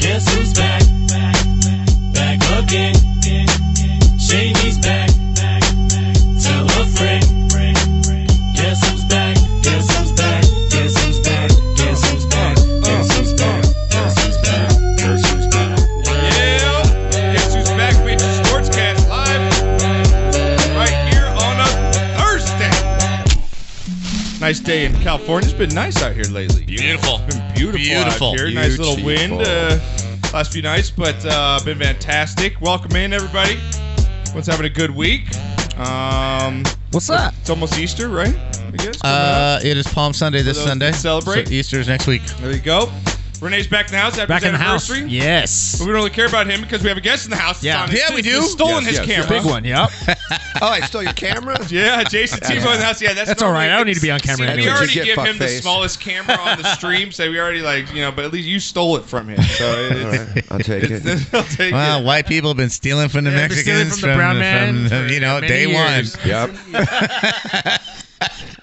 Guess who's back? Back, back again. Shady's back. Tell a friend. Guess who's back? Guess who's back? Guess who's back? Guess who's back? Guess who's back? Guess who's back? Guess who's back? Yeah, guess who's back with the Sportscast Live right here on a Thursday. Nice day in California. It's been nice out here lately. Beautiful. It's been beautiful, Beautiful. out here. Nice little Beautiful. wind uh, last few nights, but uh, been fantastic. Welcome in everybody. What's having a good week? Um, What's that? it's almost Easter, right? I guess. Uh, it is Palm Sunday this those that Sunday. celebrate. So Easter's next week. there you go. Renee's back now. It's after Back his in the house. anniversary. Yes. But we don't really care about him because we have a guest in the house. Yeah. It's on his- Yeah, we do. He's stolen Yes, his yes, camera. Big one. Yep. Oh, I stole your camera? Yeah, Jason Tebow in the house. Yeah, that's That's all normally- right. I don't need to be on camera See, anyway. We already You get give him the fuckface. smallest camera on the stream, so we already like you know. But at least you stole it from him, so All it's, right, I'll take it. I'll take Wow, it. white people have been stealing from the They've been stealing Mexicans from the brown from man for from, you know many day years. one. Yep.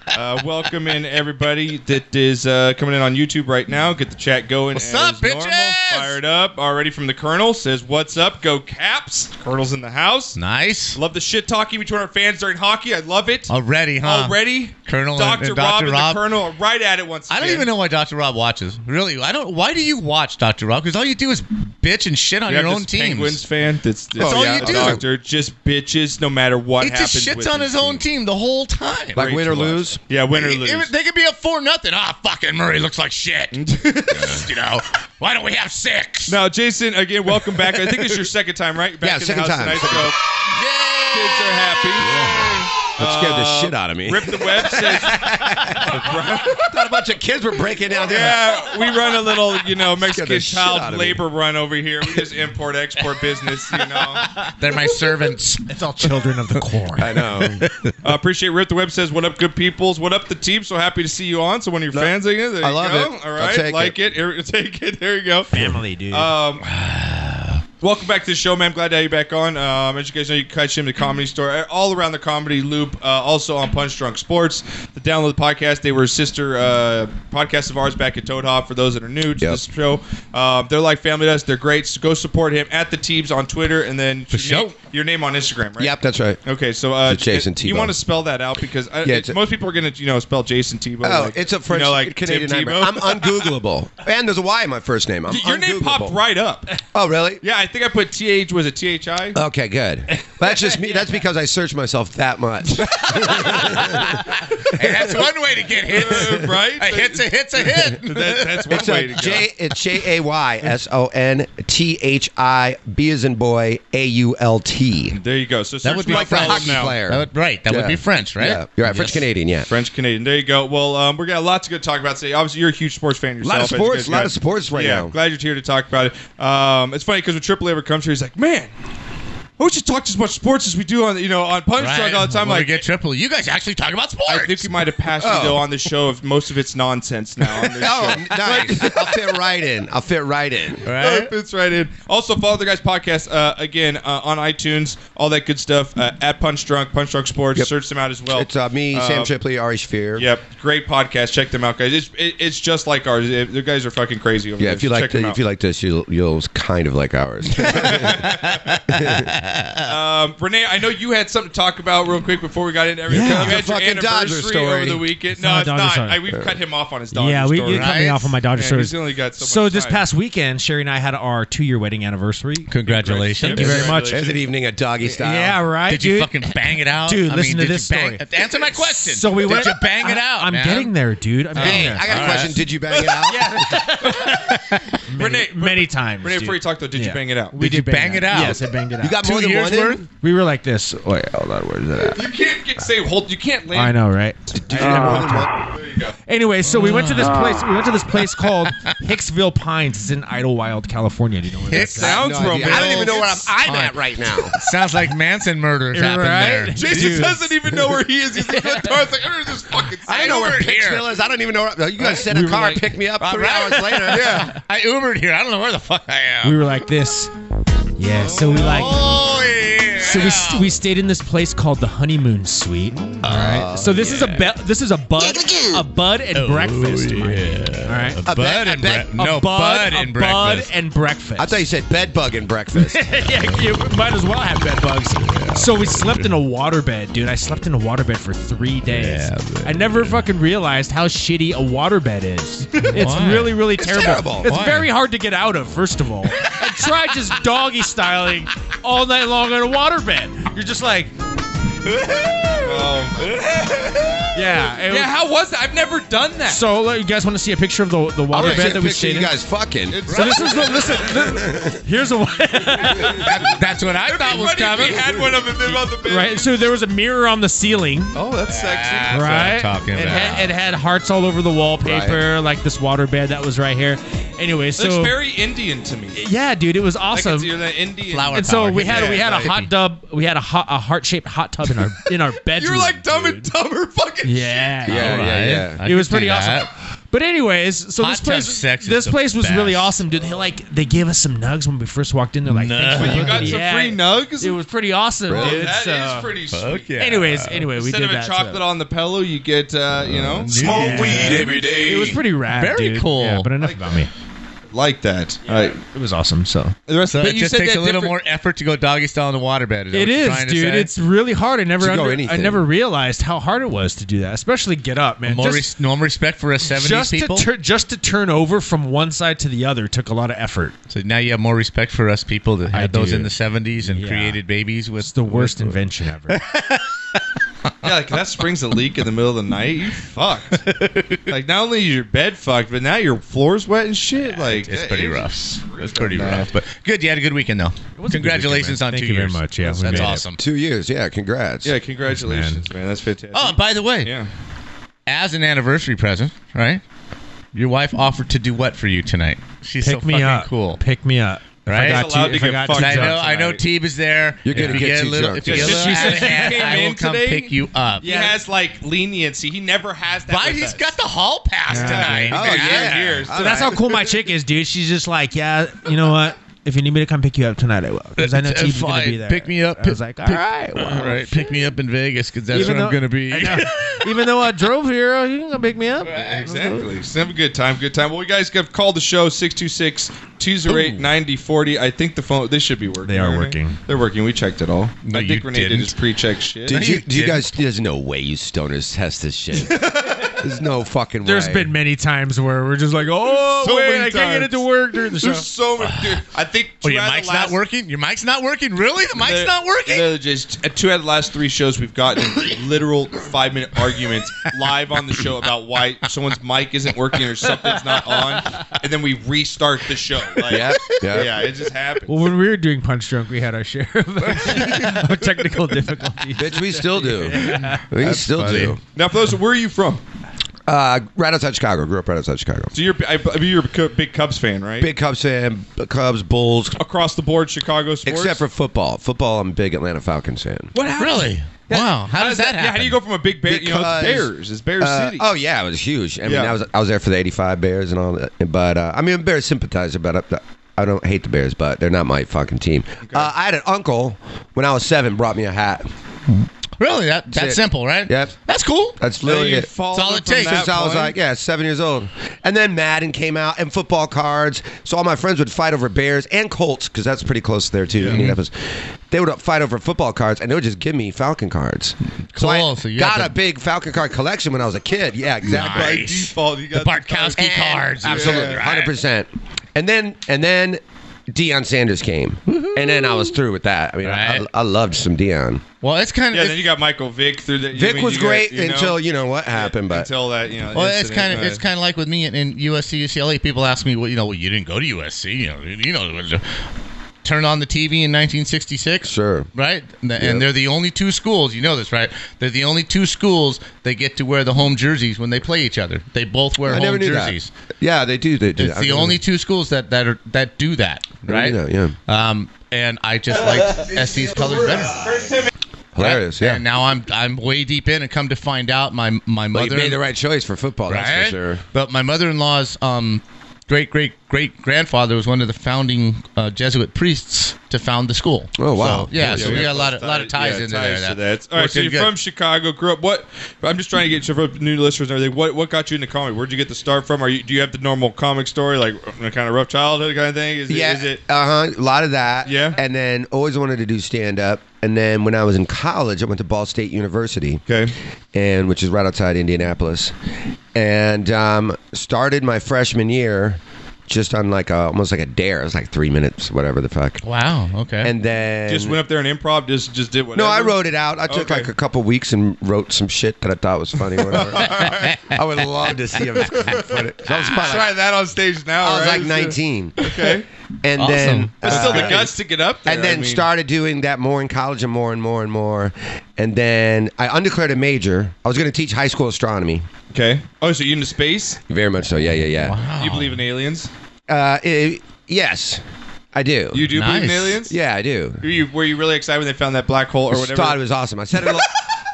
Uh, welcome in everybody that is uh, coming in on YouTube right now. Get the chat going. What's as up, normal. bitches? Fired up already from the Colonel says, "What's up? Go Caps!" Colonel's in the house. Nice. Love the shit talking between our fans during hockey. I love it Already, huh? already. Colonel and- Doctor and Rob Dr. and Rob. the Colonel are right at it once. I don't again. even know why Dr. Rob watches. Really, I don't. Why do you watch Dr. Rob? Because all you do is bitch and shit on You your have own this teams. Penguins fan. That's, that's all you a do. Doctor just bitches no matter what He just happens. with shits on his own team the whole time. Like win or to watch. lose? Yeah, win or Even- lose. They could be up four nothing. Ah, fucking Murray looks like shit. you know, why don't we have six? now, Jason, again, welcome back. I think this is your second time, right? Back Yeah, in the second house time, Tonight, second so kids are happy. That scared the shit out of me. Rip the web says, Thought a bunch of kids were breaking out there. "Yeah, we run a little, you know, Mexican the shit out child of me. labor run over here. We just import export business, you know." They're my servants. It's all children of the corn. I know. Uh, appreciate Rip the Web says, "What up, good peoples? What up, the team? So happy to see you on." So one of your fans again. There I you love go. it. All I'll right, take like it. Here- take it. There you go. Family, dude. Um, welcome back to the show, man. Glad to have you back on. Um, as you guys know, you can catch him at the Comedy Store, uh, all around the comedy loop, uh, also on Punch Drunk Sports. The download the podcast. They were a sister uh, podcast of ours back at Toad Hop. For those that are new to Yep. this show, uh, they're like family to us. They're great. So go support him at the Teebs on Twitter, and then your, sure. name, your name on Instagram, right? Yep, that's right. Okay, so uh, To Jason You Tebow. want to spell that out because uh, Yeah, it- it's a- most people are gonna, you know, spell Jason Tebow. Oh, like, it's a French you know, like Canadian Tim name. Tebow. I'm ungoogleable. And there's a Y in my first name. I'm Y- Your name popped ungoogleable. right up. Oh, really? Yeah, I think I put T H was it T H I? Okay, good. That's just me. That's because I search myself that much. hey, that's one way to get hits. Uh, right? A hit's a hit's a hit. That- that's one It's way a to go. J. It's J A Y S O N T H I B as in boy A U L T. there you go. So search would be my like the column hockey now. player. That would- right. That Yeah. would be French, right? Yeah, you're right. French Canadian. Yeah. French Canadian. There you go. Well, um, we got lots to talk about today. Obviously, you're a huge sports fan yourself. Lot of as you sports, guys lot got- of sports right yeah, now. Glad you're here to talk about it. Um, it's funny because when Triple ever comes here, he's like, "Man, I wish you talked as much sports as we do on you know on Punch Right. Drunk all the time." When we Like, get triple. You guys actually talk about sports. I think we might have passed Oh. you though on the show of most of it's nonsense now. On this Oh, show. nice. I'll fit right in. I'll fit right in. Oh, right? it fits right in. Also, follow the guys podcast uh, again uh, on iTunes, all that good stuff uh, at Punch Drunk, Punch Drunk Sports. Yep. Search them out as well. It's uh, me, Sam Uh, Tripley, Ari Shafir. Yep, great podcast. Check them out, guys. It's it, it's just like ours. It, the guys are fucking crazy over Yeah, there. if you Check like them the, out. if you like this, you'll you'll kind of like ours. um, Renee, I know you had something to talk about real quick before we got into everything. Yeah. you had The your fucking Dodger anniversary story. over the weekend. No, not a it's Dodger not. story. I, we've cut him off on his Dodger yeah, we story. you cut me right? off on my Dodger Yeah, stories. he's only got so, so much this time. past weekend, Sherry and I had our two-year wedding anniversary. Congratulations. Thank you very much. There's an evening at doggy style. Yeah, right. Did you dude? fucking bang it out? Dude, I listen to mean, did this you bang, story. Answer my question. So we did went. you bang it I- out? I'm man? getting there, dude. I'm getting Hey, there. I got a All question. right. Did you bang it out? many, Renee, many times. Renee, before you dude. talk though, did you Yeah. bang it out? We Did you bang it out? Yes, I banged it out. You got Two more than years one in? worth? we were like this. Wait, Hold on, where's that? You can't get, say hold. You can't land. I know, right? Did you have more than one? There you go. Anyway, so we went to Ah. this place. We went to this place called Hicksville Pines. It's in Idlewild, California. Do you know where It that's at? sounds No idea. romantic. I don't even know where I'm, It's I'm at right now. Sounds like Manson murders happened Right? there. Jason doesn't even know where he is. He's in the car. It's like, I do this fucking. I don't know where Pittsville is. I don't even know. Where, you guys sent a We were car, like- pick me up three hours later. Yeah, I Ubered here. I don't know where the fuck I am. We were like this. Yeah. So we like. oh yeah. So we, st- we stayed in this place called the Honeymoon Suite. All Ah, right. So this is a be- this is a bud a bud and breakfast. mind you. All right. Oh, A bed, bud a and bed- bre- A no bud a and bud breakfast. and breakfast. I thought you said bed bug and breakfast. yeah, you might as well have bed bugs. So we slept in a waterbed, dude. I slept in a waterbed for three days. I never fucking realized how shitty a waterbed is. It's Why? really, really It's terrible. terrible. It's Why? very hard to get out of, first of all. and try just doggy styling all night long on a waterbed. You're just like, Oh. yeah. it was- Yeah, how was that? I've never done that. So like, you guys want to see a picture of the the I want water to see bed a that picture we of stayed you in? guys fucking. So this is the, listen. th- here's a That- that's what I thought was coming. had one of them on the bed. right. So there was a mirror on the ceiling, Oh, that's sexy. That's what right? I'm talking it, about. Had, it had hearts all over the wallpaper, like this water bed that was right here. Anyway, so Looks very Indian to me. yeah, dude, it was awesome. Like it's, you're the Indian. Flower and so power. we had we Yeah, had a like- hot tub. We had a hot, a heart shaped hot tub in our in our bedroom. You're like Dumb and dude. Dumber fucking Yeah. Yeah, yeah, yeah. I it was could do pretty awesome. that. But anyways, so Hot this tub place sex is this the place was really best. awesome, dude. They like they gave us some nugs when we first walked in. They're like, "Thanks for Nugs. You got the- some Uh, yeah, free nugs? It was pretty awesome, Bro, dude. That is so, pretty Fuck sweet. yeah. Anyways, anyway, we Instead did of a that. chocolate so. on the pillow, you get, uh, you know, Smoke weed every It was pretty rad, Very dude. cool. Yeah, but enough about me. like that. All right. It was awesome. So The rest So of it just takes a little more effort to go doggy style in the waterbed. it is, dude. It's really hard. I never To go under- I anything. never realized how hard it was to do that, especially get up, man. more Just- res- no more respect for a just '70s people. to tur- just to turn over from one side to the other took a lot of effort. so now you have more respect for us people that I had those do. in the '70s and Yeah. created babies with It's the worst invention ever. Yeah, like that springs a leak in the middle of the night. You fucked. like not only is your bed fucked, but now your floor's wet and shit. like It's that- pretty it- rough. It's pretty rough, but good. You had a good weekend though. Congratulations on Thank two you very years. much. Yeah, we that's made it. awesome. Two years. Yeah, congrats. Yeah, congratulations, man. That's fantastic. Oh, and by the way, yeah. as an anniversary present, right? Your wife offered to do what for you tonight? She's Pick so me fucking up. cool. Pick me up. If Right? I got He's allowed too- to if I get got fucked too I up. drunk know, I know. tonight. Teeb is there. You're gonna If you get a too little, drunk. If you get a little Just- she out said of she hand, came I will in come today. pick you up. He has like leniency. He never has that. Why with he's us. got the hall pass tonight? Oh, man. yeah. years. All So that's how right. cool my chick is, dude. She's just like, yeah, you know what? If you need me to come pick you up tonight, I will. Because I know It's Teeb's gonna fine. be there. Pick me up. I was like, all right, well, All right, pick me up in Vegas because that's Even where I'm though- gonna be. I know. Even though I drove here, you can come pick me up. Exactly. So have a good time. Good time. Well, you guys have called the show 626 208 9040. I think the phone, they should be working. They are aren't working. They're working. We checked it all. No, I think you Renee did didn't. his pre check shit. Did you? you Do you didn't. guys? There's no way you stoners test this shit. there's no fucking way. There's been many times where we're just like, oh, So wait, many I can't get it to times. work during the show. There's so much. Dude, I think. Oh, two your out of the mic's last- not working. Your mic's not working. Really, the mic's They're- not working. they're just uh, two out of the last three shows we've gotten literal five minute arguments live on the show about why someone's mic isn't working or something's not on, and then we restart the show. Like, Yeah, yeah. yeah, it just happens. well, when we were doing Punch Drunk, we had our share of, of technical difficulties. Bitch, we still do. We still do. now, for those, where are you from? Uh, right outside Chicago. Grew up right outside Chicago. So you're, I, I mean, you're a Cu- big Cubs fan, right? Big Cubs fan. Cubs, Bulls. across the board Chicago sports. Except for football. Football, I'm a big Atlanta Falcons fan. What happened? Really? Wow. How, does that, happen? Yeah, how do you go from a big Bear? You know, it's Because, Bears. It's Bears Uh, City. oh yeah, it was huge. I mean, Yeah. I was I was there for the '85 Bears and all that. But uh, I mean, I'm a Bears sympathizer, but I, I don't hate the Bears, but they're not my fucking team. Uh, I had an uncle when I was seven brought me a hat. Really? That that's it. simple, right? Yep. That's cool. That's So literally you it. follow That's all it from takes. that Since I was point? like, yeah, seven years old. And then Madden came out and football cards. So all my friends would fight over Bears and Colts because that's pretty close there too. Indianapolis. They would fight over football cards and they would just give me Falcon cards. So I Cool, so you got had a big Falcon card collection when I was a kid. Yeah, exactly. by Nice. default, you got The Bartkowski And- cards. Absolutely, Yeah, right. hundred percent. And then and then Deion Sanders came, and then I was through with that. I mean, I- Right. I, I loved some Deion. Well, it's kind of. Yeah, then you got Michael Vick through the. Vic I mean, was you got- great you know, until you know what happened, but until that you know. well, it's incident, kind of uh, it's kind of like with E, me in, in USC UCLA. People ask me, well, you know, well, you didn't go to USC, you know, you know. turned on the TV in 1966. Sure. Right? And the- And they're the only two schools, you know this, right? They're the only two schools that get to wear the home jerseys when they play each other. They both wear I home never knew jerseys. that. Yeah, they do. They do. It's the only two schools that that are that do that, right? Right. Yeah. Um, and I just like SC's colors better. Hilarious. Yeah. And now I'm I'm way deep in, and come to find out, my my Well, mother you made the right choice for football. That's for sure. But my mother-in-law's um, great great great grandfather was one of the founding uh, Jesuit priests to found the school. Oh, wow. So, yeah, Yeah, so yeah. we got a lot of lot of ties into there. To that. that. All right, Worked so in you're good. from Chicago. Grew up. What? I'm just trying to get you from new listeners and everything. What? What got you into comedy? Where'd you get the start from? Are you? Do you have the normal comic story, like a kind of rough childhood kind of thing? Is it, yeah, Is it? uh huh. A lot of that. Yeah. And then always wanted to do stand up. And then when I was in college, I went to Ball State University, Okay. and which is right outside Indianapolis, and um, started my freshman year just on like a, almost like a dare. It was like three minutes, whatever the fuck. Wow. Okay. And then Just went up there and improv. Just just did what? No, I wrote it out. I took Okay. like a couple weeks and wrote some shit that I thought was funny. Or whatever. I would love to see him put it. I was, probably like, Try that on stage now. I was right? like 19, Okay. and Awesome. then But still, the uh, guts to get up there. and then I mean, started doing that more in college and more and more and more. And then I undeclared a major. I was going to teach high school astronomy. Okay. Oh, so you into space? Very much so. Yeah, yeah, yeah. You believe in aliens? Oh. Uh, it- yes, I do. You do believe in Nice. aliens? yeah, I do. Were you, were you really excited when they found that black hole or I whatever? thought it was awesome. I set an al-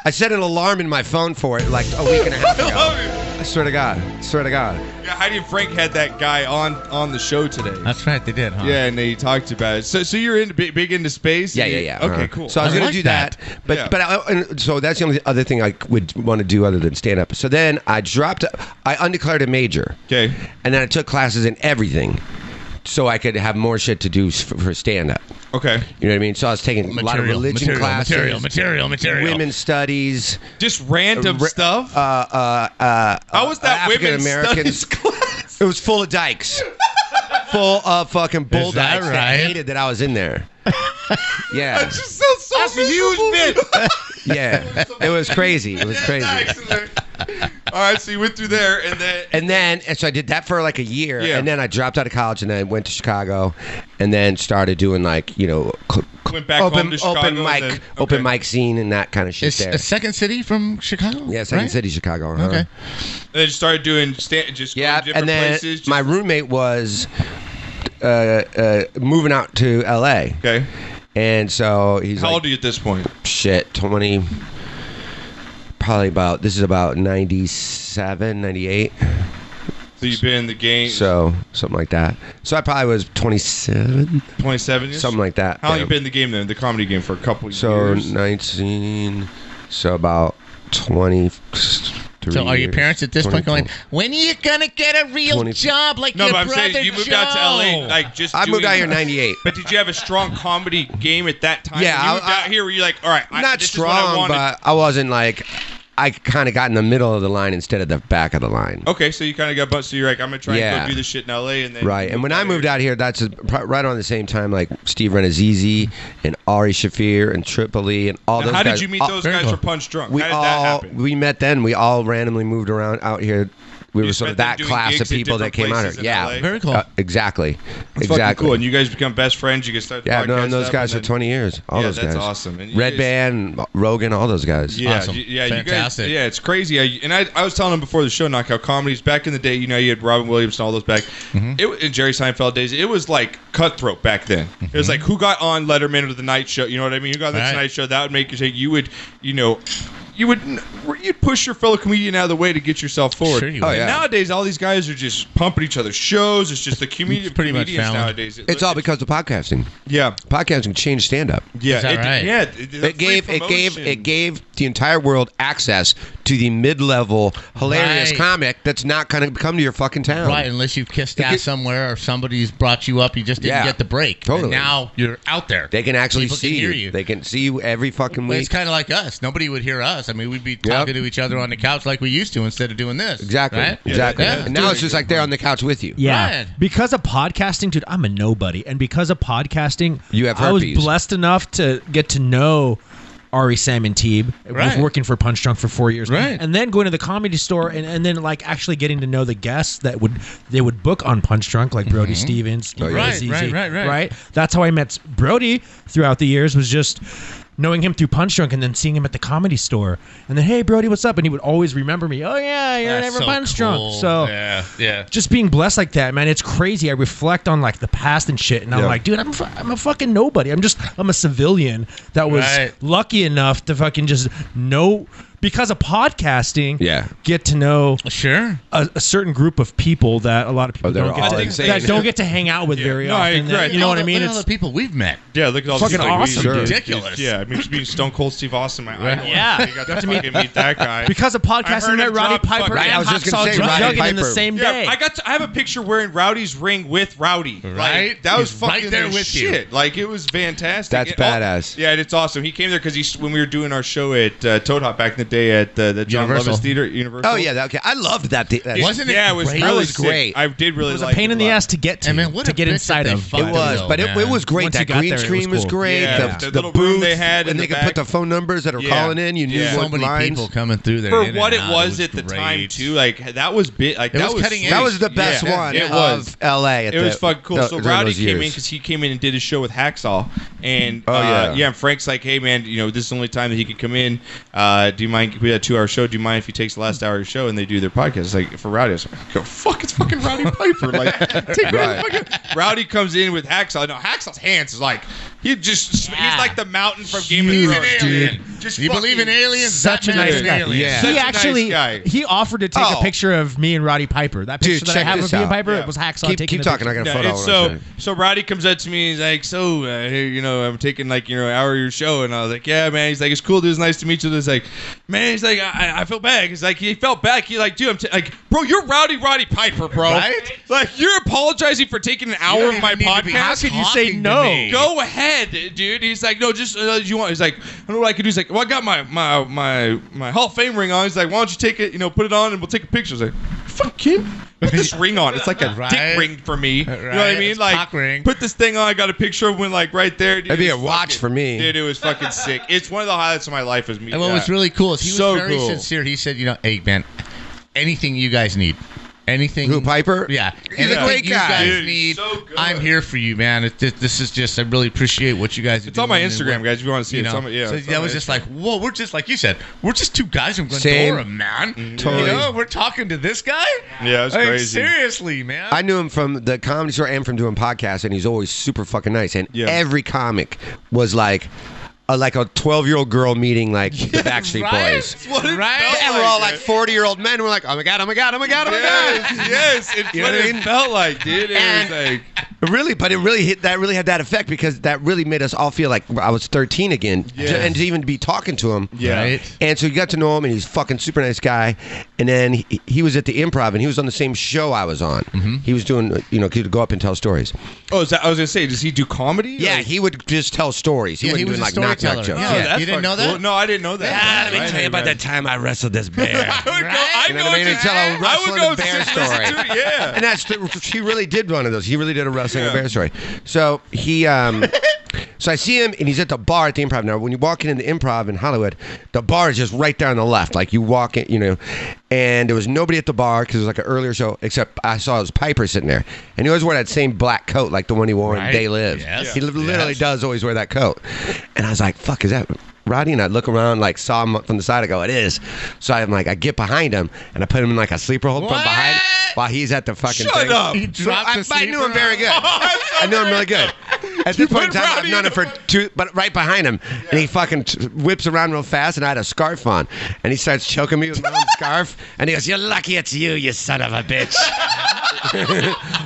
I set an alarm in my phone for it like a week and a half ago. I swear to God. I swear to God. Yeah, Heidi and Frank had that guy on on the show today. That's right, they did, huh? yeah, and they talked about it. So, so you're into big, big into space. Yeah, yeah, You- yeah. Okay, uh-huh. cool. So I was I gonna like do that, that. but Yeah. but I, and so that's the only other thing I would want to do other than stand up. So then I dropped. I undeclared a major. okay, and then I took classes in everything, so I could have more shit to do s- for, for stand up. okay. You know what I mean? So I was taking a lot of Material, religion material, classes, material, material, material. women's studies, Just random Re- stuff. uh, uh, uh, How was that African women's Americans studies class? It was full of dykes. Full of fucking bull Is that dykes that right? hated that I was in there. Yeah, so, so That's a huge bit. yeah. It was crazy. It was crazy. All right, so you went through there, and then And then, and so I did that for like a year, Yeah. and then I dropped out of college, and then went to Chicago, and then started doing like you know, cl- cl- Went back open home to Chicago open and mic, then- okay. open mic scene, and that kind of shit It's there. a second city from Chicago. yeah, Second right? City, Chicago. huh? Okay. and then you started doing stand, just going Yeah, to different and then places. just- my roommate was uh, uh, moving out to L.A., okay. and so he's How like, old are you at this point? shit, twenty, probably about this is about 97, 98, So you've been in the game so something like that. So I probably was twenty seven, 27 something like that. How long Yeah. you been in the game then? The comedy game for a couple So years. 19, so about 23. So are your years, parents at this point 24. going, when are you going to get a real 20 job like No, your but I'm brother saying you moved Joe? out to LA. Like just I moved doing- out here in 98. But did you have a strong comedy game at that time? Yeah, When you I- moved I- out here. Were you like, all right, I, Not this is strong, what I wanted. but I wasn't like, I kind of got in the middle of the line instead of the back of the line. okay, so you kind of got busted. You're like, I'm gonna try and Yeah. go do this shit in LA, and then Right, and when I moved out here, that's pro- right on the same time like Steve Renazizi and Ari Shafir and Tripoli and all Now, those how guys. did you meet all- those very guys cool. for Punch Drunk? We how did all that happen? we met then. We all randomly moved around out here. We You were just sort of that met them doing class of gigs at people that different came out places here. in Yeah, LA. Very cool. Uh, exactly, It's fucking exactly. cool, and you guys become best friends. You guys start. the Yeah, no, podcast and those up, guys and for then- 20 years. All Yeah, those that's guys. awesome. And you Red guys- Band, Rogan, all those guys. Yeah, Awesome. y- yeah, Fantastic. You guys, yeah, it's crazy. I, and I, I was telling him before the show, knockout comedies back in the day. You know, you had Robin Williams and all those back. It wa- in Jerry Seinfeld days, it was like cutthroat back then. It was like who got on Letterman or the Night Show. You know what I mean? Who got on the Right. Tonight Show? That would make you say you would, you know, you would you'd push your fellow comedian out of the way to get yourself forward. Sure you Oh, would. yeah. Nowadays, all these guys are just pumping each other's shows. It's just the comedian It's pretty much comedians found. nowadays. It- It's all because of podcasting. yeah, Podcasting changed stand up. yeah, Is that it, right? yeah. It gave it gave it gave the entire world access to the mid level hilarious Right. comic that's not gonna come to your fucking town. Right, unless you've kissed ass somewhere or somebody's brought you up, you just didn't Yeah. get the break. And Totally. now you're out there. They can actually People see can hear you. you. They can see you every fucking Well, it's week. kind of like us. Nobody would hear us. I mean, we'd be talking to each other on the couch like we used to instead of doing this. Exactly. Right? Exactly. Yeah. And now it's just like they're on the couch with you. Yeah. Right. Because of podcasting, dude, I'm a nobody. And because of podcasting, You have I was herpes. blessed enough to get to know Ari Salmonteeb, Right. working for Punch Drunk for four years, Right. and then going to the comedy store and, and then like actually getting to know the guests that would they would book on Punch Drunk, like Brody Stevens, Steve Mm-hmm. Oh, yeah. Right, Azizi, right, right, right. That's how I met Brody throughout the years was just knowing him through Punch Drunk and then seeing him at the comedy store and then hey Brody, what's up? And he would always remember me. Oh yeah, you're That's never so Punch Drunk. cool. So yeah, yeah. just being blessed like that, man, it's crazy. I reflect on like the past and shit, and I'm Yeah. like, dude, I'm, fu- I'm a fucking nobody. I'm just I'm a civilian that was Right. lucky enough to fucking just know because of podcasting. Yeah. get to know Sure. a, a certain group of people that a lot of people Oh, they're don't all get to, insane. that don't get to hang out with very No, I often. agree. that- you know Look what I at- mean? Look at all It's the people we've met. Yeah, look at all Fucking these like, awesome, we- dude. Ridiculous. Yeah, I mean, being Stone Cold Steve Austin, my idol. Yeah. you got to fucking meet that guy. because of podcasting him that Roddy drop Piper fucking- Right, and I was just gonna Hacksaw say, Jim Roddy Duggan in the Piper. same yeah, day. I got. To, I have a picture wearing Rowdy's ring with Rowdy. Like, Right? that was He's fucking right there the with you. shit. Like it was fantastic. That's It all- badass. yeah, and it's awesome. He came there because he when we were doing our show at uh, Toad Hop back in the day at uh, the John Universal. Lovitz Theater at Universal. Oh yeah, that, okay. I loved that. thi- that It wasn't it yeah, it was great? really That was sick. great. I did really it was a like pain in the lot. ass to get to, And man, what to a get bitch inside that they of. fucked. It was, though, but it, man. it was great. Once you that got green there, it was screen was, cool. great. Yeah, The, the the little room booth, they had in and the they could put back. the phone numbers that are Yeah. calling in. You knew Yeah. what so many lines. people coming through there. for in what and it out, was at the time great. too. Like that was big. Like It that was cutting edge. That was the best Yeah. one It was. of LA. At It was the- fucking cool. the- so during Rowdy those came in years. because he came in and did his show with Hacksaw, and Oh, uh, yeah. yeah. And Frank's like, hey man, you know this is the only time that he could come in. Uh, do you mind? We had a two-hour show. Do you mind if he takes the last hour of the show and they do their podcast? It's like for Rowdy, I was like, go fuck, it's fucking Rowdy Piper. Like, take Right. fucking. Rowdy comes in with Hacksaw. No, Hacksaw's hands is like he just he's like the mountain from Game Huge, of Thrones. dude. Just you believe in fucking- aliens? Such That a man nice is an guy. alien. Yeah. Such he a nice actually guy. he offered to take Oh. a picture of me and Roddy Piper. That Dude, picture that I check have this of me and out. Piper Yeah. was hacksaw. Keep, taking keep the talking. I picture. got a Yeah, photo. and I wanna so see. so Roddy comes up to me. He's like, "So, uh, hey, you know, I'm taking like you know an hour of your show," and I was like, "Yeah, man." He's like, "It's cool, dude. It's nice to meet you." He's like, "Man," he's like, "I, I feel bad." He's like, "He felt bad." He like, "Dude, I'm t- like, bro, you're Rowdy Roddy Piper, bro. Right? Like, you're apologizing for taking an You hour don't of my even need to be podcast. could you say talking to no? me. Go ahead, dude. He's like, no, just uh, you want. He's like, I don't know what I could do. He's like, well, I got my my my my Hall of Fame ring on. He's like, why don't you take it? You know, put it on, and we'll take a picture. I was like, fuck kid, put this ring on. It's like a Right. dick ring for me. You know what I Right. mean? It's Like, cock ring. put this thing on. I got a picture of when like right there. Dude, That'd be It a was watch fucking- for me. Dude, it was fucking sick. It's one of the highlights of my life. Was me. And what was that. really cool is he was So very cool. sincere. He said, you know, hey man, anything you guys need, anything. Who Piper? Yeah, a anything great you guy. guys Dude, need, so good. I'm here for you, man. It, this, this is just, I really appreciate what you guys. It's on my guys. Instagram, guys. If you want to see You it, It's know, on my- yeah. so it's on that my was just Instagram. like, whoa, we're just like you said, we're just two guys from Same. Glendora, man. Mm-hmm. Totally. You know, we're talking to this guy. Yeah, it's Like, crazy. Seriously, man. I knew him from the comedy store and from doing podcasts, and he's always super fucking nice. And Yeah. every comic was like, a, like a twelve-year-old girl meeting like the Backstreet right? Boys. what it Right? felt And we're all like, like forty-year-old men. We're like, oh my god, oh my god, oh my god, oh my god. yes, yes. It's You know what what I it mean? felt like, dude. It was like. Really, but it really hit. That really had that effect because that really made us all feel like I was 13 again, Yes. and to even be talking to him. Yeah. Right? And so you got to know him, and he's a fucking super nice guy. And then he, he was at the improv, and he was on the same show I was on. Mm-hmm. He was doing, you know, he'd go up and tell stories. Oh, is that, I was gonna say, does he do comedy? Yeah, Like- he would just tell stories. He Yeah, he wasn't was doing a like knock knock Oh, jokes. storyteller. Yeah. You didn't fucking know that? cool. No, I didn't know that. I didn't know time I wrestled this bear. I would go. I You know know what I mean? just- Tell a I would wrestling go and bear sit and story. listen to it, Yeah. and that's the, he really did one of those. He really did a wrestling Yeah. and bear story. So he, um, so I see him, and he's at the bar at the improv. Now, when you walk in the improv in Hollywood, the bar is just right there on the left. Like you walk in, you know, and there was nobody at the bar because it was like an earlier show. Except I saw it was Piper sitting there, and he always wore that same black coat, like the one he wore Right. in Day Lives. Yes. He Yeah. literally does always wear that coat, and I was like, "Fuck, is that?" Roddy and I look around, like saw him from the side. I go, "It is." So I'm like, I get behind him and I put him in like a sleeper hold from What? behind while he's at the fucking Shut thing. up. He So dropped I, the I knew him sleeper very on- good. I knew him really good. At this point in put time, I've Rowdy known in him for the- two, but right behind him, and he fucking t- whips around real fast, and I had a scarf on, and he starts choking me with my own scarf, and he goes, "You're lucky it's you, you son of a bitch."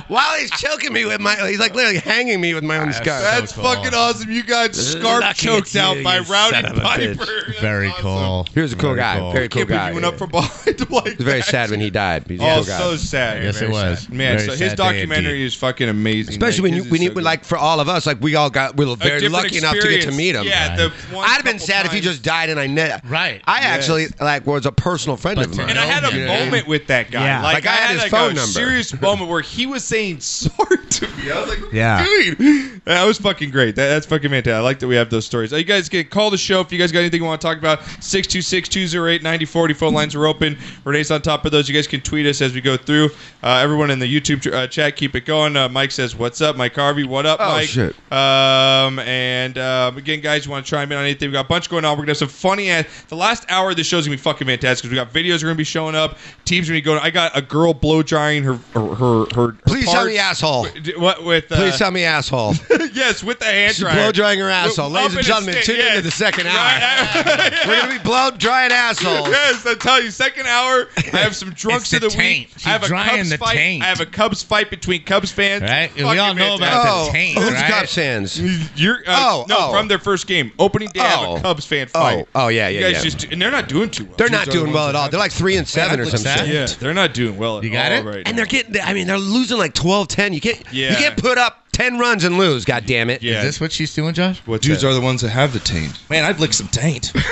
While he's choking me with my, he's like literally hanging me with my own scarf. That's cool. fucking awesome. You got scarf Lucky choked it's you, out by you Rowdy son of a Piper. bitch. That's Very awesome. cool. He was a cool Very guy, very cool Can't believe guy. you went up from behind to like It was very that. sad when he died. but He's a Oh, cool guy. so sad. Yes, Very it was. sad. Man, Very so his sad day documentary indeed. is fucking amazing. Especially when man. you His when is you so like for all of us, like we all got we were good. A very different lucky enough to get to experience. meet him. Yeah, the one I'd have been couple sad if he times- just died and I knew. Right. I Yes. actually like was a personal friend But of mine. to And I had Yeah. a moment with that guy. Yeah. Like, I had, his like phone a number. serious moment where he was saying sorry to me. I was like, what Yeah. are you doing? That was fucking great. That, that's fucking fantastic. I like that we have those stories. Uh, you guys can call the show if you guys got anything you want to talk about. 626-208-9040. Phone lines are open. Renee's on top of those. You guys can tweet us as we go through. Uh, everyone in the YouTube tr- uh, chat, keep it going. Uh, Mike says, what's up? Mike Harvey, what up, Oh, Mike? shit. Um, and um, again, guys, you want to chime in on anything? We've got a bunch going on. We're going to have some funny ass. The last hour of this show's going to be fucking fantastic because we got videos are going to be showing up. Teams are going to be going. I got a girl blow drying her, her, her, her Please tell parts. me asshole. D- What with uh, Please tell me asshole. yes with the hand She's dryer. blow drying her asshole. Up Ladies in and a gentlemen, stick, tune into yes. the second Right. hour. We're gonna be blow drying assholes. Yes, I tell you. Second hour, I have some It's drunks the of the taint. week. I have She's a drying Cubs the fight. taint. I have a Cubs fight between Cubs fans. Right? We Fucking all know fantastic. about that. Oh, taint, who's right? Cubs fans? You're uh, Oh, no oh. from their first game opening day. I have Oh. a Cubs fan fight. oh, yeah, yeah, You guys yeah. just and they're not doing too well. They're These not are the doing ones well at that all. have- They're like three and seven or that looks some shit. sad. yeah, they're not doing well. At You got all it? right And now. they're getting. I mean, they're losing like twelve ten. You can't. You Yeah. can't put up ten runs and lose. God damn it. yeah. Is this what she's doing, Josh? what's Dudes that? are the ones that have the taint. Man, I've licked some taint.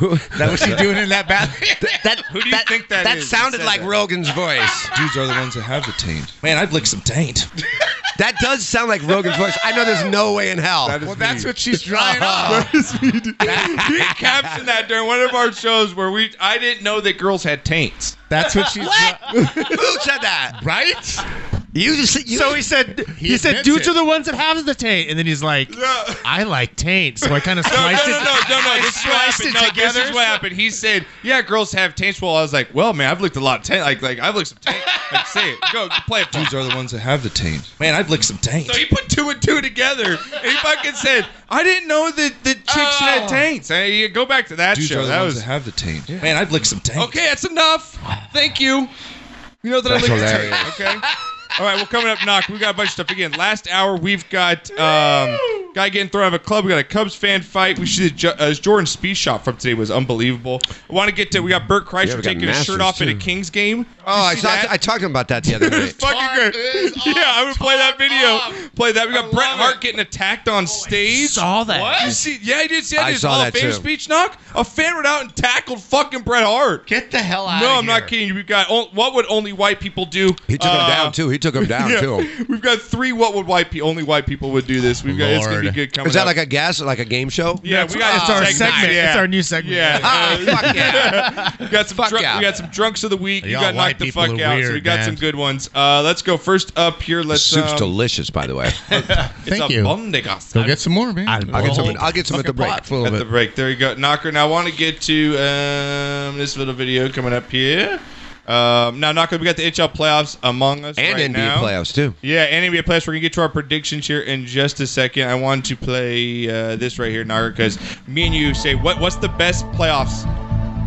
Is that what she's doing in that bathroom? That, Who do you that, think that That is? sounded Said like that. Rogan's voice. Dudes are the ones that have the taint. Man, I've licked some taint. that does sound like Rogan's voice. I know there's no way in hell. That is well, me. that's what she's drying off. he captioned that during one of our shows where we I didn't know that girls had taints. That's what she's what? dry- Who said that? right. You just. You, So he said, he, said, admits dudes it. are the ones that have the taint, and then he's like, No. I like taint, so I kind of No, no, sliced no, it. no, no, no. This is what Sliced happened. it No, this together. is what happened. He said, "Yeah, girls have taints." Well, I was like, "Well, man, I've licked a lot of taint. Like, like I've licked some taint. Like, say it. Go, play it." for me. Dudes are the ones that have the taint. Man, I've licked some taint. So he put two and two together, and he fucking said, "I didn't know that the chicks had taints." Hey, you go back to that Dudes show. are the That ones was that have the taint. Man, I've licked some taint. okay. That's enough. Thank you. You know that I licked a taint. hilarious. Okay. All right, well, coming up, knock. We got a bunch of stuff again. Last hour, we've got um, guy getting thrown out of a club. We got a Cubs fan fight. We should ju- uh, Jordan Speed shot from today was unbelievable. I want to get to. We got Burt Yeah, Kreischer we got taking his shirt Masters, off in a too. Kings game. oh, I talked. that? I talked about that the other night. Fucking great. Yeah, I would play that video. Play that. We got Bret Hart getting attacked on stage. Oh, saw that. What? You see- yeah, he did see that. I His saw Hall of that, Fame too. speech knock. A fan ran out and tackled fucking Bret Hart. Get the hell out. No, I'm not kidding you. We've got o- what would only white people do? He took Uh, him down too. He took him down yeah. too. We've got three. What would white pe- only white people would do this? We've got it's gonna be Lord. good coming. Is that up. like a gas? Like a game show? yeah? We got It's our segments. segment. Yeah. It's our new segment. yeah. Ah, fuck yeah. We got some Fuck drunk, yeah. we got some drunks of the week. You Y'all got white knocked the people fuck are out. so weird, we got man. some good ones. Uh, let's go first up here. Let's Soup's um, delicious, by the way. it's Thank you. Abondigas. Go get some more, man. I'll get some. I'll get some at the break. Pot full At of the it. break. There you go. Knocker. Now I want to get to um, this little video coming up here. Um, now, Knocker, we got the HL playoffs among us And right NBA now. playoffs too. Yeah, and NBA playoffs. We're gonna get to our predictions here in just a second. I want to play uh, this right here, Nagar, because me and you say what what's the best playoffs?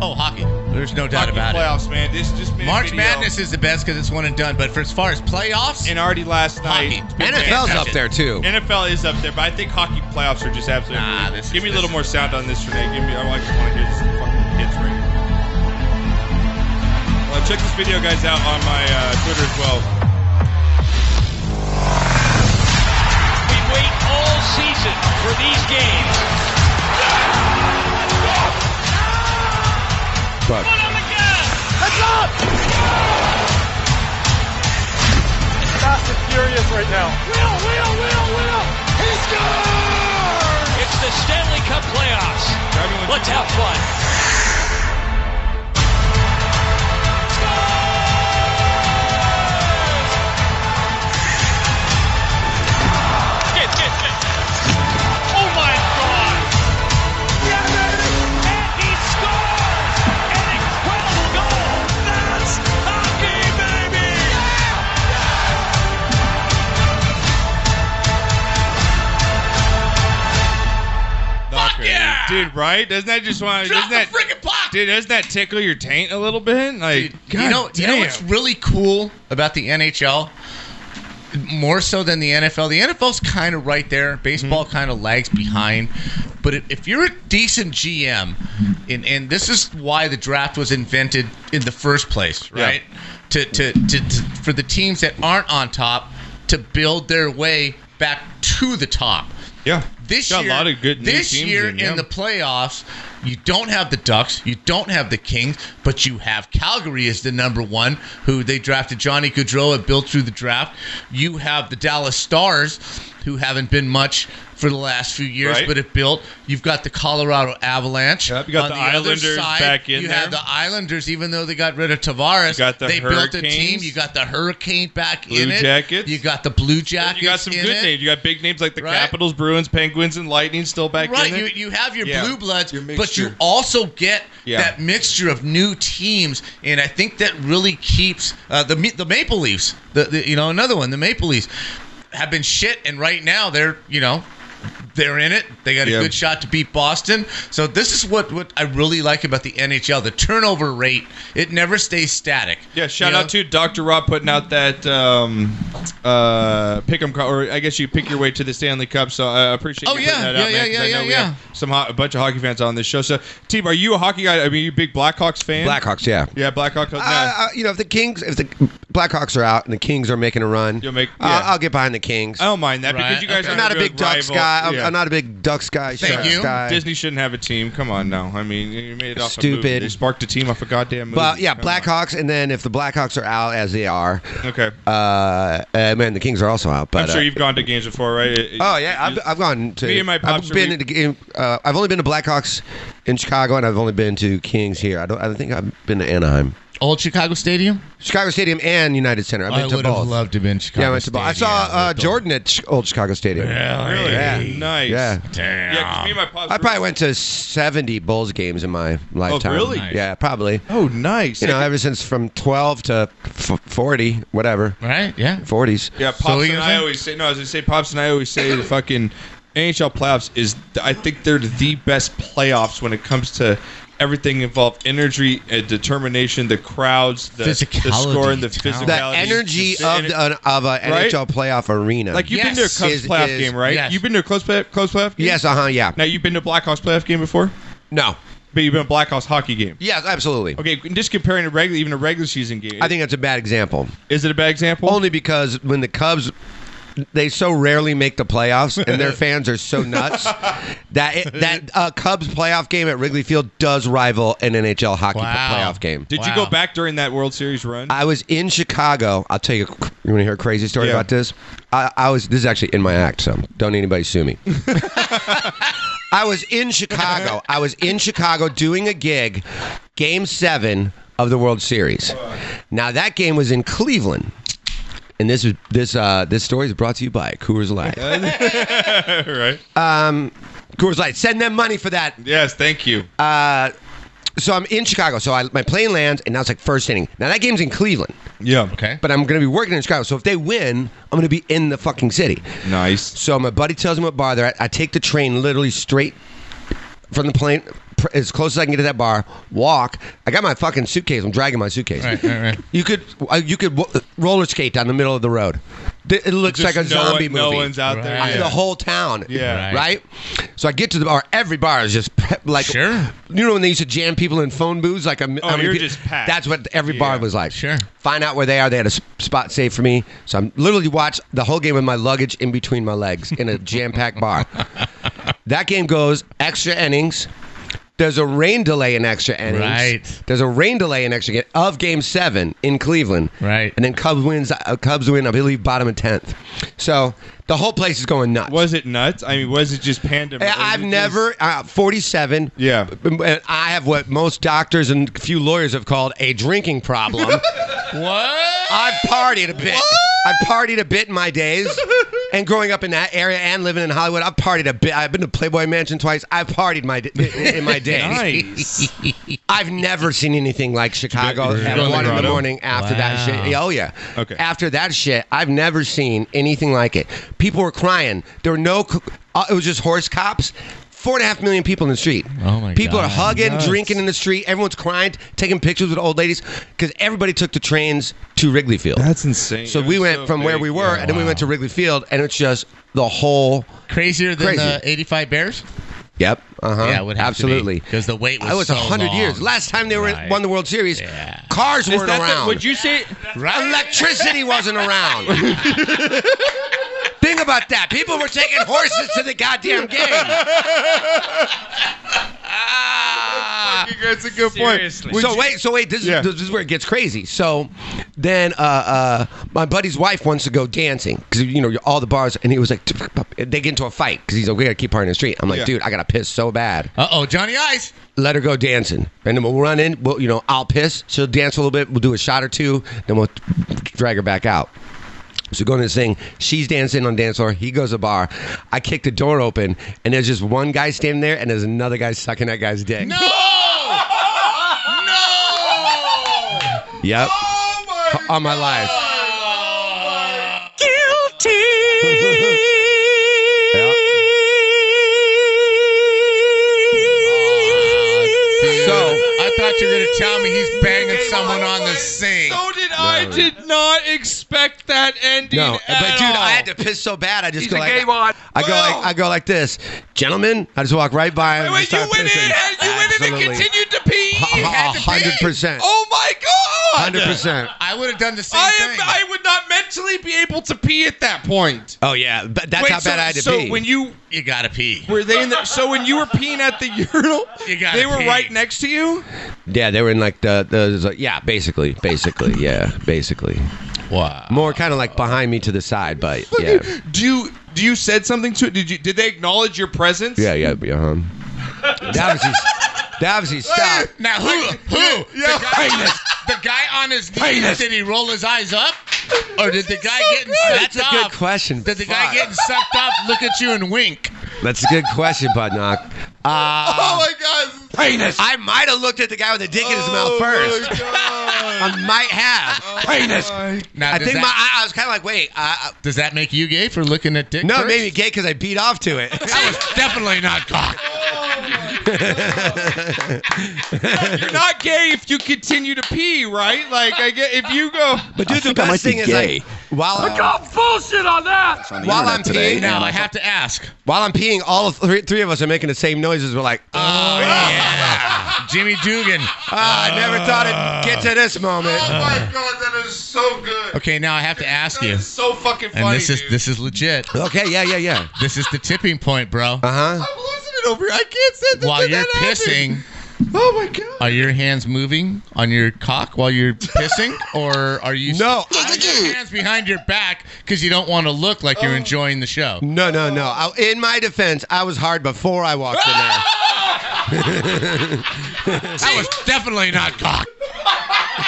Oh, hockey. There's no doubt Hockey about it. playoffs, man. This just been a March video. Madness is the best because it's one and done. But for as far as playoffs, and already last Hockey. night. NFL's up there too. NFL is up there, but I think hockey playoffs are just absolutely. Nah, this is- Give me a this little is- more sound on this, Renee. Give me. I like want to hear this fucking hits right. here. Well, check this video, guys, out on my uh, Twitter as well. We wait all season for these games. on But the gas! Heads up! Fast and furious right now. Will, Will, Will, Will! He scores! It's the Stanley Cup playoffs. Everyone- Let's have fun. Scores! Get, get, get. Oh my God! Yeah, baby! And he scores! An incredible goal! That's hockey, baby! Fuck yeah! Dude, right? Doesn't that just want to. Drop that, freaking pot! Dude, doesn't that tickle your taint a little bit? Like, you know, you know what's really cool about the NHL? More so than the NFL. The NFL's kind of right there. Baseball Mm-hmm. kind of lags behind. But if- if you're a decent GM, Mm-hmm. and, and this is why the draft was invented in the first place, Yeah. right? To, to, to, to for the teams that aren't on top to build their way back to the top yeah. this Got a year, lot of good new this teams year in, in, yeah. the playoffs, You don't have the Ducks. You don't have the Kings, but you have Calgary as the number one, who they drafted Johnny Gaudreau and built through the draft. You have the Dallas Stars, who haven't been much for the last few years, Right. but have built. You've got the Colorado Avalanche. Yep, you got On the other Islanders back in You there. have the Islanders, even though they got rid of Tavares. You got the they built a team. Hurricanes. You got the Hurricane back Blue in it. Jackets. You got the Blue Jackets. You got some in good it. names. You got big names like the Right. Capitals, Bruins, Penguins, and Lightning still back Right, in there. you, you have your Yeah. blue bloods, Your but you mixture. also get Yeah. that mixture of new teams, and I think that really keeps uh, the Ma- the Maple Leafs. The, the you know another one, the Maple Leafs have been shit, and right now they're you know they're in it. They got a Yeah. good shot to beat Boston. So this is what what I really like about the NHL: the turnover rate. It never stays static. yeah, You shout know? out to Dr. Rob putting out that um, uh, pick 'em, co- or I guess you pick your way to the Stanley Cup. So I appreciate Oh, you yeah, putting that yeah, out, man. yeah, 'cause I yeah, know yeah, we have Some ho- a bunch of hockey fans on this show. So, Team, are you a hockey guy? I mean, you a big Blackhawks fan? Blackhawks, yeah. Yeah, Blackhawks. No. Uh, uh, you know, if the Kings, if the Blackhawks are out and the Kings are making a run, You'll make- I'll- yeah. I'll get behind the Kings. I don't mind that because Right, you guys okay. are I'm not a big Ducks guy. I'm, I'm not a big Ducks guy. Thank Sharks you. guy. Disney shouldn't have a team. Come on now. I mean, you made it off a Stupid. movie. They sparked a team off a goddamn movie. But yeah, Come on. Blackhawks, and then if the Blackhawks are out as they are, Okay. uh, uh, man, the Kings are also out. But I'm sure uh, you've gone to games before, right? It- it- Oh yeah, you- I've, I've gone to. Me and my pops I've are been we- to game. Uh, I've only been to Blackhawks in Chicago, and I've only been to Kings here. I don't. I don't think I've been to Anaheim, Old Chicago Stadium. Chicago Stadium, and United Center. I've been I to would have both. loved to have been Chicago. yeah, I went to both. I saw uh, Jordan at Ch- Old Chicago Stadium. really? Yeah. Nice. Yeah. Damn. Yeah, 'cause me and my pops. I were- Oh, probably went to seventy Bulls games in my lifetime. really? Yeah, probably. Oh, nice. You know, ever since from twelve to f- forty, whatever, Right? Yeah. forties. yeah, pops So what you and gonna I say? always say no. I was gonna say pops and I always say the fucking NHL playoffs is. I think they're the best playoffs when it comes to everything involved: energy, uh, determination, the crowds, the, the Physicality, score, and the physicality. talent. The energy The- of the, of an Right? NHL playoff arena. Like you've been to a Yes. Cubs Is- playoff is- game, right? yes. You've been to a close play, close playoff game. yes, uh huh, yeah. Now you've been to a Blackhawks playoff game before, No. but you've been to a Blackhawks hockey game. Yes, absolutely. Okay, just comparing a regular, even a regular season game. I think that's a bad example. is it a bad example? Only because when the Cubs, they so rarely make the playoffs, and their fans are so nuts that it, that uh, Cubs playoff game at Wrigley Field does rival an NHL hockey Wow. playoff game. Did you Wow. go back during that World Series run? I was in Chicago. I'll tell you. You want to hear a crazy story Yeah. about this? I, I was. This is actually in my act, so don't anybody sue me. I was in Chicago. I was in Chicago doing a gig, Game Seven of the World Series. Now that game was in Cleveland, and this was this uh, this story is brought to you by Coors Light. right. Um, Coors Light, send them money for that Uh, Yes, thank you. so I'm in Chicago. So I, my plane lands, and now it's like first inning. Now that game's in Cleveland. yeah. Okay. But I'm going to be working in Chicago. So if they win, I'm going to be in the fucking city. Nice. So my buddy tells me what bar they're at. I take the train literally straight from the plane, pr- as close as I can get to that bar. Walk. I got my fucking suitcase. I'm dragging my suitcase. Right, right, right. You could uh, you could w- roller skate down the middle of the road. Th- It looks like a Just no one- zombie No movie. one's out there. I- Yeah. The whole town. Yeah. Right. So I get to the bar. Every bar is just pe- like Sure. You know when they used to jam people in phone booths? Like a, Oh, you're just packed. That's what every bar Yeah. was like. Sure. Find out where they are. They had a s- spot saved for me, so I'm literally watched the whole game with my luggage in between my legs in a jam-packed bar. That game goes extra innings. There's a rain delay in extra innings. Right. There's a rain delay in extra game of Game Seven in Cleveland. Right. And then Cubs wins. Uh, Cubs win. I believe bottom of tenth. So the whole place is going nuts. Was it nuts? I mean, was it just pandemic? I- I've never uh, 47. Yeah. And I have what most doctors and a few lawyers have called a drinking problem. What? I've partied a bit. I've partied a bit in my days. And growing up in that area and living in Hollywood, I've partied a bit. I've been to Playboy Mansion twice. I've partied my d- in my days. Nice. I've never seen anything like Chicago You've at been to one in the Colorado? morning after that Wow. shit. Yeah, Oh yeah. Okay. After that shit, I've never seen anything like it. People were crying. There were no. c- Uh, it was just horse cops. Four and a half million people in the street. Oh, my People are God. hugging, drinking in the street. Everyone's crying, taking pictures with old ladies because everybody took the trains to Wrigley Field. That's insane. so we went from where we were, and then we went to Wrigley Field, and it's just the whole. Crazier than Crazy. the 85 uh, Bears? Yep. Uh huh. Yeah, it would have to be, absolutely 'cause the wait was I was so hundred years. long. Last time they were Right. won the World Series, Yeah. cars Is weren't that around. the, would you say? Electricity wasn't around. Think about that. People were taking horses to the goddamn game. think that's a good Seriously. point. so wait, so wait. This Yeah. is this is where it gets crazy. So then, uh, uh, my buddy's wife wants to go dancing because you know all the bars, and he was like, they get into a fight because he's like, we gotta keep her in the street. I'm like, Yeah. dude, I gotta piss so bad. Uh oh, Johnny Ice. Let her go dancing, and then we'll run in. We'll, you know, I'll piss. She'll dance a little bit. We'll do a shot or two. Then we'll drag her back out. So going to this thing, she's dancing on the dance floor. He goes to the bar. I kick the door open, and there's just one guy standing there, and there's another guy sucking that guy's dick. Oh No! no! Yep. Oh my On my life. God. Yep. Oh, So So- I thought you were gonna tell me he's banging someone on the sink. So did I. Did not expect that ending. No, at but dude, all. I had to piss so bad. I just He's go a like, game on. I go like, I go like this, gentlemen. I just walk right by him. Wait, and you start went in. pissing. You went in and Absolutely. continued to pee. A- a hundred percent, Oh my god. hundred percent. I would have done the same I am. thing. I would not mentally be able to pee at that point. Oh yeah, but that's Wait, how bad so, I had to so be. when you you gotta pee. were they in the, so when you were peeing at the urinal, You gotta they were pee. right next to you. yeah, they were in like the, the it was like- yeah, basically, basically, yeah, basically. Wow. More kind of like behind me to the side, but yeah, Do you do you said something to? Did you did they acknowledge your presence? yeah, yeah, yeah. Uh-huh. That was just, that was just stop. Now who? Who? The, guy, the guy on his knees. Did he roll his eyes up, or did the guy getting That's a sucked up? good question. Did the guy Fuck. getting sucked up look at you and wink? That's a good question, Podnock. Oh Uh, my God! I might have looked at the guy with the dick in his Oh, mouth first. I might have. Now, I does think that, my I, I was kind of like, wait, uh, I, I, does that make you gay for looking at dick? no, first? it made me gay because I beat off to it. That was definitely not cock. uh, You're not gay if you continue to pee, right? Like I get if you go. But dude, the think I might best thing be is gay. like while I'm, On the internet While I'm peeing Now I have to ask. while I'm peeing, all of three, three of us are making the same noises. We're like, oh, yeah, Ah, Jimmy Dugan. I never thought it'd get to this moment. Oh, my god, that is so good. Okay, now I have to ask you, so fucking and this is this is legit. Okay, yeah, yeah, yeah. This is the tipping point, Uh bro. huh. I'm losing it over here. I can't say While you're pissing, Oh my god. are your hands moving on your cock while you're pissing, or are you No, Are your hands behind your back because you don't want to look like Oh. you're enjoying the show? No, no, no. I, in my defense, I was hard before I walked in there. That was definitely not cock.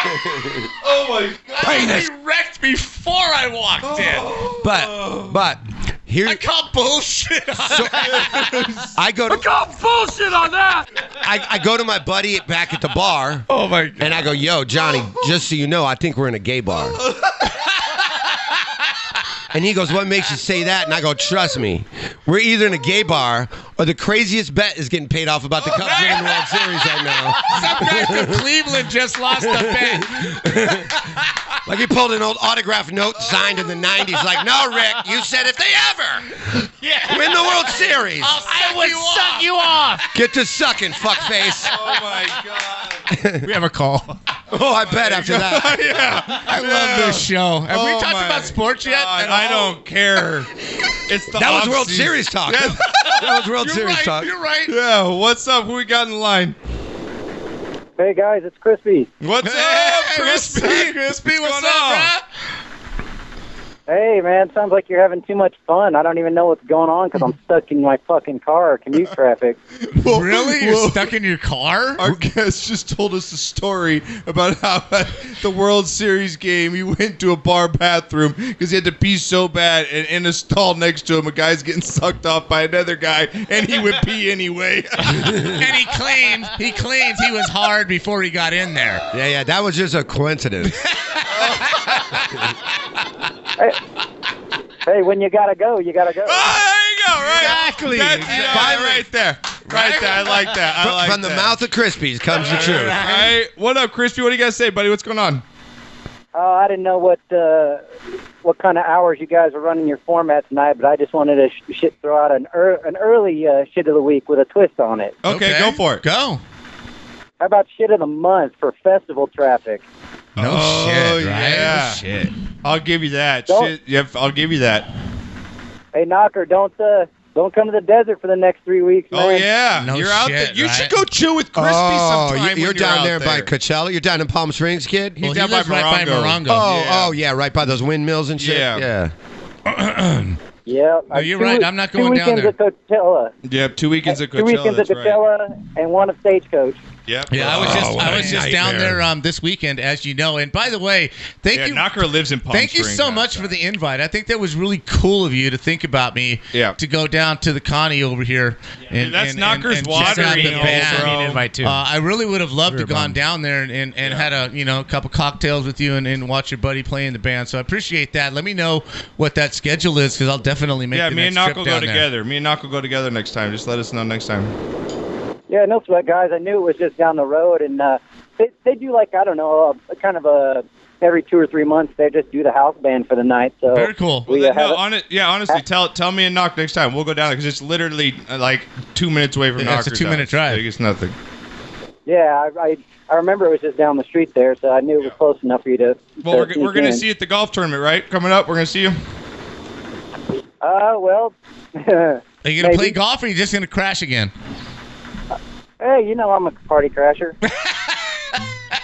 Oh my god. Oh. Penis. wrecked before I Oh. walked in. But but here I call bullshit. I go to call bullshit on that. I, I go to my buddy back at the bar. Oh my god! And I go, yo, Johnny, just so you know, I think we're in a gay bar. and he goes, what makes you say that? And I go, trust me, we're either in a gay bar or the craziest bet is getting paid off about the Cubs winning the World Series right now. Oh, Some guy from Cleveland just lost a bet. Like he pulled an old autograph note signed in the '90s. Like, no, Rick, you said if they ever Yeah. win the World Series, I would suck you off. get to sucking, fuckface. Oh my god. We have a call. Oh, I bet after that. I love this show. Have we Oh talked my about sports yet? God, at I all? don't care. It's the That was off World season. Series talk. That was World You're Series right. talk. You're right. Yeah, what's up? Who we got in line? Hey guys, it's Crispy. What's up, Crispy? Crispy, what's, going up, on? bruh? Hey man, sounds like you're having too much fun. I don't even know what's going on because I'm stuck in my fucking car, commute traffic. Really? You're stuck in your car? Our guest just told us a story about how at the World Series game he went to a bar bathroom because he had to pee so bad, and in a stall next to him, a guy's getting sucked off by another guy, and he would pee anyway. and he claims he claims he was hard before he got in there. Yeah, yeah, that was just a coincidence. Hey, when you gotta go, you gotta go. Oh, there you go, right? Exactly. That's Yeah. yeah, right there. Right there. I like that. I Fr- like From the that. mouth of Krispies comes the All truth. right. What up, Crispy? What do you guys say, buddy? What's going on? Uh, I didn't know what uh, what kind of hours you guys were running your format tonight, but I just wanted to sh- shit throw out an er- an early uh, shit of the week with a twist on it. Okay, go for it. Go. How about shit of the month for festival traffic? No Oh, shit, right? yeah. Shit. I'll give you that. Don't- Shit. Yep, I'll give you that. Hey knocker, don't uh, Don't come to the desert for the next three weeks. Oh man. yeah, you're out there. You should go chill with Crispy oh, sometime. you- when you're, down out there, by Coachella. You're down in Palm Springs, kid. He's Well, down he by lives right by Morongo. Morongo. Oh, Yeah. oh yeah, right by those windmills and shit. Yeah. yeah. Yeah. No, you're Two right. week- I'm not going two down weekends at Coachella. Yep, two weekends at two Coachella. weekends at That's right. Coachella and one at Stagecoach. Yep. Yeah, I was just what I a was just down nightmare. there um, this weekend, as you know. And by the way, thank Yeah, you. Knocker lives in Palm Thank you Springs, so guys. much for the invite. I think that was really cool of you to think about me. Yeah. To go down to the Connie over here. Dude, that's Knocker's check out watering the hole, band. bro. I need an invite, too. Uh, I really would have loved You're to a gone bum. down there and, and, and had a you know a couple cocktails with you and, and watch your buddy play in the band. So I appreciate that. Let me know what that schedule is because I'll definitely make. Yeah, the me and next Knock trip will go down there. together. Me and Knock will go together next time. Just let us know next time. Yeah, no sweat, guys. I knew it was just down the road, and uh, they they do like I don't know, a, kind of a every two or three months they just do the house band for the night. So Very cool. We uh, Well, have no, it. on it, yeah, honestly, tell tell me and Knock next time. We'll go down there because it's literally uh, like two minutes away from Yeah, it's a Knocker's two-minute house. drive. Like, it's nothing. yeah, I, I I remember it was just down the street there, so I knew it was close enough for you to. Well, we're, to g- we're sneak gonna in. see you at the golf tournament, right? Coming up, we're gonna see you. Uh, well, hey, Are you gonna Maybe. play golf or are you just gonna crash again? you know I'm a party crasher.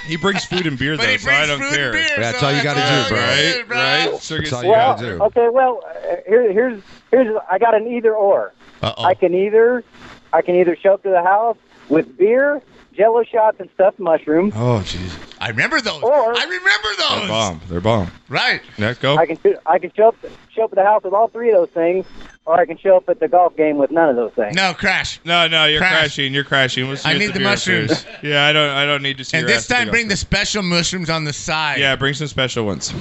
He brings food and beer though, But he so I brings don't food and care. beer, That's all you got to do, bro. Right, right. That's all you well, got to do. okay. Well, uh, here, here's here's I got an either or. Uh-oh. I can either I can either show up to the house with beer, Jello shots, and stuffed mushrooms, Oh jeez, I remember those. or I remember they're those. bomb. They're bomb. Right. Next go. I can shoot- I can show up show up at the house with all three of those things, or I can show up at the golf game with none of those things. No crash. No, no, you're Crash. crashing. You're crashing. We'll see I you at need the beer mushrooms. first. Yeah, I don't. I don't need to see. And your this ass at time, bring golf the special mushrooms on the side. tournament. Yeah, bring some special ones.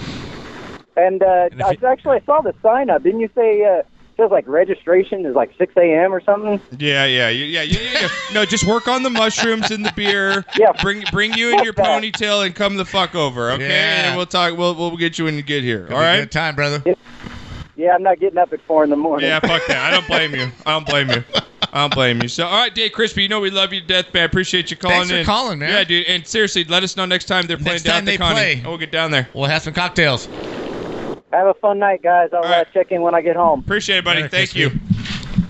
And, uh, And if I, you- actually, I saw the sign up. Didn't you say uh, it says like registration is like 6 a.m. or something? Yeah, yeah, you, yeah, you, yeah, yeah. No, just work on the mushrooms and the beer. Yeah. Bring bring you in your Fuck that. ponytail and come the fuck over, okay? Yeah. And we'll talk. We'll we'll get you when you get here. It'll all be a right. Good time, brother. Yeah, I'm not getting up at four in the morning. Yeah, fuck that. I don't blame you. I don't blame you. I don't blame you. So, all right, Dave Crispy, you know we love you to death, man. Appreciate you calling Thanks for in. calling, man. Yeah, dude. And seriously, let us know next time they're Next playing down time at the they Connie. play. And We'll get down there. We'll have some cocktails. Have a fun night, guys. I'll uh, right. check in when I get home. Appreciate it, buddy. Merry Thank Christmas. you.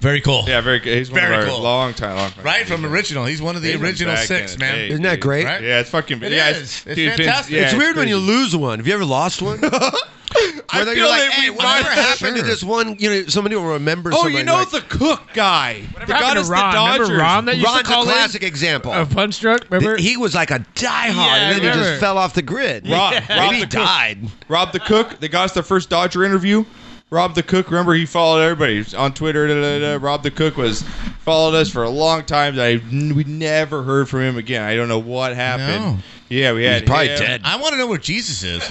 Very cool. Yeah, very good. He's one Very of our cool. long time, long time. Right from original. He's one of the He's original back six, in the man. day, Isn't that dude. great? Right? Yeah, it's fucking. It yeah, is. It's dude, Vince- fantastic. yeah, It's it's weird when you crazy. lose one. Have you ever lost one? I Where feel they're like, like hey, we whatever might- happened to this one? You know, somebody will remember. Oh, somebody you know like- the Cook guy. Whatever happened to Ron? Remember Ron that used to Ron's a call in? classic example. A punch drunk, remember? Th- He was like a diehard, I and then he remember. just fell off the grid. Rob, Rob Maybe he the Cook. died. Rob the Cook. They got us their first Dodger interview. Rob the Cook. Remember, he followed everybody He was on Twitter. Da, da, da. Rob the Cook was followed us for a long time. I we never heard from him again. I don't know what happened. No. Yeah, we had He's probably him. dead. I want to know where Jesus is.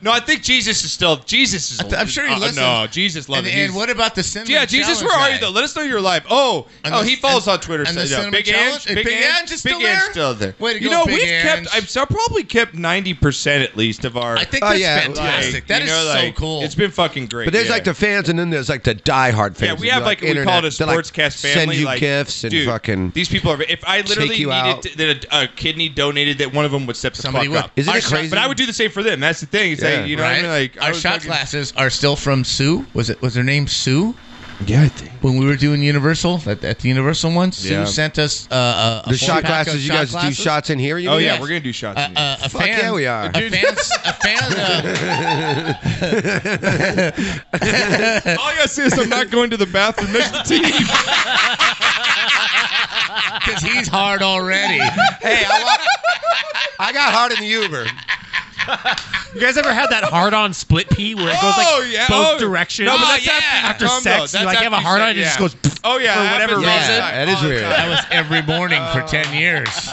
No, I think Jesus is still. Jesus is. I'm sure he uh, listens. No, Jesus loved and, it. and He's- what about the cinnamon? Yeah, Jesus, Challenge where are guy? you though? Let us know you're alive. Oh, And oh, the- he follows and- on Twitter. and so the yeah. cinnamon Big challenge? Ange, Hey, Big Ange- Ange is still Big Ange there? still there. Way to you go, know, Big we've Ange. kept. I've so- probably kept ninety percent at least of our. I think Oh, that's yeah. fantastic. That is you know, so like, cool. It's been fucking great. But there's yeah. like the fans, and then there's like the diehard fans. yeah, we that have like, we internet- call it a they, like, sports cast family. Send you like, gifts and dude, fucking. These people are. If I literally you needed out. to- that a, a kidney donated, that one of them would step the Somebody fuck would. up. Isn't Our it shot- crazy? But I would do the same for them. That's the thing. It's Yeah. like you know right? what I mean. Like I Our was shot fucking- glasses are still from Sue. Was it? Was her name Sue? yeah, I think. when we were doing Universal at, at the Universal one, Sue Yeah. sent us uh, a, a The shot pack of glasses. You shot guys do glasses. shots in here? You Oh mean? yeah, Yes. we're gonna do shots. A, in here. a, a Fuck fan, yeah, we are. A fan, a fan. All I see is I'm not going to the bathroom next to the TV. Because he's hard already. Hey, I, wa- I got hard in the Uber. you guys ever had that hard on split pee where it goes like Oh, yeah. both Oh, directions? no, but that's Oh, after- after, Tom, though. sex. That's you like have a after hard on, sex, it just yeah. goes. Oh yeah, For that whatever happens all the reason. time. That is All the weird. time. That was every morning for Oh. ten years.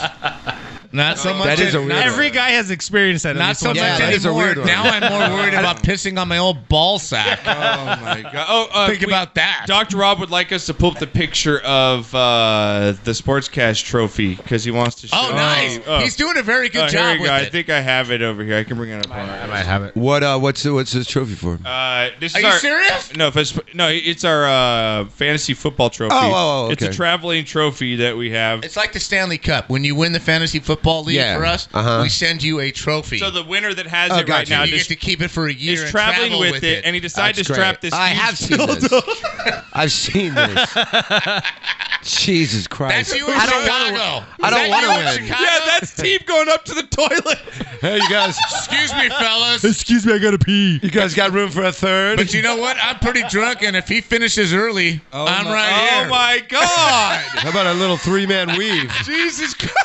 Not so much. That is a weird not, one. Every guy has experienced that. at not least so once. Yeah, much that is a anymore. weird one. Now I'm more worried about pissing on my old ball sack. Oh my god! Oh, uh, Think we- about that. Dr. Rob would like us to pull up the picture of uh, the Sportscast trophy because he wants to show. Oh, nice. Oh. He's doing a very Oh, good here job we with go. I it. think I have it over here. I can bring it up. on our- have it. What? Uh, what's the, what's this trophy for? Uh, this Are is you our, serious? No, if it's, no, it's our uh, fantasy football trophy. Oh, oh, oh, It's a okay. traveling trophy that we have. It's like the Stanley Cup. When you win the fantasy football league Yeah. for us, Uh-huh. we send you a trophy. So the winner that has Oh, it right gotcha. now you just get to keep it for a year. is and traveling travel with, with it, and he decided That's to strap great. this. I huge have seen dildo. I've seen this. Jesus Christ! That's you in I don't Chicago. wanna- I don't Is that wanna you in win. Chicago? Yeah, that's Team going up to the toilet. Hey, you guys. Excuse me, fellas. Excuse me, I gotta pee. You guys got room for a third? But you know what? I'm pretty drunk, and if he finishes early, I'm right oh here. my god! How about a little three-man weave? Jesus Christ!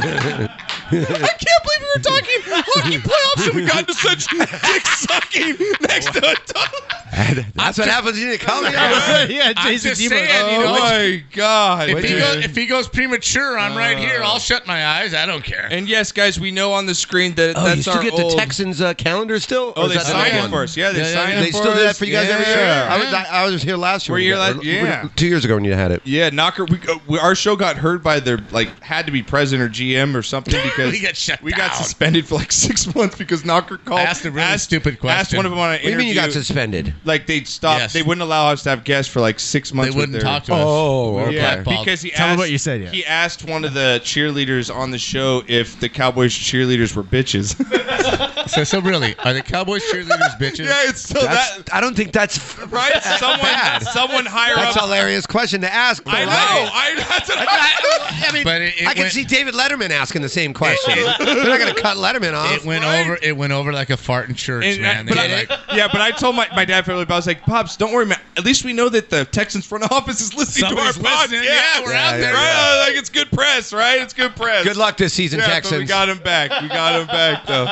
I can't believe we were talking hockey playoffs and we got into such dick sucking next to a toilet. That's what happens. You need to call me. Oh up. yeah, I'm Jason just Dean- saying, you know, Oh my god! if, he dude. goes, if he goes premature, I'm right here. I'll shut my eyes. I don't care. Uh, and yes, guys, we know on the screen that Oh, that's you still our get old. the Texans uh, calendar still? Oh, Or is they that the sign new it one? for us. Yeah, they Yeah, yeah, sign it They for still do that us. for you guys every year. Yeah. I was, I, I was here last year. Were you Or- last- yeah. Two years ago when you had it. Yeah, knocker. We, uh, we our show got heard by their like had to be president or GM or something because We got shut we got down. suspended for like six months because knocker called Asked a really stupid Asked question. one of them on an What do you interview. mean you got suspended? like they stopped. Yes. They wouldn't allow us to have guests for like six months. They with wouldn't their- talk to us. Oh, okay. Yeah, blackballed. because he Tell asked me what you said, yeah. He asked one of the cheerleaders on the show if the Cowboys cheerleaders were bitches. So, so really, are the Cowboys cheerleaders bitches? yeah, it's so That's, that I don't think that's right. Someone, someone higher that's a up. hilarious question to ask. but I know. like- I, that's what I, I, I mean, But it- it I can went- see David Letterman asking the same question. They're not going to cut Letterman off. It went Right? over. It went over like a fart in church, And I- man. They but were I- like, yeah, but I told my, my dad family, I was like, Pops, don't worry, man. At least we know that the Texans front office is listening Somebody's to our pod. listening. Yeah, we're out there. Right? Like, it's good press, right? It's good press. Good luck this season, yeah, Texans. But we got him back. We got him back, though.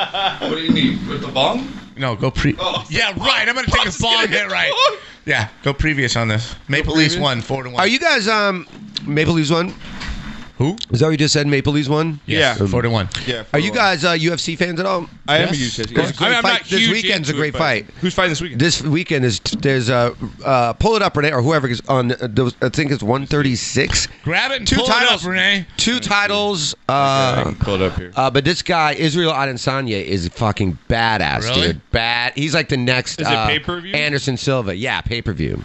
what do you mean? With the bong? no, go pre. Oh. yeah, right. I'm gonna take a Bob's bong gonna hit hit right. bong. Yeah, go previous on this. Maple Leafs won four to one. Are you guys um Maple Leafs one? Who? Is that what you just said? Maple Leafs one. Yes, Yeah. four to one. Yeah. Are you guys uh, UFC fans at all? I am a Yes. huge Texans. There's a great I mean, I'm not fight. This huge weekend's a into it, great but- fight. Who's fighting this weekend? This weekend is there's uh, uh pull it up Renee or whoever is on uh, those- I think it's 136. Grab it and Two pull titles. it up, Renee. Two titles. Uh, pull it up here. uh, but this guy Israel Adesanya is fucking badass, Really? dude. Bad. He's like the next Is it uh, pay-per-view? Anderson Silva. Yeah, pay per view.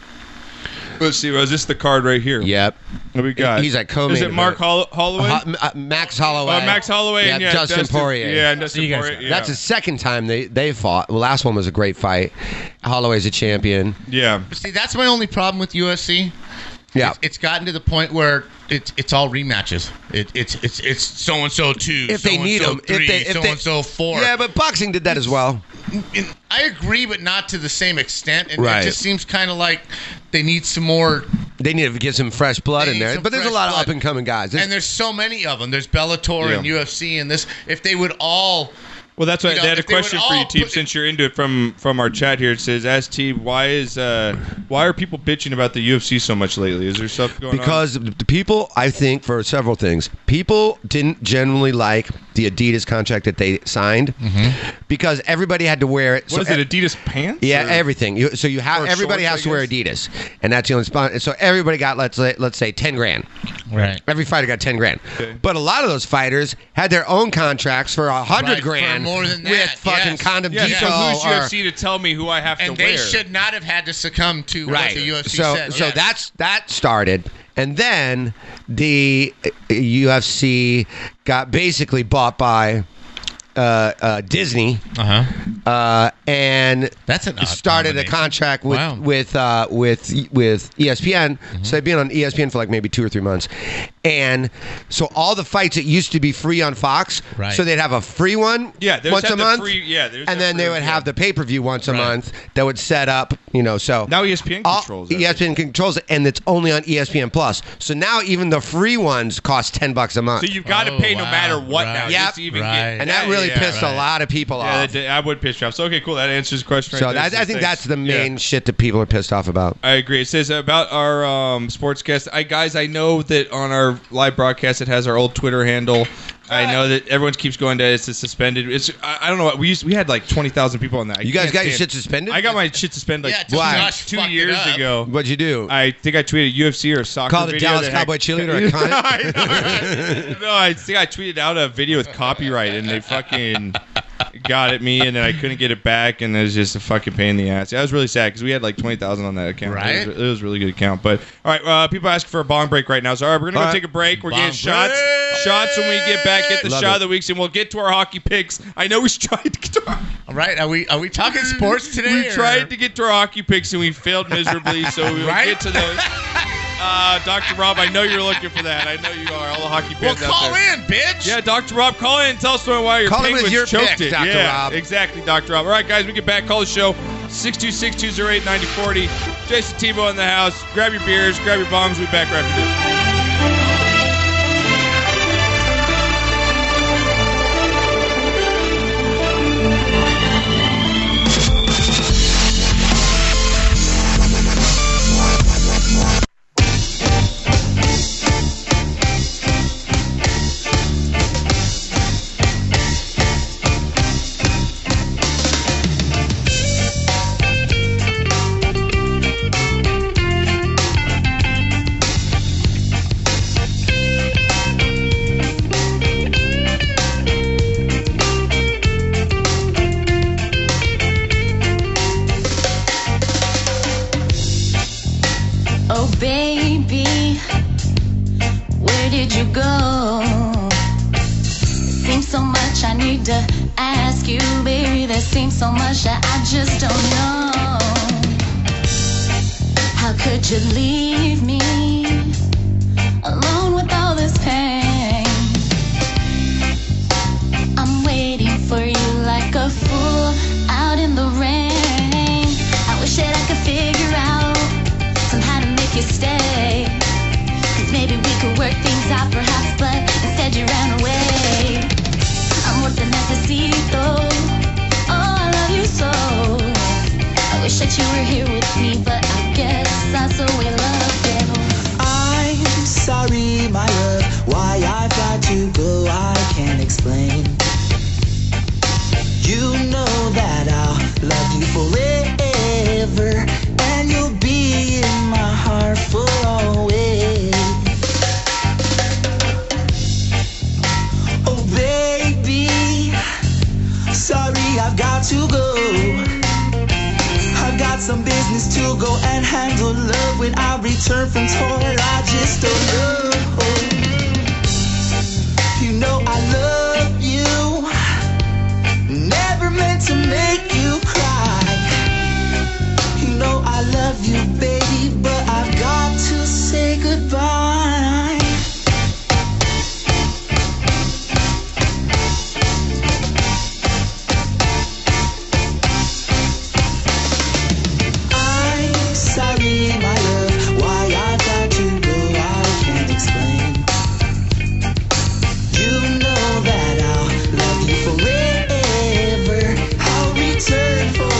Let's see. Is this the card right here? Yep. What we got? He's at co-main Is it event. Mark Hol- Holloway? Uh, M- uh, Max Holloway. Uh, Max Holloway Yeah, and yeah, Justin Poirier. Yeah, and Dustin You guys Poirier. got Yeah. That's the second time they, they fought. The last one was a great fight. Holloway's a champion. yeah. See, that's my only problem with USC. Yeah. It's gotten to the point where it's it's all rematches. It, it's it's it's so and so two. if they need so him, if they, if so they, and so four. Yeah, but boxing did that as well. And I agree, but not to the same extent. And Right. it just seems kind of like they need some more. They need to get some fresh blood in They need there. some But there's a fresh lot of blood. up and coming guys. There's- And there's so many of them. There's Bellator and Yeah. UFC and this. If they would all, Well, that's why You know, they had a if they would question for you, all Teeb, put- since you're into it from from our chat here. It says, "Ask Teeb, why is uh, why are people bitching about the UFC so much lately? Is there stuff going on?" because the people, I think, for several things, people didn't generally like the Adidas contract that they signed because everybody had to wear it. Mm-hmm. e- what is it, Adidas pants? Yeah, or- everything. You, so you have or everybody shorts, has I to wear Adidas, and that's the only spot. So everybody got let's say, let's say ten grand. right? Every fighter got ten grand, but a lot of those fighters had their own contracts for a hundred Right, for grand more than that, with fucking yes. condom Yeah, depot. so who's or- UFC to tell me who I have And to they wear? should not have had to succumb to right. what the UFC so said. so Yeah. that's that started, and then the uh, UFC got basically bought by uh, uh, Disney, uh-huh. uh, and That's an odd started a combination. contract with Wow. Mm-hmm. with uh, with with E ESPN. So they've been on E ESPN for like maybe two or three months, and so all the fights that used to be free on Fox, Right. so they'd have a free one, Yeah, they once just had a the month, free- yeah, they just and had then they free- would yeah. have the pay per view once a Right. month that would set up, you know. So now E ESPN all- E controls. that. ESPN controls it, and it's only on E ESPN Plus. So now even the free ones cost ten bucks a month, So you've got to Oh, pay no wow. matter what now. Right. Yep. Just to even Right. get, and that really yeah, pissed right. a lot of people Yeah, off. that did- I would piss you off. So okay, cool. That answers the question. so right there. that, I think thanks. that's the Yeah. main shit that people are pissed off about. I agree. It says about our um, sports guest. I guys, I know that on our live broadcast, it has our old Twitter handle. I know that everyone keeps going to it's suspended. It's I, I don't know. We used we had like twenty thousand people on that. I You guys can't got your stand- shit suspended? I got my shit suspended like Yeah, Why? Josh two fucked it years up. ago. What'd you do? I think I tweeted UFC or a soccer. Called a video Dallas that had- Cowboy cheerleader a cunt? I know. no, I think I tweeted out a video with copyright, and they fucking got at me, and then I couldn't get it back, and it was just a fucking pain in the ass. Yeah, I was really sad because we had like twenty thousand on that account. Right? it was, it was a really good account. But all right, uh, people ask for a bong break right now, so all right, we're gonna All go right. take a break. We're Bong getting shots. break. shots when we get back. Get the Love shot it. of the weeks, and we'll get to our hockey picks. I know we tried to get to our All right, are we are we talking sports today? We or- tried to get to our hockey picks and we failed miserably, so we'll Right? get to those. Uh, Dr. Rob, I know you're looking for that. I know you are. All the hockey Well, fans call out there. in, bitch. Yeah, Dr. Rob, call in. Tell us why your Call in with penguins your choked pick, it. Dr. Yeah, Rob. exactly, Dr. Rob. All right, guys, we get back. Call the show 626-208-9040. Jason Tebow in the house. Grab your beers, grab your bombs. We'll be back right after this. Oh, baby, where did you go? Seems so much I need to ask you, baby. There seems so much that I just don't know. How could you leave me alone with all this pain? I'm waiting for you like a fool out in the rain. I wish that I could figure out somehow to make you stay. Cause maybe we could work things out perhaps, but instead you ran away. I'm worth an necesito. Oh, I love you so. I wish that you were here with me, but I guess that's the way love goes. I'm sorry, my love, why I've got to go, I can't explain. You know that I'll love you forever, and you'll be in my heart for always. Oh, baby, sorry, I've got to go. I've got some business to go and handle love when I return from tour. I just don't know. You know I love you. Never meant to make you cry. You know I love you, baby, but I've got to say goodbye. I'm sorry, my love, why I got to go, I can't explain. You know that I'll love you forever. I'll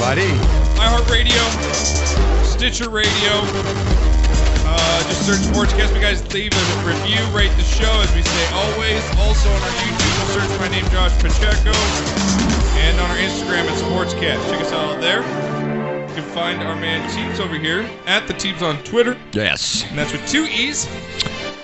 buddy. iHeartRadio, Stitcher Radio. Uh, just search Sportscast. You guys leave a review, rate the show, as we say always. Also on our YouTube, search my name, Josh Pacheco. And on our Instagram at Sportscast. Check us out there. You can find our man Teams over here at the Teams on Twitter. Yes. And that's with two E's.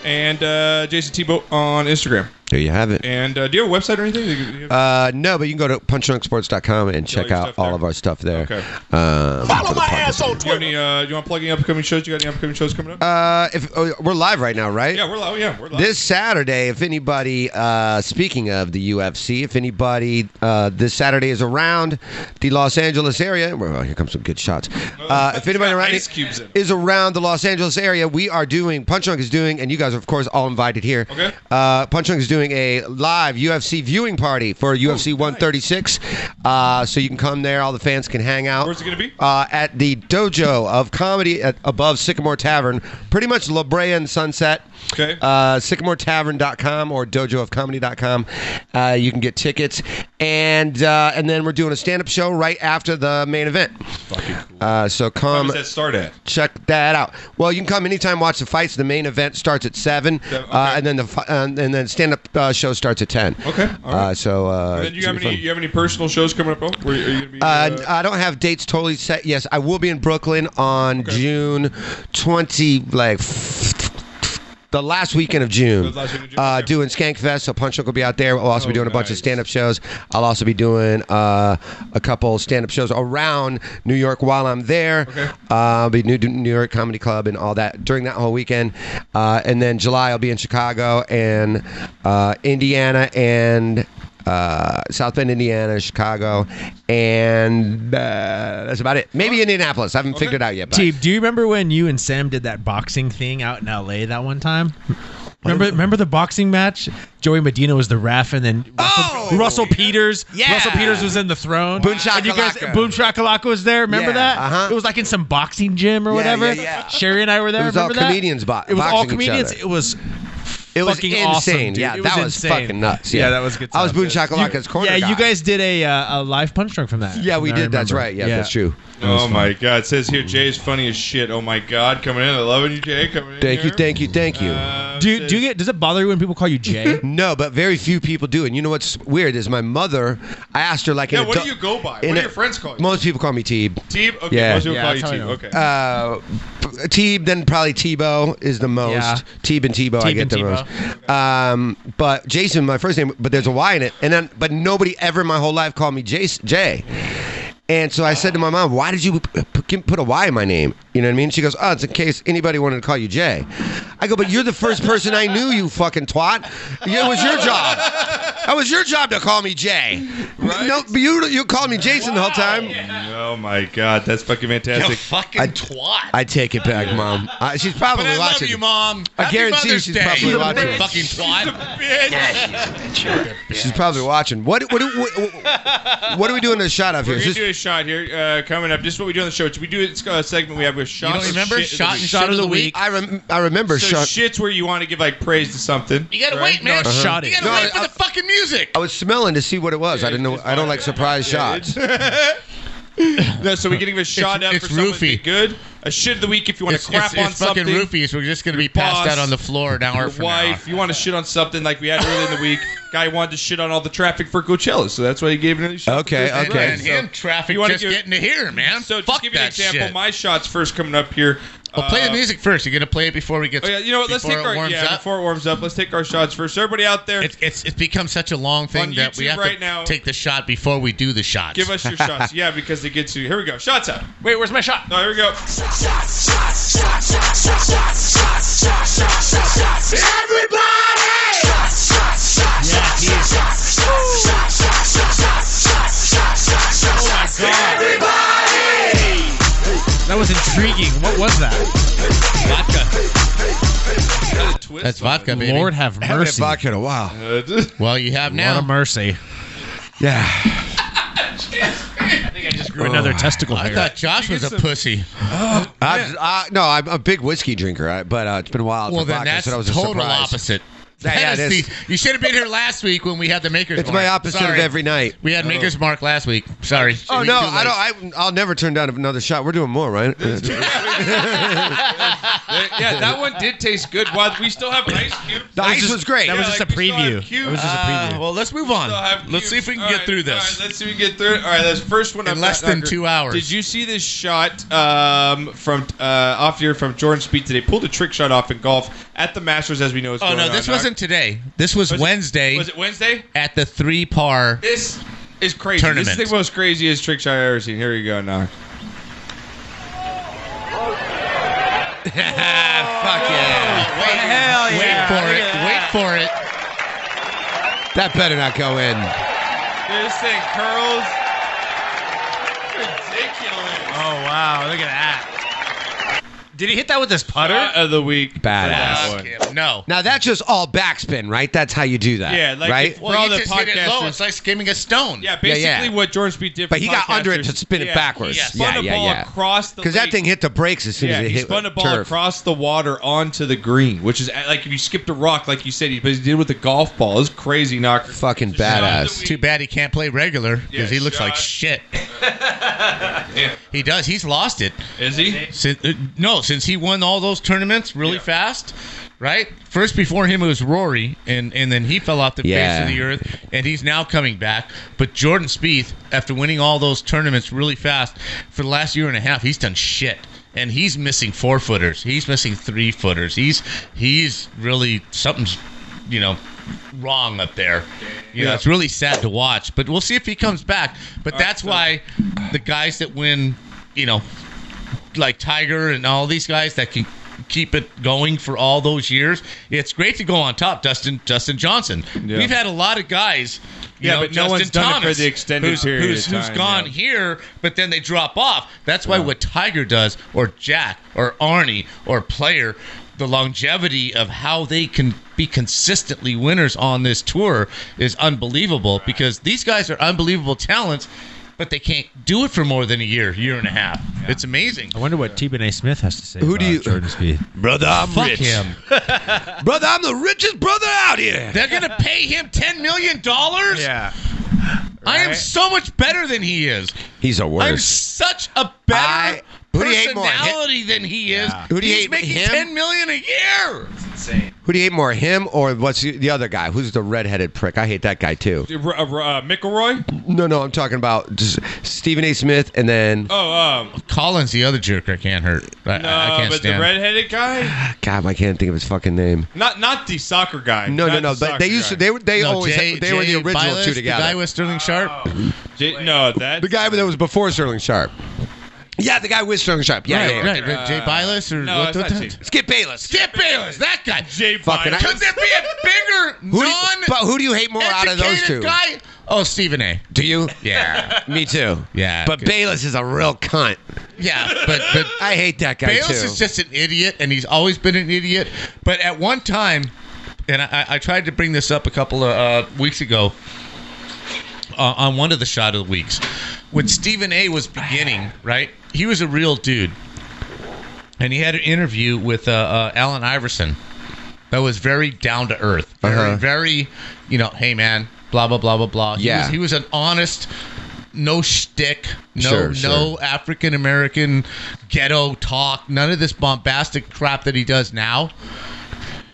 And uh, Jason Tebow on Instagram. There you have it. And uh, do you have a website or anything? You- you- Uh, no, but you can go to punchdrunksports.com and check out all of our stuff there. Okay. Um, for the podcast. Do you, have any, uh, you want to plug any upcoming shows? You got any upcoming shows coming up? Uh, if oh, we're live right now, right? Yeah, we're live. Yeah, we're live. This Saturday, if anybody, uh, speaking of the UFC, if anybody uh, this Saturday is around the Los Angeles area, well, here comes some good shots. Uh, if anybody around ice cubes in. is around the Los Angeles area, we are doing Punch Drunk is doing, and you guys are of course all invited here. Okay. Uh, Punch Drunk is doing a live UFC viewing party for UFC 136, uh, so you can come there. All the fans can hang out. Where's it gonna be? Uh, at the Dojo of Comedy at above Sycamore Tavern, pretty much La Brea and Sunset. Okay. Uh, sycamoretavern.com or dojoofcomedy.com. Uh, you can get tickets, and uh, and then we're doing a stand-up show right after the main event. Uh, so come. does that start at? Check that out. Well, you can come anytime. Watch the fights. The main event starts at seven, uh, and then the fi- uh, and then stand up uh, show starts at ten. Okay. Uh, so. Uh, And then you it should have be any? fun. You have any personal shows coming up? Oh, where- are you gonna be? Uh, I don't have dates totally set. Yes, I will be in Brooklyn on June twenty, like the last weekend of June. The last weekend of June, Uh, doing Skankfest, so Punch Drunk will be out there. We'll also be Oh, doing a bunch of nice. stand-up shows. I'll also be doing uh, a couple stand-up shows around New York while I'm there. Okay. Uh, I'll be New New York Comedy Club and all that during that whole weekend, uh, and then July I'll be in Chicago and uh, Indiana and. Uh, South Bend, Indiana, Chicago, and uh, that's about it. Maybe Indianapolis. I haven't figured it out yet. but- Teeb, do you remember when you and Sam did that boxing thing out in LA that one time? Remember, remember the boxing match? Joey Medina was the ref, and then Russell, Oh! Russell Peters. Russell Peters was in the throne. Boom and you guys, Shakalaka. Boom Shakalaka was there. Remember Yeah, that? uh-huh. It was like in some boxing gym or Yeah, whatever. yeah, yeah. Sherry and I were there. It was all remember that? comedians bo- It was all boxing each comedians. other. It was. It was fucking insane. awesome, dude. yeah, It that was insane. fucking nuts. Yeah, that was good. I was stuff. Boone Chakalaka's You- corner. Yeah, you guy. guys did a uh, a live punch drunk from that. Yeah, we from what I did. That's remember. right. Yeah, that's true. oh my God! It says here Jay's funny as shit. Oh my God! Coming in, I love you, Jay. Coming in. Thank you, here. thank you, thank you. Do you, do you get? Does it bother you when people call you Jay? Uh, no, but very few people do. And you know what's weird is my mother. I asked her like, Yeah, an what do adult- you go by? in What do a- your friends call you? Most people call me Teeb. Teeb? Okay, Yeah. most people Yeah, call you that's how I Teeb. know. Okay. Uh, p- Teeb, then probably Tebow is the most. Yeah. Teeb and Tebow, I Teeb get and the Tebow. most. Um, but Jason, my first name, but there's a Y in it, and then but nobody ever in my whole life called me Jason Jay. And so I said to my mom, "Why did you p- p- put a Y in my name?" You know what I mean? She goes, "Oh, it's in case anybody wanted to call you Jay." I go, "But you're the first person I knew, you fucking twat. It was your job. That was your job to call me Jay. No, but you you called me Jason the whole time. Oh my God! That's fucking fantastic. fucking I- twat. I take it back, mom. Uh, she's probably But I watching. love you, mom. I Happy guarantee Mother's she's Day, probably you watching. little Fucking twat. She's probably watching. What what do- what, what, what are we doing a shot of here? We're Is gonna this- do a shot here uh, coming up. This is what we do on the show. We do this uh, segment we have with shot. don't remember? Shot and shit of the week? I rem- I remember So shot. shit's where you want to give like praise to something. You gotta right? wait, man. No, it's shot You it. gotta No, wait for I- the fucking music. I was smelling to see what it was. I didn't know. I don't like surprise shots. No, so we can give a shout out it's for something that's roofie. good. A shit of the week if you want It's, to crap it's, on it's fucking something. roofies. We're just gonna be passed boss, out on the floor an hour Your from wife, you want to shit on something like we had earlier in the week. Guy wanted to shit on all the traffic for Coachella, so that's why he gave it a shot. Okay, now. okay. And him traffic You wanna just give- getting to here, man. So just Fuck give you an that example. shit. My shot's first coming up here. Well, play Uh, the music first. You're gonna play it before we get. Oh yeah, you know what? Let's before take it our warms yeah up. before it warms up. Let's take our shots first. Everybody out there, It's, it's it's become such a long thing On that we YouTube have right to now- take the shot before we do the shots. give us your shots. Yeah, because they get to here we go. Shots up. Wait, where's my shot? No, here we go. That was intriguing. What was that? Got a twist That's on it. vodka, baby. Lord have I haven't had mercy. Lord vodka in a while. Uh, Well, you have now. have mercy. Yeah. Grew another testicle I hair. thought Josh was a pussy. Oh. I, I, no, I'm a big whiskey drinker, I, but uh, it's been a while. Well, for then vodka, that's so that was a total surprise. opposite. Yeah, yeah, That it is is. the- you should have been here last week when we had the Maker's It's Mark. my opposite Sorry. of every night. We had Maker's Mark last week. Sorry. Oh We no, too late. I don't. I, I'll never turn down another shot. We're doing more, right? yeah, that one did taste good. While we still have ice cubes. The ice was great. Yeah, like, we still have cubes. Uh, well, let's move on. still have Let's see if we can get through All this. right, let's see if we can get through it. All right, this first one In I'm less not- than not- two hours. Did you see this shot um, from uh, off here from Jordan Speed today? Pulled a trick shot off in golf at the Masters, as we know. Is Oh going no, on this now. wasn't today. This was, Was it- Wednesday. was it Wednesday? At the three par. This is crazy. This Tournament. is the most craziest trick shot I've ever seen. Here you go, knock. Fuck Oh, yeah! Wait, Hell yeah. Wait for Look it. Wait for it. That better not go in. This thing curls. Ridiculous. Oh wow, look at that. Did he hit that with his putter? Shot of the week. Badass. That one. No. Now that's just all backspin, right? That's how you do that. Yeah, like right. if- Well, For all you the just hit it low. podcasters- It's like skimming a stone. Yeah, Yeah, basically yeah. what Jordan Speed did. For But he got under it to podcasters- spin it Yeah, backwards. He spun Yeah, the yeah, ball yeah. across the Because that lake. thing hit the brakes as soon Yeah, as it he hit spun a ball turf. across the water onto the green, which is like if you skipped a rock, like you said, he, but he did with a golf ball. It's crazy knocker. Fucking badass. Too bad he can't play regular because Yeah, he looks like shot. shit. He does. He's lost it. Is he? Since, uh, no, since he won all those tournaments really fast, right? First before him it was Rory, and, and then he fell off the Yeah. face of the earth, and he's now coming back. But Jordan Spieth, after winning all those tournaments really fast for the last year and a half, he's done shit. And he's missing four footers. He's missing three footers. He's he's really something's you know wrong up there. You know, Yeah. it's really sad to watch. But we'll see if he comes back. But that's why the guys that win, you know, like Tiger and all these guys that can keep it going for all those years. It's great to go on top, Dustin Dustin Johnson. Yeah. We've had a lot of guys. you Yeah, know, but no Justin one's done it for Thomas, the extended who's, period Who's, of who's time, gone yeah. here, but then they drop off. That's why what Tiger does, or Jack, or Arnie, or player, the longevity of how they can be consistently winners on this tour is unbelievable because these guys are unbelievable talents, but they can't do it for more than a year, year and a half. It's amazing. I wonder what T-Bone A. Smith has to say. Who Who do do you- Jordan Speed? brother, I'm Fuck rich. him. Brother, I'm the richest brother out here. They're gonna pay him ten million dollars. Yeah. I am so much better than he is. He's a I'm worse. such a better I- who do you hate more, hi- personality than he is. Who do you He's hate, making him? ten million a year. Who do you hate more, him or what's the the other guy? Who's the redheaded prick? I hate that guy too. Uh, uh, McElroy? No, no, I'm talking about just Stephen A. Smith and then Oh, um, Collins, the other jerk, I can't hurt. I, no, I can't but stand. the redheaded guy? Ah, God, I can't think of his fucking name. Not not the soccer guy. No, no, Not no. the But they soccer used to. guy. They were. They no, always. Jay- had- they were the Jay original Bilas, two The guy together. with Sterling Sharp. J- Oh, no, that. The guy that was before Sterling Sharp. Yeah, the guy with Sterling Sharp. Yeah, right, yeah, yeah. right, right. Jay Bilas or No, what- it's what not the- Jay. Skip Bayless. Skip Bayless, that guy. Jay Fucking Biles. I- Could there be a bigger Who do you- non? but who do you hate more out of those two? educated Guy? Oh, Stephen A. Do you? Yeah, Me too. yeah, But Bayless is a real cunt. yeah, but but I hate that guy Bales too. is just an idiot, and he's always been an idiot. But at one time, and I, I tried to bring this up a couple of uh, weeks ago uh, on one of the shot of the weeks when Stephen A. was beginning. Right, he was a real dude, and he had an interview with uh, uh, Alan Iverson that was very down to earth, very, Uh-huh. very, you know, hey man, blah blah blah blah blah. He Yeah. was, he was an honest. No shtick, no Sure, no sure. African American ghetto talk, none of this bombastic crap that he does now.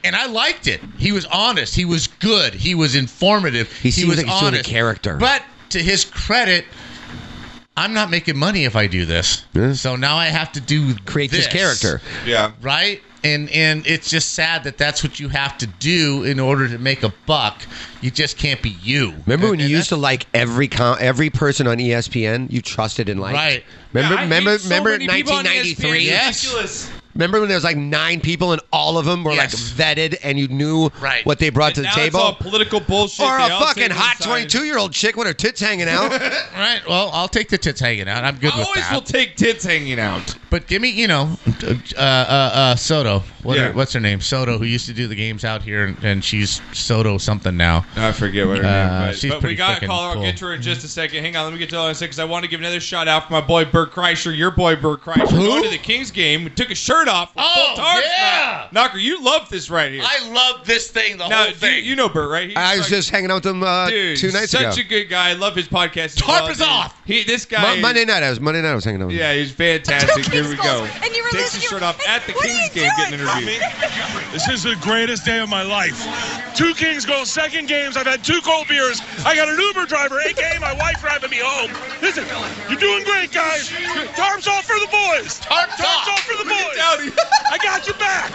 And I liked it. He was honest. He was good. He was informative. He seems was like he's doing a character. But to his credit, I'm not making money if I do this. Yeah. So now I have to do Creates his this, character. yeah. right? And and it's just sad that that's what you have to do in order to make a buck. You just can't be you. Remember when And- you and used to like every com- every person on E ESPN you trusted and liked? Right. Remember, Yeah, I remember, hate so remember, many people E on E 1993. ESPN. Yes. Ridiculous. Remember when there was like nine people and all of them were Yes. like vetted and you knew Right. what they brought to the Now it's table? all political bullshit. or They a all fucking take hot sides. 22 year old chick with her tits hanging out? that's- all right. Well, I'll take the tits hanging out. I'm good I with always that. will take tits hanging out. But give me, you know, uh, uh, uh, Soto. What Yeah. her- what's her name? Soto, who used to do the games out here, and, and she's Soto something now. I forget what her uh, name is. She's But we pretty got to frickin' call her. I'll cool. get to her in just a second. Hang on, let me get to her in a second because I want to give another shout out for my boy Bert Kreischer. Your boy Bert Kreischer. Who? Going to the Kings game, took his shirt off. with Oh, full tarps yeah! on. Knocker, you love this right here. I love this thing. The now, whole you- thing. You, know Bert, right? He's I was like- just hanging out with them uh, Dude, two nights such ago. a good guy. I love his podcast. as well, dude. He, this guy. Mon- is- Monday night, I was Monday night. I was hanging out. With Yeah, he's fantastic. Here we go. And you were Takes his shirt off at the Kings game, getting interviewed. This is the greatest day of my life. Two Kings go second games. I've had two cold beers. I got an Uber driver, aka my wife, driving me home. Listen, you're doing great, guys. Tarps off for the boys. Tarps, off for the boys. I got your back.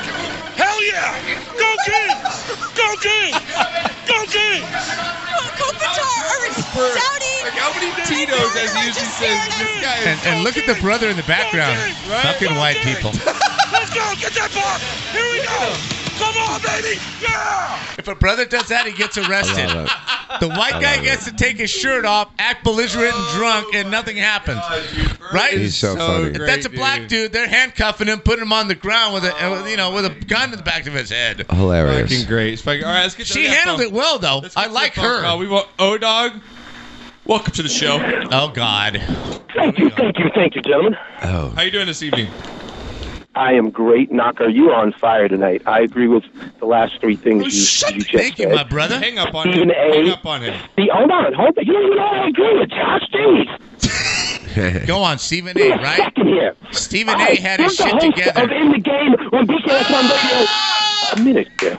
Hell yeah. Go Kings. Go Kings. Go Kings. How many Tito's, as he usually says, this guy is and, and look at the brother in the background, fucking white people. Let's go. Get that ball. Here we go. Come on, baby. Yeah. If a brother does that, he gets arrested. I love The white I guy love gets to take his shirt off, act belligerent and drunk, and nothing happens. right? He's so So funny. If great, that's a black dude. They're handcuffing him, putting him on the ground with a uh, you know with a gun to the back of his head. Hilarious. Fucking great. It's fucking- all right, let's get to She the handled phone. it well though. Let's get I to like the phone her. call. We want oh, O Dog. Welcome to the show. Oh God. Thank you, thank you, thank you, gentlemen. Oh. How you doing this evening? I am great, Knocker. You are on fire tonight. I agree with the last three things Oh, you, you just Thank you, said. my brother. Hang up on Stephen it. A. Hang up on it. See, hold on, hold on. You don't even know I agree with Josh. Jeez. Go on, Stephen A. Right? Stephen A. had his I'm shit the host together. Of in the game on BKS on radio. A minute ago.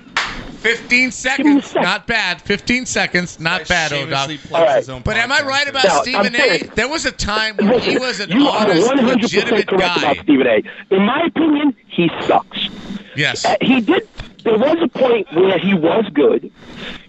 15 seconds, not bad. 15 seconds, not bad, O-Dog. shamelessly plugs All his right. own But am I podcast. right about Now, Stephen I'm A? serious. There was a time when he was an you are honest, 100% legitimate correct guy. about Stephen A. In my opinion, he sucks. Yes. Uh, he did. There was a point where he was good.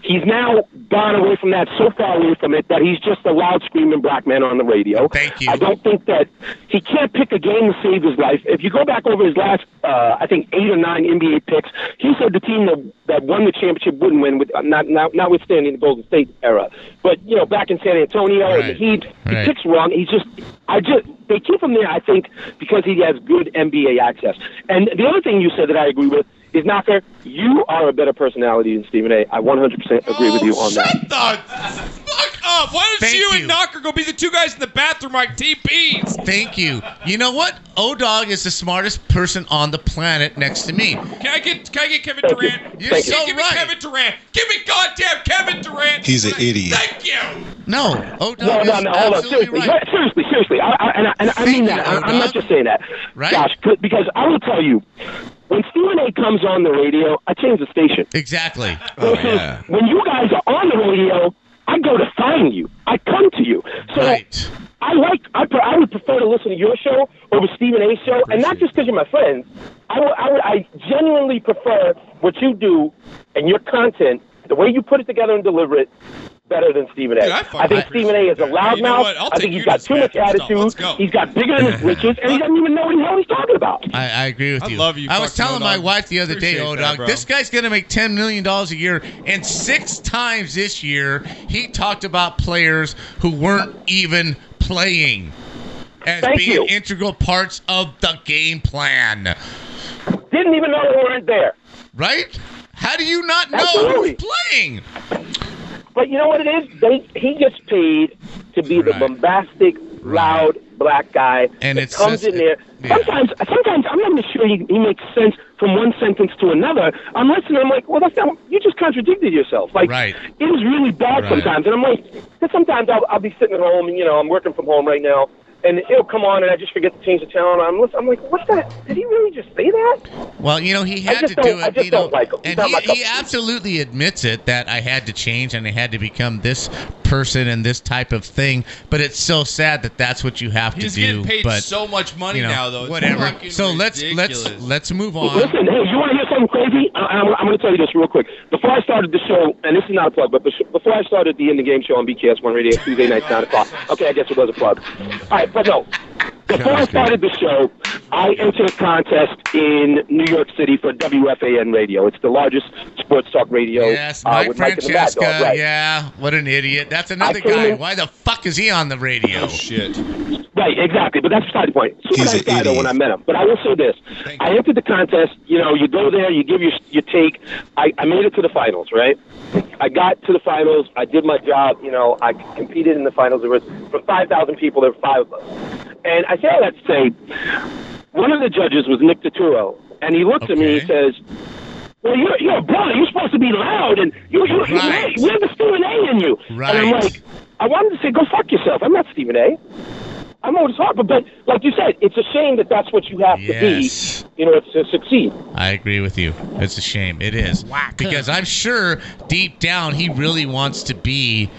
He's now gone away from that, so far away from it that he's just a loud screaming black man on the radio. Thank you. I don't think that he can't pick a game to save his life. If you go back over his last, uh, I think eight or nine NBA picks, he said the team that, that won the championship wouldn't win, with uh, not, not notwithstanding the Golden State era. But you know, back in San Antonio and the Heat, Right. he picks wrong. He's just, I just, they keep him there, I think, because he has good NBA access. And the other thing you said that I agree with is not fair. You are a better personality than Stephen A. I 100% agree with you on that. Shut the fuck up. Why don't you, and Knocker go be the two guys in the bathroom like TPs? Thank you. You know what? O Dog is the smartest person on the planet next to me. Can I get can I get Kevin Thank you. Durant? You're so Give me Kevin Durant. Give me goddamn Kevin Durant. He's an idiot. Thank you. No. O No, Dog no, is no. Hold on. absolutely Seriously, right. yeah, seriously, seriously. I, I, and I, and I mean that. I, I'm not just saying that. Right. Josh, c- because I will tell you, when Stephen A. comes on the radio, I change the station. Exactly. Oh, When you guys are on the radio, I go to find you. I come to you. So I like. I, pre- I would prefer to listen to your show over Stephen A's show, and not just because you're my friend. I would, I would. I genuinely prefer what you do and your content, the way you put it together and deliver it, better than Stephen A. Dude, I I fucking think Stephen A. is a You know what? loudmouth. I'll I take think he's you got to too much Smackdown. Let's attitude. go. He's got bigger than his britches, and he doesn't even know what the hell he's talking about. I, I agree with I you. love you, I was fucking telling my O-Dog. wife the other day, Appreciate O that, Dog, bro. this guy's going to make $10 million a year. And six times this year, he talked about players who weren't even playing as Thank being you. integral parts of the game plan. Didn't even know they weren't there. Right? How do you not know Absolutely. who's playing? But you know what it is? They he gets paid to be the bombastic, loud black guy And that it's comes just- in there. Sometimes, sometimes I'm not even sure he, he makes sense from one sentence to another. I'm listening. I'm like, well, that's not. You just contradicted yourself. Like, Right. it is really bad Right. sometimes. And I'm like, 'cause sometimes I'll, I'll be sitting at home, and you know, I'm working from home right now. And it'll come on, and I just forget to change the channel. and I'm, listening, I'm like, what's that? Did he really just say that? Well, you know, he had to just do don't- I it. just You know, don't like him. He's and not he, my cup he of tea. absolutely admits it that I had to change and I had to become this person and this type of thing. But it's so sad that that's what you have He's to do. getting paid but, so much money you know, now, though. It's whatever. fucking So let's let's ridiculous. let's move on. Listen, hey, you want to hear something crazy? I, I'm, I'm going to tell you this real quick. Before I started the show, and this is not a plug, but bes- before I started the In the Game show on BKS One Radio Tuesday night, nine o'clock. Okay, I guess it was a plug. All right, but no. Before I started the show, I entered a contest in New York City for WFAN Radio. It's the largest sports talk radio. Yes, Mike uh, with Mike and the Mad Francesca. Dog, right. Yeah, what an idiot. That's another came guy. in- Why the fuck is he on the radio? Oh, shit. Right, exactly. But that's beside the point. Super nice guy though when I met him. But I will say this: I entered the contest. You know, you go there, you give your your take. I, I made it to the finals, right? I got to the finals. I did my job. You know, I competed in the finals. There was for five thousand people. There were five of us, and I say all that to say, one of the judges was Nick Turturro, and he looked at me and he says. Well, you're, you're a brother. You're supposed to be loud, and you, you, you- you have a Stephen A in you. And I'm Right. like, I wanted to say, go fuck yourself. I'm not Stephen A. I'm Otis Harper, but like you said, it's a shame that that's what you have Yes. to be in order to succeed. I agree with you. It's a shame. It is. Because I'm sure deep down he really wants to be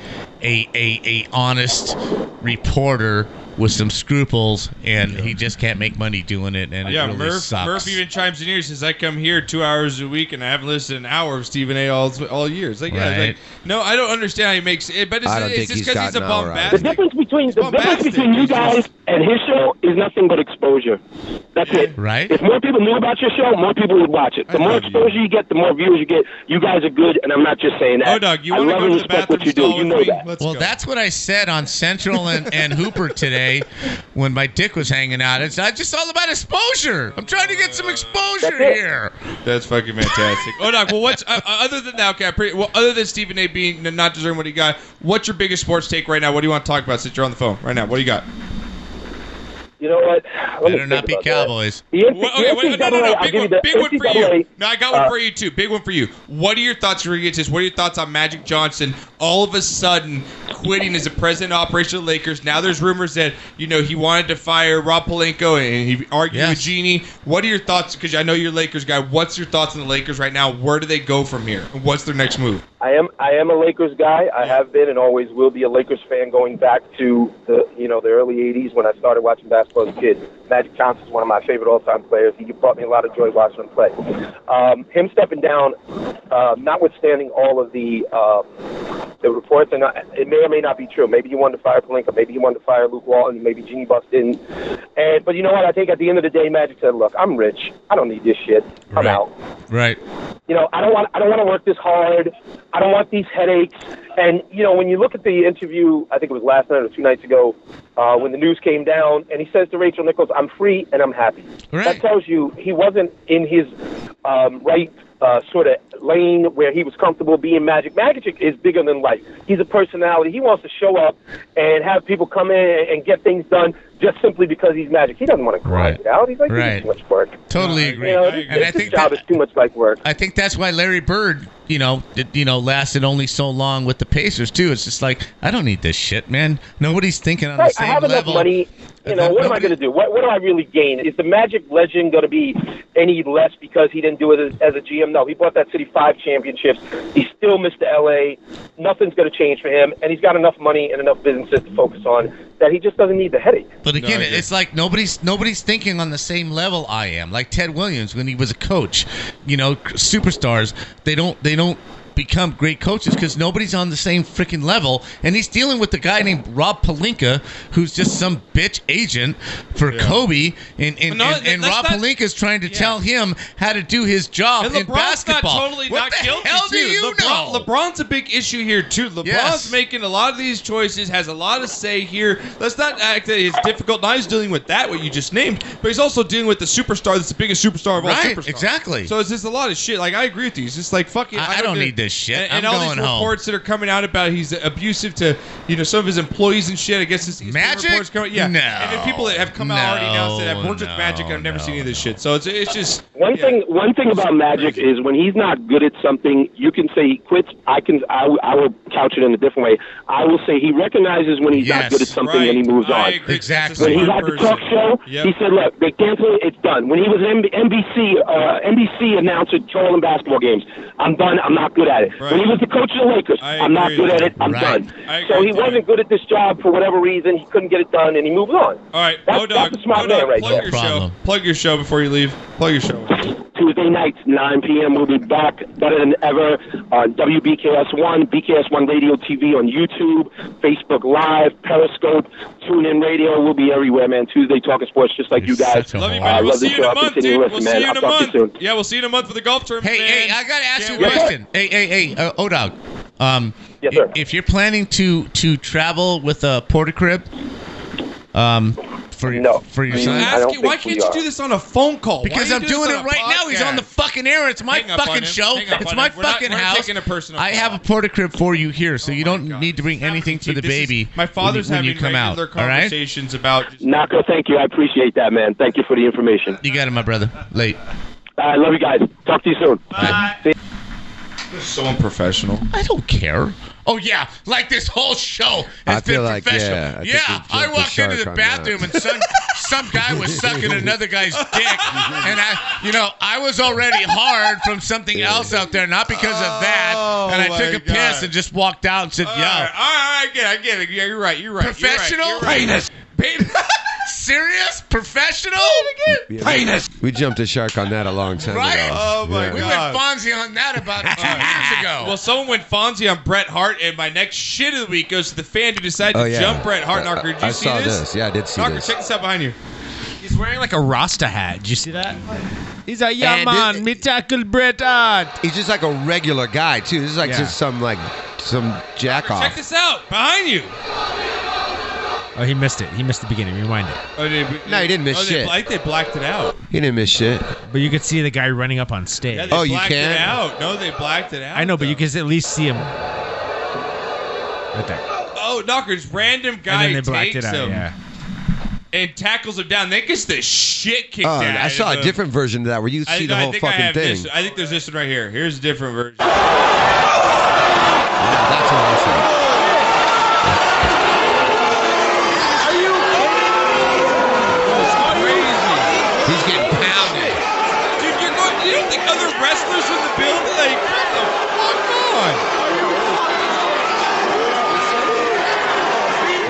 a a, a honest reporter with some scruples and he just can't make money doing it and yeah, it really Murph. sucks. Murph even chimes in here. Says I come here two hours a week and I haven't listened an hour of Stephen A. all all year. It's like, yeah, it's Right. like no, I don't understand how he makes it. But it's, I don't it's think just he's because he's, a gotten all bum right. bastard. The difference between the difference between you guys and his show is nothing but exposure. That's it. Right. If more people knew about your show, more people would watch it. The more exposure you. get, the more viewers you get. You guys are good, and I'm not just saying that. Oh, Doug, you I love and respect what you do. You know that. well, that's what I said on Central and, and Hooper today when my dick was hanging out. It's not just all about exposure. I'm trying to get some exposure That's it. here. That's fucking fantastic. oh, Doc. Well, what's uh, uh, other than that? Okay, I pre- well, other than Stephen A. being n- not deserving what he got, what's your biggest sports take right now? What do you want to talk about since you're on the phone right now? What do you got? You know what? Let Better not be Cowboys. The NC- Well, okay, the wait, no, NCAA no, no. I'll Big give you one, the big one for NCAA you. No, I got one uh, for you too. Big one for you. What are your thoughts, Rodriguez? What are your thoughts on Magic Johnson all of a sudden quitting as a president of Operation Lakers? Now there's rumors that you know he wanted to fire Rob Palenko and he argued with Genie. What are your thoughts? Because I know you're a Lakers guy. What's your thoughts on the Lakers right now? Where do they go from here? And What's their next move? I am I am a Lakers guy. I have been and always will be a Lakers fan going back to the you know the early '80s when I started watching basketball as a kid. Magic Johnson is one of my favorite all-time players. He brought me a lot of joy watching him play. Um, him stepping down, uh, notwithstanding all of the um, the reports, and uh, it may or may not be true. Maybe he wanted to fire Palinka. Maybe he wanted to fire Luke Walton. Maybe Genie Bus didn't. And but you know what? I think at the end of the day, Magic said, "Look, I'm rich. I don't need this shit. I'm out." Right. you know, I don't want I don't want to work this hard. I don't want these headaches. And you know, when you look at the interview, I think it was last night or two nights ago, uh, when the news came down, and he says to Rachel Nichols, "I'm free and I'm happy." That tells you he wasn't in his um, right uh, sort of lane where he was comfortable being Magic. Magic is bigger than life. He's a personality. He wants to show up and have people come in and get things done just simply because he's Magic. He doesn't want to grind Right. it out. He's like, "This is Right. too much work. Totally agree. You know, And this, I this think job is too much like work. I think that's why Larry Bird, you know, it, you know, lasted only so long with the Pacers too. It's just like I don't need this shit, man. Nobody's thinking on the Right, I same have level. enough money. You know, what am I going to do? What, what do I really gain? Is the Magic legend going to be any less because he didn't do it as, as a GM? No, he brought that city five championships. He's still Mr. LA. Nothing's going to change for him, and he's got enough money and enough businesses to focus on that he just doesn't need the headache. But again, it's like nobody's nobody's thinking on the same level I am. Like Ted Williams when he was a coach, you know, superstars they don't they don't become great coaches because nobody's on the same freaking level. And he's dealing with a guy named Rob Palinka, who's just some bitch agent for Kobe, and and, and, and Rob Palinka's trying to tell him how to do his job in LeBron's not basketball. totally what not the guilty. hell do too. you LeBron, know? LeBron's a big issue here too. LeBron's Yes. making a lot of these choices, has a lot of say here. Let's not act that it's difficult. Now he's dealing with that what you just named, but he's also dealing with the superstar that's the biggest superstar of all Right, superstars. exactly. So it's just a lot of shit. Like I agree with you. It's just like fucking. I- I don't need this shit. And, and I'm all going these home. reports that are coming out about he's abusive to you know some of his employees and shit. I guess it's magic. Reports coming, yeah. No. And then people that have come out already announced that I've worked with No, magic and I've never seen any of this shit. So it's it's just One thing, one thing about Magic is when he's not good at something, you can say he quits. I can, I, w- I will couch it in a different way. I will say he recognizes when he's not Yes, good at something and he moves on. Exactly. When he had the talk show, he said, "Look, they cancel it. It's done." When he was M- NBC, uh, NBC announcer calling basketball games, "I'm done. I'm not good at it." When he was the coach of the Lakers, "I'm not good at it. I'm done." So he wasn't good at this job for whatever reason. He couldn't get it done, and he moved on. All right, that's, O Dog, that's a smart O man Dog, right plug there. your show. Plug your show before you leave. Plug your show. Tuesday nights, 9 p.m. We'll be back better than ever on WBKS1, BKS1 Radio TV on YouTube, Facebook Live, Periscope, TuneIn Radio. We'll be everywhere, man. Tuesday talking sports, just like you guys. Love you, Uh, I buddy. We'll love see this show. you in a I'll month, continue dude. with We'll you, man. see you in a I'll talk to you soon. month. Yeah, we'll see you in a month for the golf tournament. Hey, hey, I gotta ask Can't you a wait. question. Hey, hey, hey, uh, O Dog. Um, i- If you're planning to to travel with a porta crib, um, for your, no. for your I'm son? asking, why can't you do this on a phone Oh, call? Why Because are I'm you doing this it on a right now. He's on the podcast? fucking air. It's my Hang up on fucking him. show. Hang up It's on my him. We're not- fucking we're not house. taking it personal. I have a porta crib for you here, Oh so you don't need to bring anything for the baby. My father's when, having you- when you come out. regular All right, conversations about Nako, thank you. I appreciate that, man. Thank you for the information. You got it, my brother. Late. I love you guys. Talk to you soon. See- so unprofessional. I don't care. Oh yeah, like this whole show I has feel been like, professional. yeah, I think we jumped I the walked shark into the on bathroom and some some guy was sucking another guy's dick, and I, you know, I was already hard from something else out there, not because of that. And I Oh my took a God. piss and just walked out and said, "Yo, All right, all right, I get, it, I get it. Yeah, you're right. You're right. Professional? you're right, you're right. Penis. serious professional Yeah, we- We jumped a shark on that a long time Right? ago. Oh Yeah. we went Fonzie on that about two years ago. Well, someone went Fonzie on Bret Hart, and my next shit of the week goes to the fan who decided Oh to yeah, jump Bret Hart. Uh, Knocker, did you I see saw this? Yeah, I did see Knocker, this. check this out behind you. He's wearing like a Rasta hat. Ah, Did you see that? He's like, yeah, And man, me tackle Bret Hart. He's just like a regular guy too. This is like Yeah. just some like some jack Check off. this out behind you. Oh, he missed it. He missed the beginning. Rewind it. Oh, they, No, he didn't miss oh, shit. They, I think they blacked it out. He didn't miss shit. But you could see the guy running up on stage. Yeah, they Oh, blacked It out. No, they blacked it out. I know, but you can at least see him. Right there. Oh, Knocker's random guy and then they blacked takes it out. him Yeah. and tackles him down. Then gets the shit kicked Oh, out. I of saw a him. different version of that where you see I, the I whole think I fucking have thing. This. I think there's this one right here. Here's a different version. That's what I saw. He's getting pounded. Dude, you're going. You don't think other wrestlers in the building? Like, what the fuck on?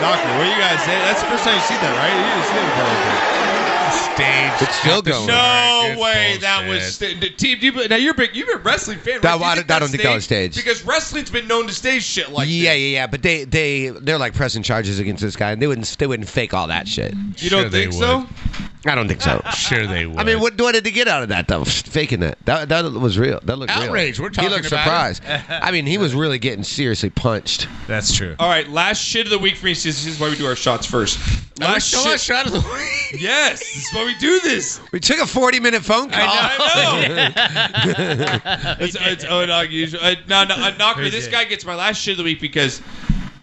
Knocker, what do you guys say? That's the first time you see that, right? You didn't see that before. Stage. It's still going. No It's way, that bullshit. was st- d- team. do You, now you're big. You've been a wrestling fan. That- right? Do you I don't- I don't think that was staged. because wrestling's been known to stage shit like. yeah, yeah, yeah. But they they they're like pressing charges against this guy, and they wouldn't they wouldn't fake all that shit. You don't Sure they think so? I don't think so. sure they would. I mean, what, what did they get out of that though? Faking that. That that was real. That looked Outrage, Real. we're talking He looked about surprised. it. I mean, he was really getting seriously punched. That's true. All right, last shit of the week for me. This is why we do our shots first. Last show our shot of the week. Yes, this is why we do this. We took a forty-minute phone call. it's, it's unusual. Uh, no, no, uh, Knocker, this guy gets my last shit of the week because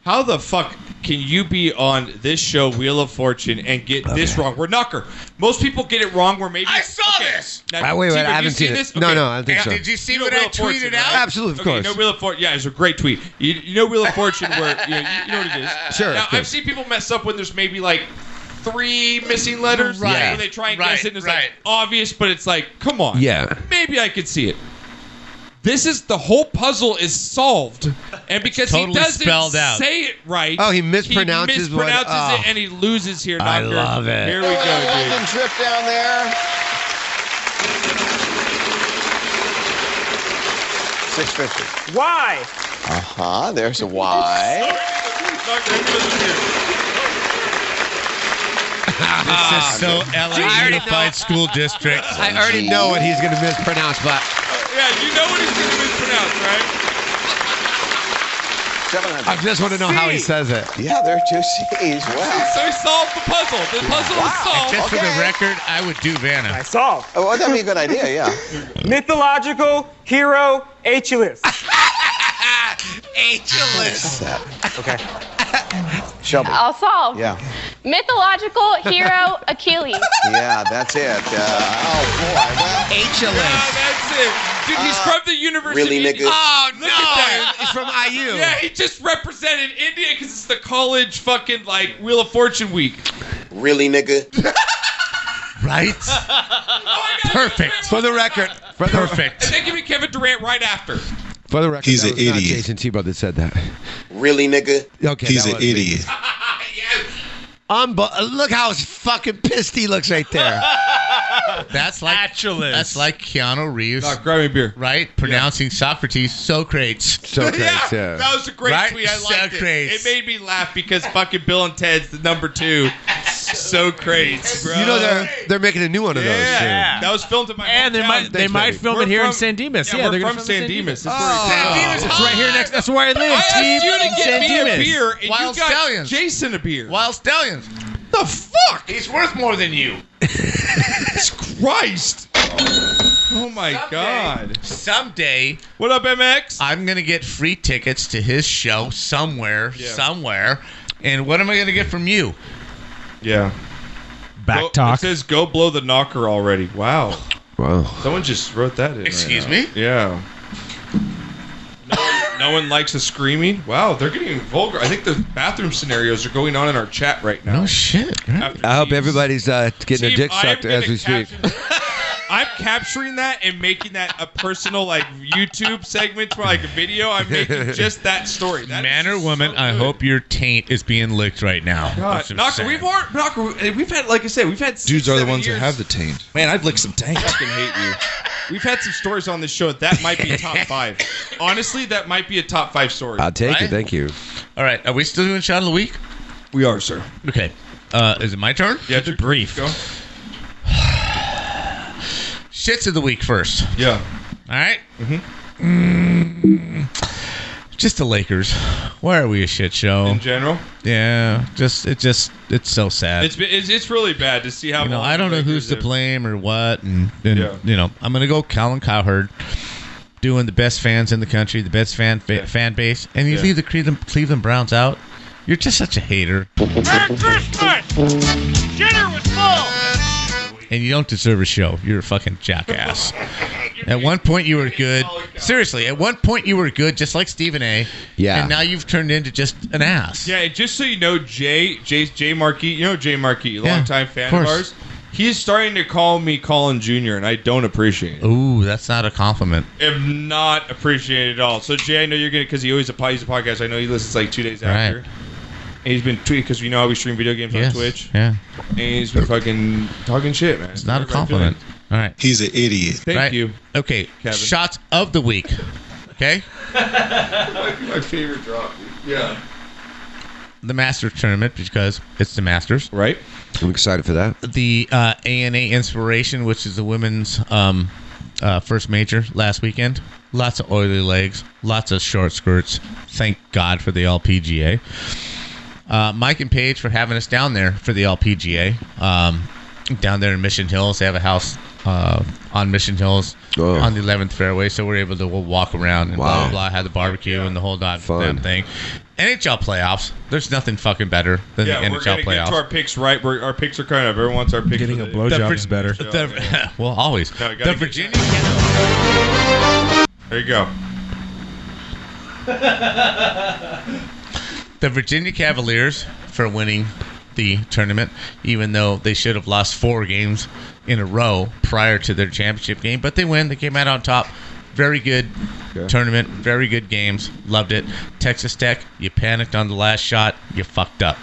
how the fuck can you be on this show, Wheel of Fortune, and get this wrong? We're Knocker. Most people get it wrong. We're maybe. I saw this. Ah, wait, wait, I haven't seen it. No, no, I don't think Yeah, so. did you see know what Wheel I of Fortune, tweeted out? right? Absolutely, of Okay, course. You know Wheel of Fortune. Yeah, it's a great tweet. You, you know Wheel of Fortune, where you know, you, you know what it is. Sure, of Now, I've course. seen people mess up when there's maybe like. Three missing letters, Right. When they try and guess Right, it, and it's right. like obvious, but it's like, come on, Yeah. maybe I could see it. This is the whole puzzle is solved, and because totally he doesn't spelled out. say it right, Oh, he mispronounces what- mispronounces oh. it, and he loses here. I Knocker. love it. Here we go, dude. trip down there. Six fifty. Why? Uh huh. There's a Y. This is so elementary fight school district. I already know what he's going to mispronounce, but Yeah, you know what it's going to mispronounce, right? I just want to know how he says it. Yeah, there are two C's. Wow. So he solved the puzzle. The puzzle is solved. Just for the record, I would do Vanna. I saw. Oh, well, that'd be a good idea. Yeah. Mythological hero Aeschylus. Ageless. Okay. Shelby. I'll solve. Yeah. Mythological hero Achilles. Yeah, that's it. Uh, oh boy. Well, Yeah, that's it. Dude, he's Uh, from the University. really, of India. nigga? Oh no, he's from IU. Yeah, he just represented India because it's the college fucking like Wheel of Fortune week. Really, nigga. Right? Perfect. For the record. For the, Perfect. And they give me Kevin Durant right after. For the record, He's that an was not idiot. Jason Tebow that said that. Really, nigga. Okay, that was- Unbe- look how fucking pissed he looks right there. That's like That's like Keanu Reeves. Nah, grab me a beer. Right? Pronouncing Socrates Socrates. Socrates, yeah, that was a great Right? tweet. I liked Socrates. it. It made me laugh because fucking Bill and Ted's the number two. so crates, bro. You know they're they're making a new one of those. Yeah. soon. That was filmed in my And they hometown. might they Thanks, might baby. film We're it here in from- San Dimas. yeah, Yeah, we're they're gonna from film it in San Dimas. It's Dimas. Oh. It's right here next. That's where I live. I asked team. you to get San me Dimas. a beer, and Wild you got Stallions. Jason a beer. Wild Stallions. the fuck? He's worth more than you. Christ. Oh my god. Someday. What up, MX? I'm gonna get free tickets to his show somewhere, somewhere. And what am I gonna get from you? Yeah. Back go, talk. It says go blow the knocker already. Wow. Wow. Someone just wrote that in. right Excuse now. me? Yeah. No one, no one likes the screaming. Wow, they're getting vulgar. I think the bathroom scenarios are going on in our chat right now. No Oh, shit. I hope everybody's uh, getting Chief, their dick I'm sucked gonna as we speak. caption- I'm capturing that and making that a personal like YouTube segment for like a video. I'm making just that story. That Man or woman, I hope your taint is being licked right now. God, knocker, we've already, knocker, we- we've had like I said, we've had six, Dudes are the seven ones years. that have the taint. Man, I'd lick some tank. I fucking hate you. We've had some stories on this show that might be top five. Honestly, that might be a top five story. I'll take it. Right? Thank you. All right, are we still doing shot of the week? We are, sir. Okay. Uh, is it my turn? Yeah, it's brief. Go. Shits of the week first. Yeah. Mm-hmm. All right. Mm, just the Lakers. Why are we a shit show? In general, Yeah. Just it just it's so sad. it's, been, it's it's really bad to see how. you know, long I don't the know who's Lakers to have- blame or what, and, and Yeah. you know, I'm gonna go Colin Cowherd, doing the best fans in the country, the best fan fa- fan base, and you Yeah. leave the Cleveland, Cleveland Browns out. You're just such a hater, Merry Christmas! Dinner was full! and you don't deserve a show. You're a fucking jackass. At one point, you were good. Seriously, at one point you were good, just like Stephen A. Yeah. And now you've turned into just an ass. Yeah, and just so you know, Jay, Jay, Jay Markey, you know Jay Markey, longtime fan of, course. ours. He's starting to call me Colin Jr., and I don't appreciate it. Ooh, that's not a compliment. Am not appreciated at all. So Jay, I know you're gonna because he always applies the podcast. I know he listens like two days Right. after. And he's been tweeting because we know how we stream video games Yes. on Twitch. Yeah. And he's been fucking talking shit, man. It's Not a compliment. All right. He's an idiot. Thank you, Okay. Kevin. Shots of the week. Okay. My favorite drop. Yeah. the Masters tournament because it's the Masters. Right. I'm excited for that. The uh, ANA Inspiration, which is the women's um, uh, first major last weekend. Lots of oily legs, lots of short skirts. Thank God for the LPGA. Uh, Mike and Paige for having us down there for the LPGA. Um, down there in Mission Hills, they have a house uh, on Mission Hills on the 11th fairway, so we're able to walk around and blah Oh. Wow. blah blah. Had the barbecue and the whole damn Fun. thing. NHL playoffs. There's nothing fucking better than Yeah, the we're NHL gonna get to playoffs. our picks right. We're, our picks are kind of everyone wants our picks. Getting a blowjob is better. The- well, always. the Virginia. There you go. The Virginia Cavaliers for winning the tournament, even though they should have lost four games in a row prior to their championship game, but they win. They came out on top. Very good tournament. Very good games. Loved it. Texas Tech, you panicked on the last shot. You fucked up.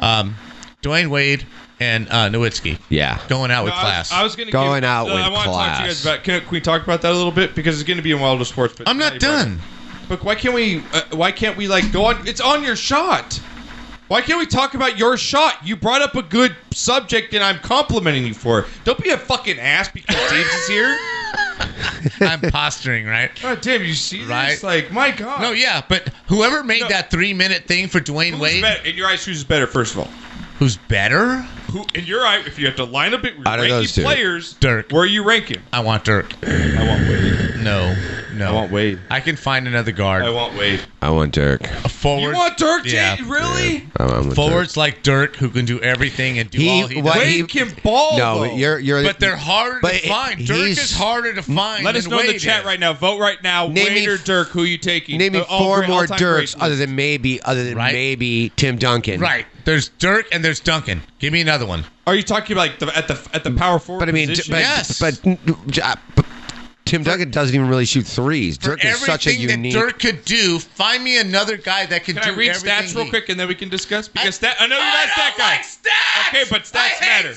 Um, Dwayne Wade and uh, Nowitzki. Yeah. Going out with No, I was- class. I was, gonna Going give- out no, with I want to talk to you guys class. about. Can, can we talk about that a little bit because it's going to be in Wild West Sports? But I'm not Hey, Brian. done. But why can't we? Uh, why can't we like go on? It's on your shot. Why can't we talk about your shot? You brought up a good subject, and I'm complimenting you for it. Don't be a fucking ass because James is here. I'm posturing, right? God Oh, damn, you see Right? this? Like, my God. No, yeah, but whoever made that three minute thing for Dwayne Who's Wade, better? In your eyes, who's better? First of all, who's better? who in your eye? If you have to line up it, Out of ranking those two. players, Dirk. where are you ranking? I want Dirk. I want Wade. No, no. I want Wade. I can find another guard. I want Wade. I want Dirk. A forward. You want Dirk? Yeah. James? Really? I want Forwards like Dirk who can do everything and do He- all he what does. he- Wade can ball. No, though. you're- you're- But they're harder but to find. Dirk he's- is harder to find. Let us than know in the Wade chat is. right now. Vote right now. Name Wade me or f- Dirk? Who you taking? Name me Uh, all four great- more all-time Dirks greats. other than maybe, other than maybe Tim Duncan. Right. There's Dirk and there's Duncan. Give me another one. Are you talking like the, at the at the power forward? But I mean, position? but, but, uh, but Tim Duncan doesn't even really shoot threes. Dirk is such a Everything unique. that Dirk could do, find me another guy that can, Can do I read everything stats real he- quick and then we can discuss? Because that I know you like that guy. Okay, but stats matter.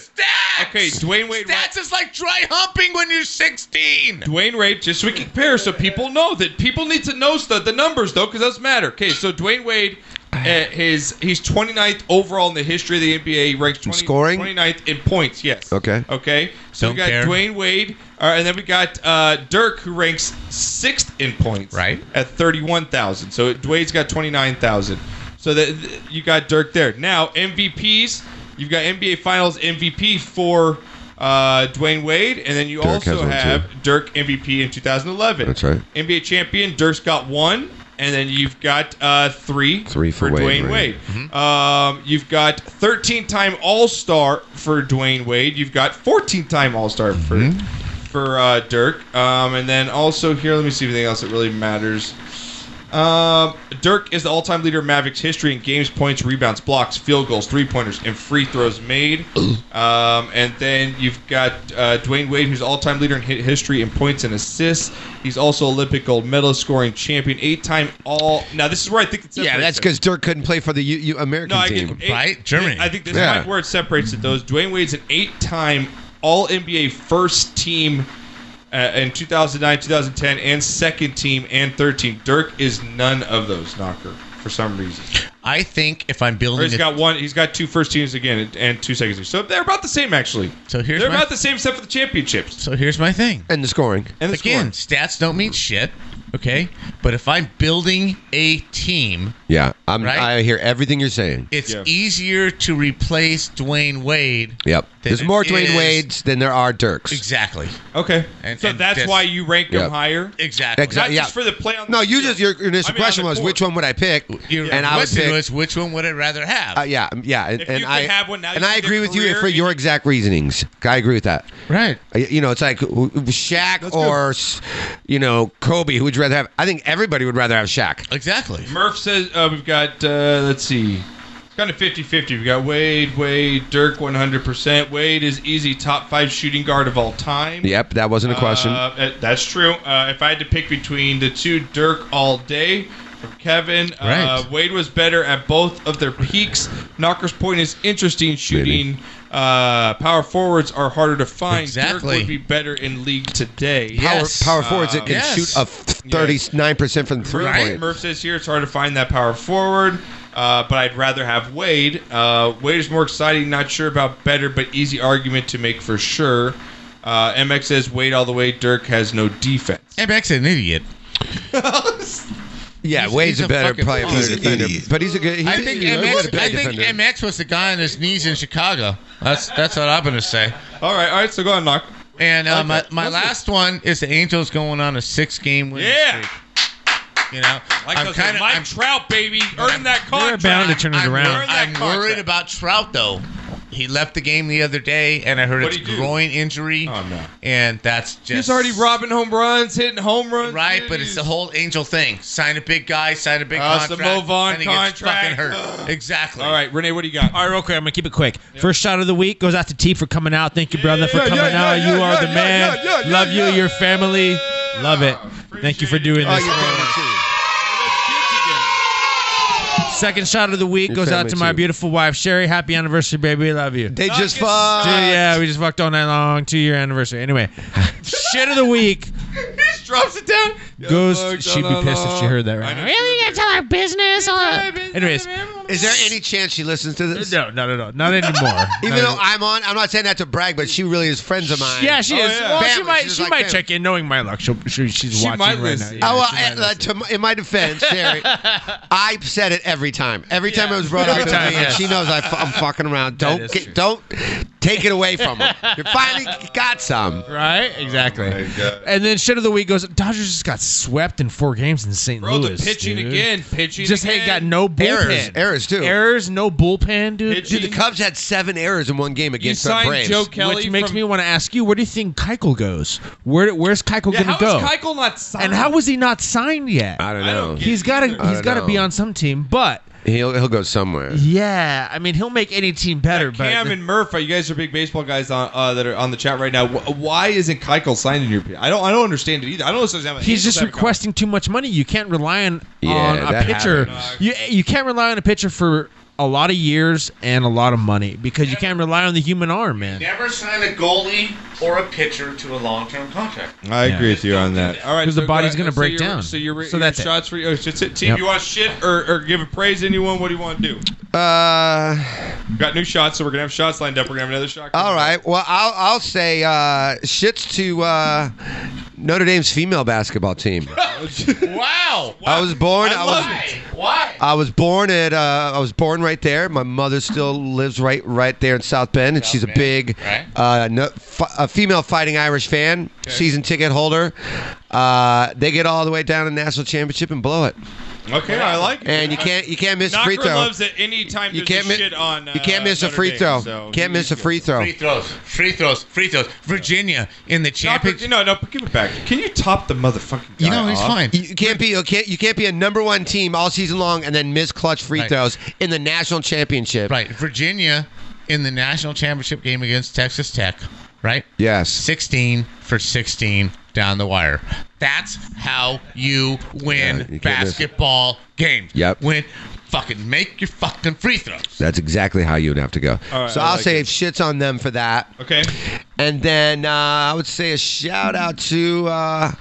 Okay, Dwayne Wade. Oh, Stats is like dry humping when you're 16. Dwayne Wade, just so we can compare, so people know that people need to know the, the numbers though, because those matter. Okay, so Dwayne Wade, uh, his he's 29th overall in the history of the NBA. He ranks 20, scoring? 29th in points. Yes. Okay. Okay. So Don't we got care. Dwayne Wade, all right, and then we got uh, Dirk, who ranks sixth in points, Right. at 31,000. So Dwayne's got 29,000. So that you got Dirk there. Now MVPs, You've got NBA Finals MVP for uh, Dwayne Wade, and then you Dirk has also one, too. have Dirk MVP in 2011. That's right. NBA champion Dirk's got one, and then you've got uh, three. Three for Wade, Dwayne right. Wade. Um, you've got 13-time All Star for Dwayne Wade. You've got 14-time All Star for Mm-hmm. for uh, Dirk. Um, and then also here, let me see anything else that really matters. Um, Dirk is the all-time leader in Mavericks history in games, points, rebounds, blocks, field goals, three-pointers, and free throws made. Um, and then you've got uh, Dwayne Wade, who's all-time leader in hit history in points and assists. He's also Olympic gold medalist, scoring champion, eight-time All. Now this is where I think it's Yeah, that's because Dirk couldn't play for the U- U- American no, I team. think it- I think this Yeah. is where it separates it. Those Dwayne Wade's an eight-time All NBA first team uh, in 2009, 2010, and second team and third team. Dirk is none of those. Knocker for some reason. I think if I'm Or building he's a- got one. He's got two first teams again and- and two second teams. So they're about the same actually. So here's they're my- about the same except for the championships. So here's my thing. And the scoring. And the Again, stats don't mean shit. Okay, but if I'm building a team, Yeah, I'm, Right? I hear everything you're saying. it's easier to replace Dwayne Wade. Yep. Then There's more it Dwayne is- Wades than there are Dirks. Exactly. Okay. And, So and that's why you rank him Yeah. higher. Exactly. Exactly, Not just yeah. for the play on. No, you just your your initial I mean, on question the was court. which one would I pick? Your and I would question pick. was which one would I rather have? uh, yeah, yeah, and, If and you could I have one now, and you I could agree get with you career for your exact reasonings. I agree with that. Uh, Right. You know, it's like w- w- Shaq or s you know Kobe. Who would you rather have? I think everybody would rather have Shaq. Exactly. Murph says uh, we've got, uh, let's see, it's kind of 50 50. We've got Wade, Wade, Dirk 100%. Wade is easy top five shooting guard of all time. Yep, that wasn't a question. Uh, uh, that's true. Uh, if I had to pick between the two, Dirk all day from Kevin. Uh, Right. Wade was better at both of their peaks. Knocker's point is interesting. Shooting uh, power forwards are harder to find. Dirk Exactly. would be better in league today. Power, power forwards that Uh, can shoot a thirty nine percent from the three Right. point. Murph says here it's hard to find that power forward, uh, but I'd rather have Wade. Uh, Wade is more exciting. Not sure about better, but easy argument to make for sure. Uh, MX says Wade all the way. Dirk has no defense. MX an idiot. Yeah, He's- Wade's he's a better fucking player, idiot. better defender, but he's a good. He's I think, he's a good MX, bad I think defender. MX was the guy on his knees in Chicago. That's that's what I'm going to say. All right, all right. So go on, knock. And I uh, like my, that. my That's last one is the Angels going on a six game win. Yeah. You know, Like I'm those- kinda- Mike Trout, baby, earn that contract. bound to turn it I'm, around. wor- I'm worried about Trout though. He left the game the other day, and I heard What'd it's he do? groin injury. Oh no! And that's just He's already robbing home runs, hitting home runs. Right, but it's the whole angel thing. Sign a big guy, sign a big Uh, it's the contract. Mo Vaughn and he gets fucking contract. hurt. exactly. All right, Renee, what do you got? All right, real quick. I'm gonna keep it quick. First shot of the week goes out to T for coming out. Thank you, brother, for Yeah, coming yeah, out. yeah, you yeah, are yeah, the yeah, man. yeah, yeah, Love you, yeah. your family. Love it. Thank you for doing Oh, this. you're Second shot of the week Your goes out family to my too. beautiful wife, Sherry. Happy anniversary, baby. I love you. They just Dude, fucked. yeah, we just fucked all night long. Two year anniversary. Anyway, shit of the week he just drops it down. goes. She'd be pissed if she heard that right now. Really gonna tell our business on Anyways, Is there any chance she listens to this? No, no, no, no, not anymore. Even Not though I'm on, I'm not saying that to brag, but she really is friends of mine. Yeah, Oh, she is. Well, she Family, might. she's She like might family. check in, knowing my luck. She'll, she, she's watching right now. oh, well, uh, to my, in my defense, Sherry, I said it every time. Every time it was brought Every up to time, me, and yes. she knows I f- I'm fucking around. That Don't is get, don't take it away from her. You finally got some. Right? Exactly. and then shit of the week goes. Dodgers just got swept in four games in St. Bro, Louis. the pitching dude. again. Pitching Just again. ain't got no bullpen. Errors, errors too. Errors, no bullpen, dude. Dude, the Cubs had seven errors in one game against the signed Braves. Joe Kelly Which makes me want to ask you, where do you think Keuchel goes? Where where's Keuchel Yeah, gonna how go? is Keuchel not signed? and how was he not signed yet? I don't know. He's got I to he's don't got to be know. on some team, but He'll he'll go somewhere. yeah, I mean he'll make any team better. But Cam and Murph, you guys are big baseball guys on uh, that are on the chat right now. Wh- Why isn't Keuchel signed in your? I don't. I don't understand it either. I don't understand. how he's the Angels just have a requesting too much money. You can't rely on Yeah, on a that pitcher. You you can't rely on a pitcher for a lot of years and a lot of money because you can't rely on the human arm, man. Never sign a goalie or a pitcher to a long term contract. I agree with you on that. All right, 'Cause the so body's go- gonna so break your- down. So your, So your that's it. shots for you. Oh, that's it. Team, Yep. you want shit or, or give a praise to anyone? What do you want to do? Uh, We've got new shots, so we're gonna have shots lined up. We're gonna have another shot. all right. Well, I'll I'll say uh, shits to uh, Notre Dame's female basketball team. wow. I was born. I I, was. love it. Why? I was born at uh, I was born right there. My mother still lives right right there in South Bend, and she's a big right. uh, no, f- a female fighting Irish fan, season ticket holder. Uh, they get all the way down to national championship and blow it. Okay, I like it. And you can't you can't miss a Knocker free throw. loves it any time You you can't can't mi- shit on. you can't uh, miss a Notre free Dame, throw. so can't miss a free throw. Free throws, free throws, free throws. Virginia in the championship. No, no, give it back. Can you top the motherfucking? You know he's fine. You can't be you can't, you can't be a number one team all season long and then miss clutch free Right. throws in the national championship. Right, Virginia in the national championship game against Texas Tech. Right. Yes. Sixteen for sixteen down the wire. That's how you win you can't miss. basketball games. Yep. Win. Fucking make your fucking free throws. That's exactly how you would have to go. All right, so I I'll like say shits on them for that. Okay. And then uh, I would say a shout out to, uh,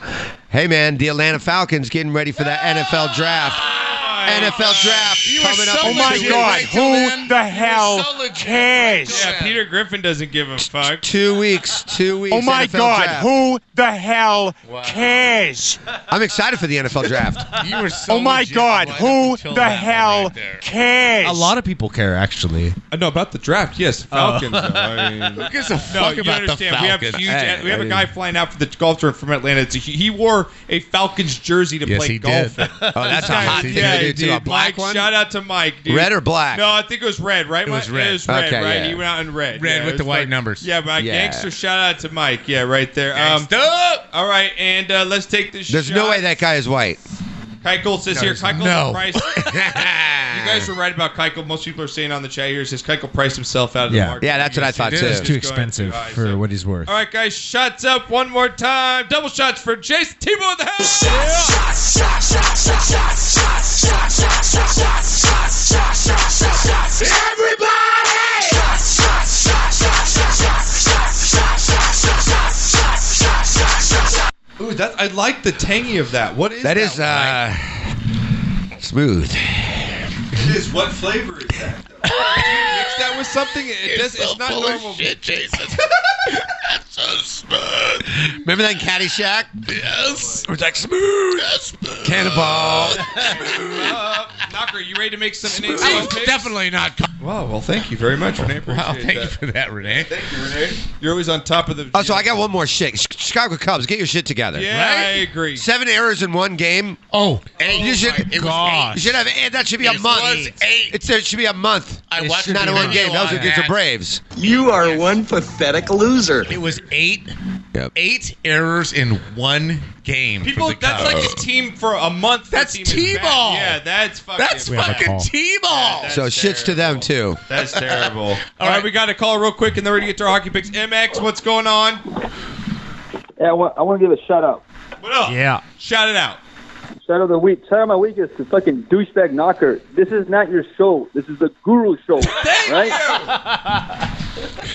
hey man, the Atlanta Falcons getting ready for that NFL draft. NFL draft coming up. in two weeks. Who the hell cares? Yeah, Peter Griffin doesn't give a fuck. Two weeks. Two weeks. Oh my NFL God! draft. Who the hell cares? I'm excited for the NFL draft. You were oh my God! Who the hell cares? A lot of people care, actually. Uh, no, about the draft. Yes, Falcons. though. I mean- Who gives a No, fuck you about the understand. We have Falcons? huge. we have a guy flying out for the golf tour from Atlanta. It's a, hu- he wore a Falcons jersey to Yes, play he golf. did. in. Oh, that's a hot thing to yeah, do, he too. did. A black Mike, Shout out to Mike. Dude. Red or black? No, I think it was red. Right? It was Mike? red. It was red. Okay, right? yeah. He went out in red. Red Yeah, with it the was white fun. numbers. Yeah, Mike. Yeah. Gangster. Shout out to Mike. Yeah, right there. Um, all right, and uh, let's take this. There's shot. no way that guy is white. Keichel says No, here, he's not. Keichel No. priced. you guys were right about Keichel. Most people are saying on the chat here says Keichel priced himself out of Yeah. the market. Yeah, that's what I thought, He's too. It's just too going expensive too high, for what he's worth. All right, guys, shots up one more time. Double shots for Jason Tebow in the house. Ooh, that I like the tangy of that. What is That is uh, smooth. It is what flavor is that? though? Did you mix that with something? It does, it's not normal. Jason. That's so smooth. Remember that in Caddyshack? Yes. It was like smooth. Cannonball. Uh, Knocker, you ready to make some innings? Definitely not. Wow. Well, thank you very much, Renee. Appreciate Wow, thank you that. for that, Renee. Thank you, Renee. You're always on top of the. Also, Oh, I got one more shit. Ch- Chicago Cubs, get your shit together. Yeah, I agree. Seven errors in one game. Oh, eight. You should, it Was eight. gosh. You should have eight. That should be a It month. was eight. It's, it should be a month. I It's watched not the in one video game. That was on against the that. Braves. You are one pathetic loser. It was eight, eight errors in one game. People, for the that's Cubs. like a team for a month. That's T-ball. Yeah, that's fucking. That's We have a fucking call. T-ball. So shits to them too. That's terrible. All right, we got a call real quick, and then we're gonna get to our hockey picks. MX, what's going on? Yeah, I want, I want to give a shout out. What up? Yeah. Shout it out. Shout out of the week. Shout out of my week is to fucking douchebag knocker. This is not your show. This is the guru show. right?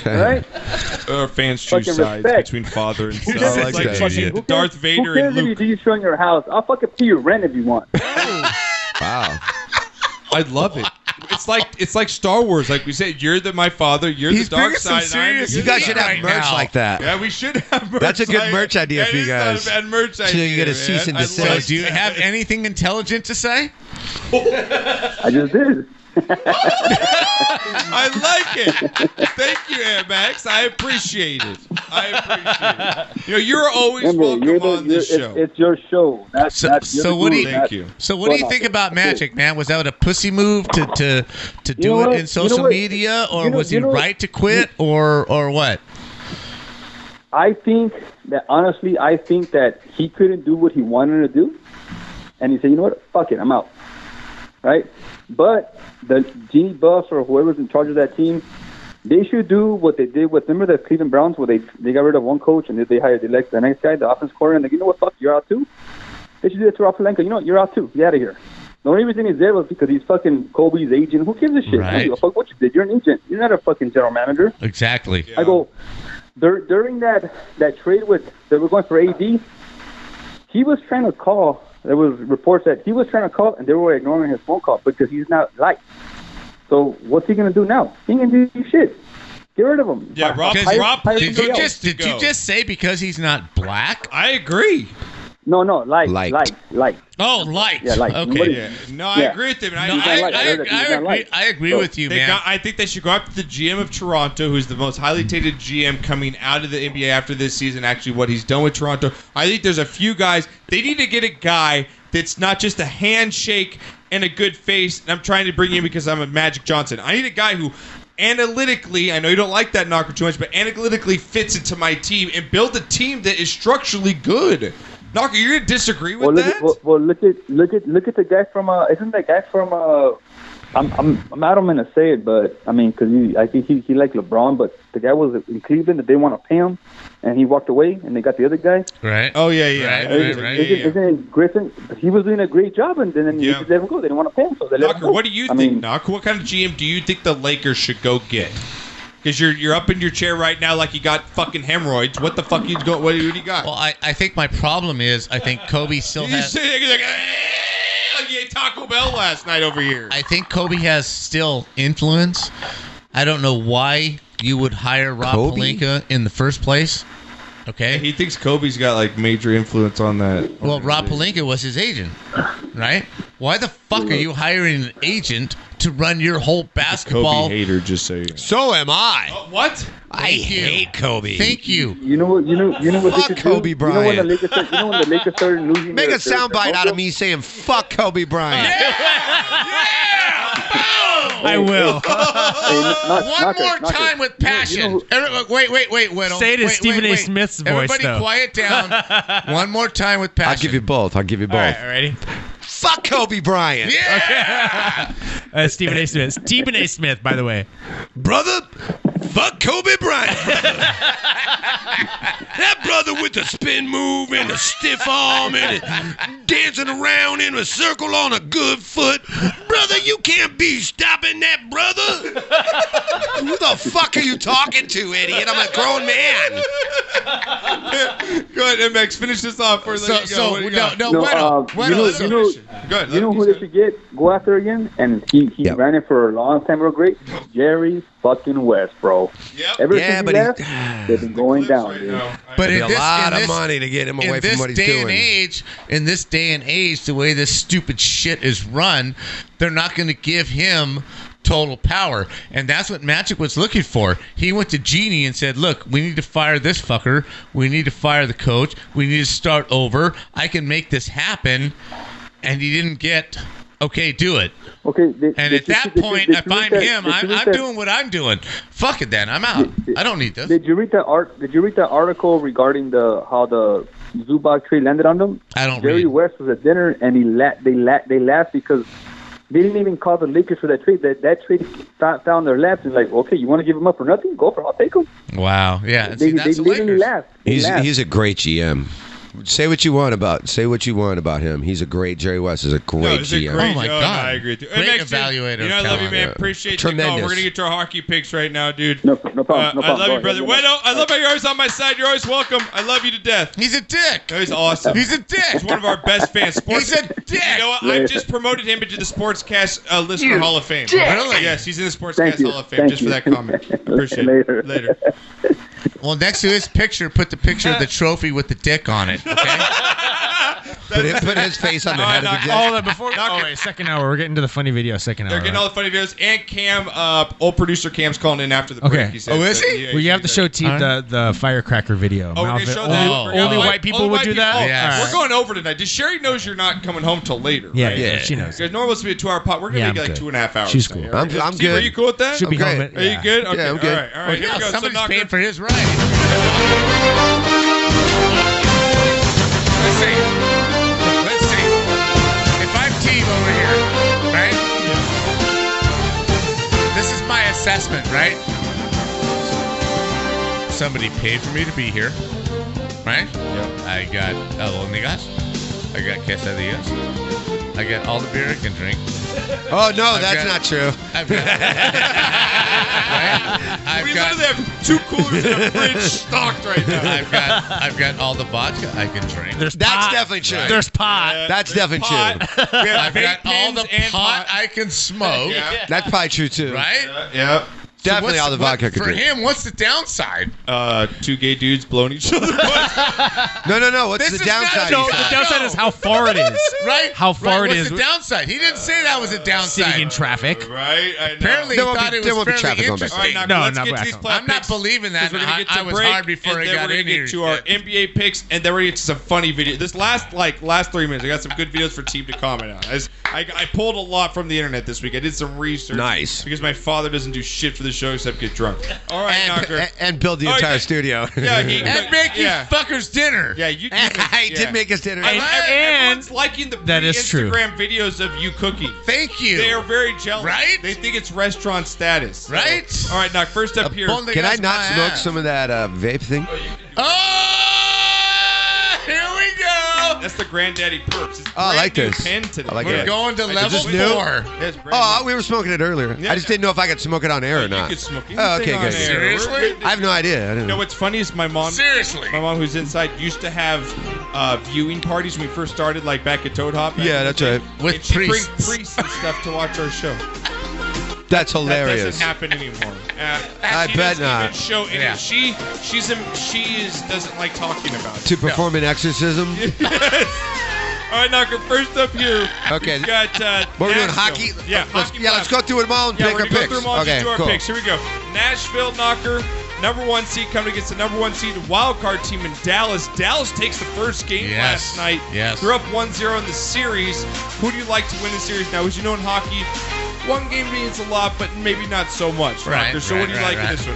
right? Our Uh, fans choose Fucking sides respect. between father and son. Who does It's it? like Fucking- fucking who Darth cares- Vader Who cares and if Luke. you do you show in your house? I'll fucking pay your rent if you want. Wow. I love it. It's like it's like Star Wars. Like we said, you're the my father. You're He's the dark bringing some side. and I'm the serious good You guys side. should have Right merch now. like that. Yeah, we should have merch. That's a good like- merch idea That for you is not a guys. bad merch So idea. you get a cease man. and I desist. love So do you that. have anything intelligent to say? I just did. I like it. Thank you, Air Max. I appreciate it. I appreciate it. You know, you're always Remember, welcome you're the- on this you're- show. It's, it's your show. That's, So, that's so your what do guru. you? That's- So what do you Well, think about that's it. Magic, man? Was that a pussy move to to, to do You know it what? in You social know what? media, or You know- was he you know what? right to quit, or or what? I think that honestly, I think that he couldn't do what he wanted to do, and he said, "You know what? Fuck it, I'm out." Right? But the Genie Buff or whoever's in charge of that team, they should do what they did with remember the Cleveland Browns, where they they got rid of one coach and then they hired the next the next guy, the offense coordinator, and they, you know what? Fuck, you're out too. They should do that to Rob Palenka. You know what? You're out too. Get out of here. The only reason he's there was because he's fucking Kobe's agent. Who gives a shit? I don't Right. give a fuck what you did. You're an agent. You're not a fucking general manager. Exactly. I go dur- during that that trade with that we're going for AD. He was trying to call. There was reports that he was trying to call, and they were ignoring his phone call because he's not liked. So what's he going to do now? He ain't going to do shit. Get rid of him. Yeah, Rob. Because- Rob did you Palenka just needs did to you go. just say because he's not black? I agree. No, no, like, like, like, like. Oh, like. Yeah, like. Okay. Nobody- Yeah. No, I Yeah. agree with him. and I, He's not I, like that. I, He's I not agree, like I agree So- with you, They man. got- I think they should go after the GM of Toronto, who's the most highly touted GM coming out of the NBA after this season. Actually, what he's done with Toronto, I think there's a few guys they need to get a guy that's not just a handshake and a good face. And I'm trying to bring in because I'm a Magic Johnson. I need a guy who. Analytically, I know you don't like that knocker too much, but analytically fits into my team and build a team that is structurally good. Knocker, you're gonna disagree with well, look that? At, well, well, look at look at look at the guy from uh, isn't that guy from uh, I'm I'm I'm not gonna say it, but I mean because I think he he liked LeBron, but the guy was in Cleveland that they want to pay him, and he walked away, and they got the other guy. Right. Oh yeah, yeah. I know Isn't, what you mean. isn't, isn't Griffin? He was doing a great job, and then they just let him go. They didn't want to pay him, so they let him Knocker, go. what do you think, Knock? What kind of GM do you think the Lakers should go get? Because you're you're up in your chair right now like you got fucking hemorrhoids. What the fuck you go? What do you got? Well, I, I think my problem is I think Kobe still You has. sit there, you're like, "Eh, like you ate Taco Bell last night over here. I think Kobe has still influence. I don't know why you would hire Rob Kobe? Palinka in the first place. Okay. Oh. He thinks Kobe's got like major influence on that. Well, Rob Palinka was his agent, right? Why the fuck are you hiring an agent to run your whole basketball? hater, just say. So am I. what? I hate Kobe. Thank you. You know what? You know. You know what? Fuck they could do? Kobe You know when the Bryant. Lakers. Started, you know when the Lakers started losing. Make their- a their- soundbite out of me saying "fuck Kobe Bryant." I will. One more time with passion. Every- wait, wait, wait, Weddle. Say it in Wait, Stephen wait, A. wait. Smith's voice, Everybody though. quiet down. One more time with passion. I'll give you both. I'll give you both. ready? Fuck Kobe Bryant. Uh, Stephen A. Smith. Stephen A. Smith, by the way. Brother, fuck Kobe Bryant. That brother with the spin move and the stiff arm and it- dancing around in a circle on a good foot. Brother, you can't be stopping that brother. Who the fuck are you talking to, idiot? I'm a grown man. Go ahead, MX. Finish this off. For So- so, no, no, No, uh, you know, you know, you know who they should get go after again, and he, he ran it for a long time real great. Jerry fucking West, bro. Ever Yeah, since but he he- left, they've been going down. dude. But It'd in be a this, lot in of this- money to get him away in from this what he's day and doing. age, in this day and age, the way this stupid shit is run, they're not going to give him total power, and that's what Magic was looking for. He went to Genie and said, "Look, we need to fire this fucker. We need to fire the coach. We need to start over. I can make this happen," and he didn't get. Okay, do it. Okay. They, And they at should- that they should- point, they if should I'm read that- him, they should I'm, read I'm that- doing what I'm doing. Fuck it, then. I'm out. I don't need this. Did you read that art? Did you read that article regarding the how the Zubac tree landed on them? I don't Jerry West was at dinner and he la- they la- they laughed because they didn't even call the Lakers for that trade. That that trade fou- found their laps and like, okay, you want to give him up for nothing? Go for it. I'll take him. Wow. Yeah. They, they literally laughed. They He's laughed. he's a great GM. Say what you want about say what you want about him. He's a great Jerry West is a great It's a GM. Oh, great job. I agree with you. Great MX, dude, evaluator You know, I of love you, talent. man. Yeah. Appreciate you. We're Tremendous. going to get to our hockey picks right now, dude. Uh, No, no problem. no I love problem. you, brother. Go ahead, Wedo, I love how you're always on my side. You're always welcome. I love you to death. He's a dick. He's awesome. He's a dick. He's one of our best fans. Sports. He's a dick. You know what? I just promoted him into the Sportscast uh, Listener You Hall of Fame. dick. Really? Yes, he's in the Thank Sportscast you. Hall of Fame Thank just you. for that comment. Appreciate it. Later. Later. Well, next to his picture, put the picture of the trophy with the dick on it. Put, it, put his face on the head of the Hold on, before oh, wait, second hour, we're getting to the funny video. Second They're hour. getting all the funny videos. And Cam, uh, old producer Cam's calling in after the break. Okay. He Oh, said, So, yeah, Oh, well, you have to show T All the, the firecracker video. Oh, we're Mouth gonna it. show only, that. only white people only would white do that. people. All We're right. going over tonight. Does Sherry knows you're not coming home till later? Yeah, right? yeah, she knows. Because normally it's supposed to be a two-hour pot. We're gonna Yeah, make it I'm like good. two and a half hours. She's cool. All I'm- I'm Steve, Are good. you cool with that? Should be Okay. home at- Are you yeah. good? Yeah, Okay. I'm good. All right. All right. Well, Here we go. So Somebody's knock- paying for his ride. Let's see. Let's see. If I'm team over here, right? This is my assessment, right? Somebody paid for me to be here, right? Yep. I got El Onigas. I got Quesadillas. I got all the beer I can drink. Oh no, I've that's got- not true. I've got, right? I've We got, literally have two coolers in the fridge stocked right now. I've got I've got all the vodka I can drink. that's definitely true. Right. pot. That's definitely true. We have I've got vape pens and pot. I can smoke. That's probably true too. Right? Yep. Definitely what's- all the what- vodka could For drink. him, what's the downside? Uh, two gay dudes blowing each other. no, no, no. What's This the is not a downside? no- he the said? downside is how far it is. Right? How far right, it what's is. the downside? He didn't say that was Uh, a downside. Sitting in traffic. Right? I know. Apparently, he thought it was fairly interesting. All right, No, now, let's not get back to these on. playoff I'm not picks, believing that. 'cause We're gonna I- get to I was break, hard before and I then got we're gonna in get here. to our NBA picks, and then we're gonna get to some funny videos. This last like last three minutes, I got some good videos for team to comment on. I, s- I- I pulled a lot from the internet this week. I did some research. Nice. Because my father doesn't do shit for the show except get drunk. All right, Knocker. and, and build the All right, entire yeah. studio. Yeah, he, And make you yeah. fuckers dinner. Yeah, you. I did make us dinner. And, And- everyone's liking the That is true. Instagram videos of you cooking. Thank you. They are very jealous. Right? They think it's restaurant status. Right? all right, knock. First up here. Can I not smoke some of that uh, vape thing? Here we go. That's the granddaddy perks. It's Oh, I brand like new this. Pen today. I like We're that. going to I level just- four. Yes, brand Oh, we were smoking it earlier. I just didn't know if I could smoke it on air or new. not. You could smoke anything Oh, okay, on good. air. We're good. I have no idea. I You don't know know. what's funny is my mom. Seriously. My mom, who's inside, used to have uh, viewing parties when we first started, like back at Toad Hop. Yeah, that's right. With and she'd bring priests and stuff to watch our show. That's That hilarious. doesn't happen anymore. Uh, I she bet doesn't not. even show any. Yeah. She she's a, she is doesn't like talking about it. To perform an exorcism. All right, Knocker. First up here. Okay. We've got. Uh, We're doing Nashville. hockey? Yeah. Let's- hockey yeah, let's playoff. go through them all and yeah, pick we're our gonna picks. Go through them all and Okay, just do our cool. picks. Here we go. Nashville Knocker, number one seed coming against the number one seed wild card team in Dallas. Dallas takes the first game Yes. last night. Yes. They're up 1-0 in the series. Who do you like to win the series now? As you know in hockey, one game means a lot, but maybe not so much. Right, Knocker. So right, what do you right, like right. in this one?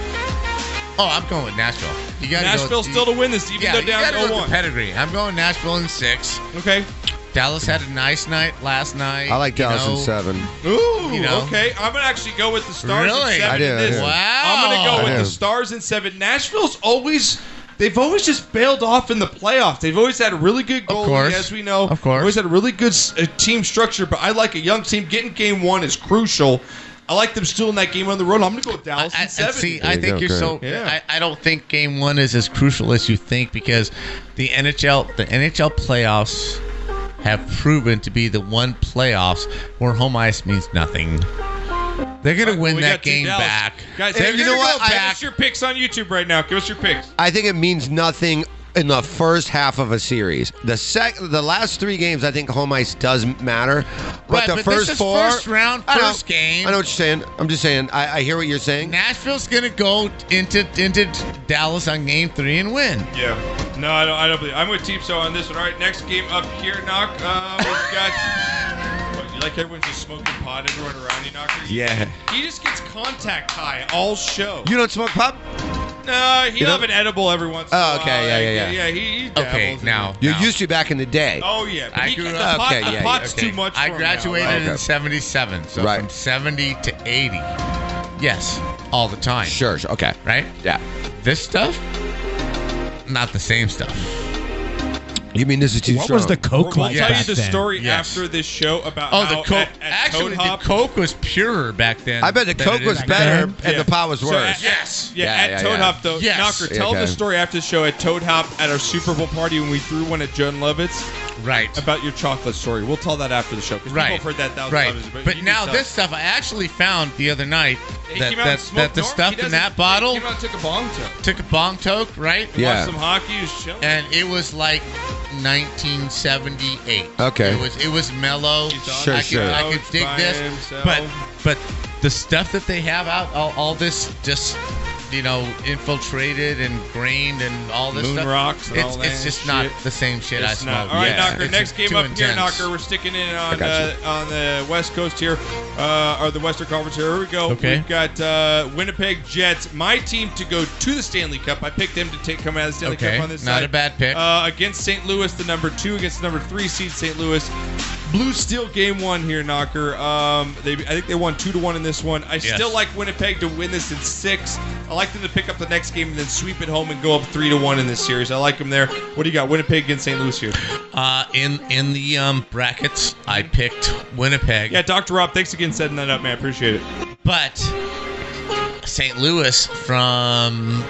Oh, I'm going with Nashville. You gotta Nashville go, still to win this, even yeah, though you down gotta go with 0-1. the pedigree. I'm going Nashville in six. Okay. Dallas had a nice night last night. I like you Dallas in know. seven. Ooh, You know? okay. I'm gonna actually go with the stars Really? and seven. I do, in this. I do. Wow. I'm gonna I go with do. the stars and seven. Nashville's always they've always just bailed off in the playoffs. They've always had a really good goalie, course. as we know. Of course, always had a really good s- uh, team structure. But I like a young team. Getting game one is crucial. I like them still in that game on the road. I'm gonna go with Dallas in And seven. see, I think you're so. Yeah. I, I don't think Game One is as crucial as you think because the NHL, the NHL playoffs have proven to be the one playoffs where home ice means nothing. They're gonna win We got that Team game Dallas. back. guys. They're if you're gonna gonna go go back- back. Give us your picks on YouTube right now. Give us your picks. I think it means nothing in the first half of a series. The sec, the last three games, I think home ice does matter. But Right, the but this first is four, first round, I know- first game. I know what you're saying. I'm just saying. I, I hear what you're saying. Nashville's gonna go into into Dallas on Game Three and win. Yeah. No, I don't. I don't believe. I'm with Team So on this one. All right, next game up here, knock. Uh, we've got. what, you like everyone's just smoking pot, everyone around you, knocker. Yeah. He just gets contact high all show. You don't smoke pop. No, You he'll know- have an edible every once. in a Oh, while. okay. Yeah, yeah, yeah. Yeah, he, he dabbles Okay, in now You now. used to back in the day. Oh yeah, but I he, grew the up. pot, Okay, the yeah, pot's okay. too much. I for him now, graduated right? in '77, so Right. from '70 to '80. Yes, all the time. Sure, sure. Okay. Right. Yeah. This stuff, not the same stuff. You mean this is too strong? We'll tell you the story after this show about Oh, the how Coke- Uh, at, at actually, Toad the Hop- Coke was purer back then. I bet the than it Coke is was now. better and Yeah. the pot was So worse. at- yes. Yeah, Yeah, at yeah, Toad yeah. Hop, though. Yes. Knocker, tell Okay. the story after the show at Toad Hop at our Super Bowl party when we threw one at Joan Lovitz. Right. About your chocolate story. We'll tell that after the show. 'cause Right. People have heard that thousand right. times. But, you now can this tell. stuff I actually found the other night He that came out that, and smoked that the normal. stuff He in that doesn't- bottle He came out and took a bong to took a bong toke, right? Yeah. some hockey. He was chilling. and it was like 1978. Okay. It was it was mellow. Sure, I could, sure. I could dig By this, himself. but but the stuff that they have out, all, all this just you know infiltrated and grained and all this Moon stuff. rocks and it's all it's that just shit. not the same shit I It's not. smoked. All right, Yeah. Knocker. It's next game too up here, intense. Knocker. We're sticking in on uh, got on the West Coast here, uh, or the Western Conference here. Here we go. Okay. We've got uh, Winnipeg Jets, my team to go to the Stanley Cup. I picked them to take come out of the Stanley Okay, Cup on this not side. a bad pick. Uh, against St. Louis, the number two against the number three seed St. Louis. Blue Steel game one here, Knocker. Um, they, I think they won two to one in this one. I Yes. still like Winnipeg to win this in six. I like them to pick up the next game and then sweep it home and go up three to one in this series. I like them there. What do you got? Winnipeg against St. Louis here. Uh, in in the um, brackets, I picked Winnipeg. Yeah, Dr. Rob, thanks again setting that up, man. Appreciate it. But St. Louis, from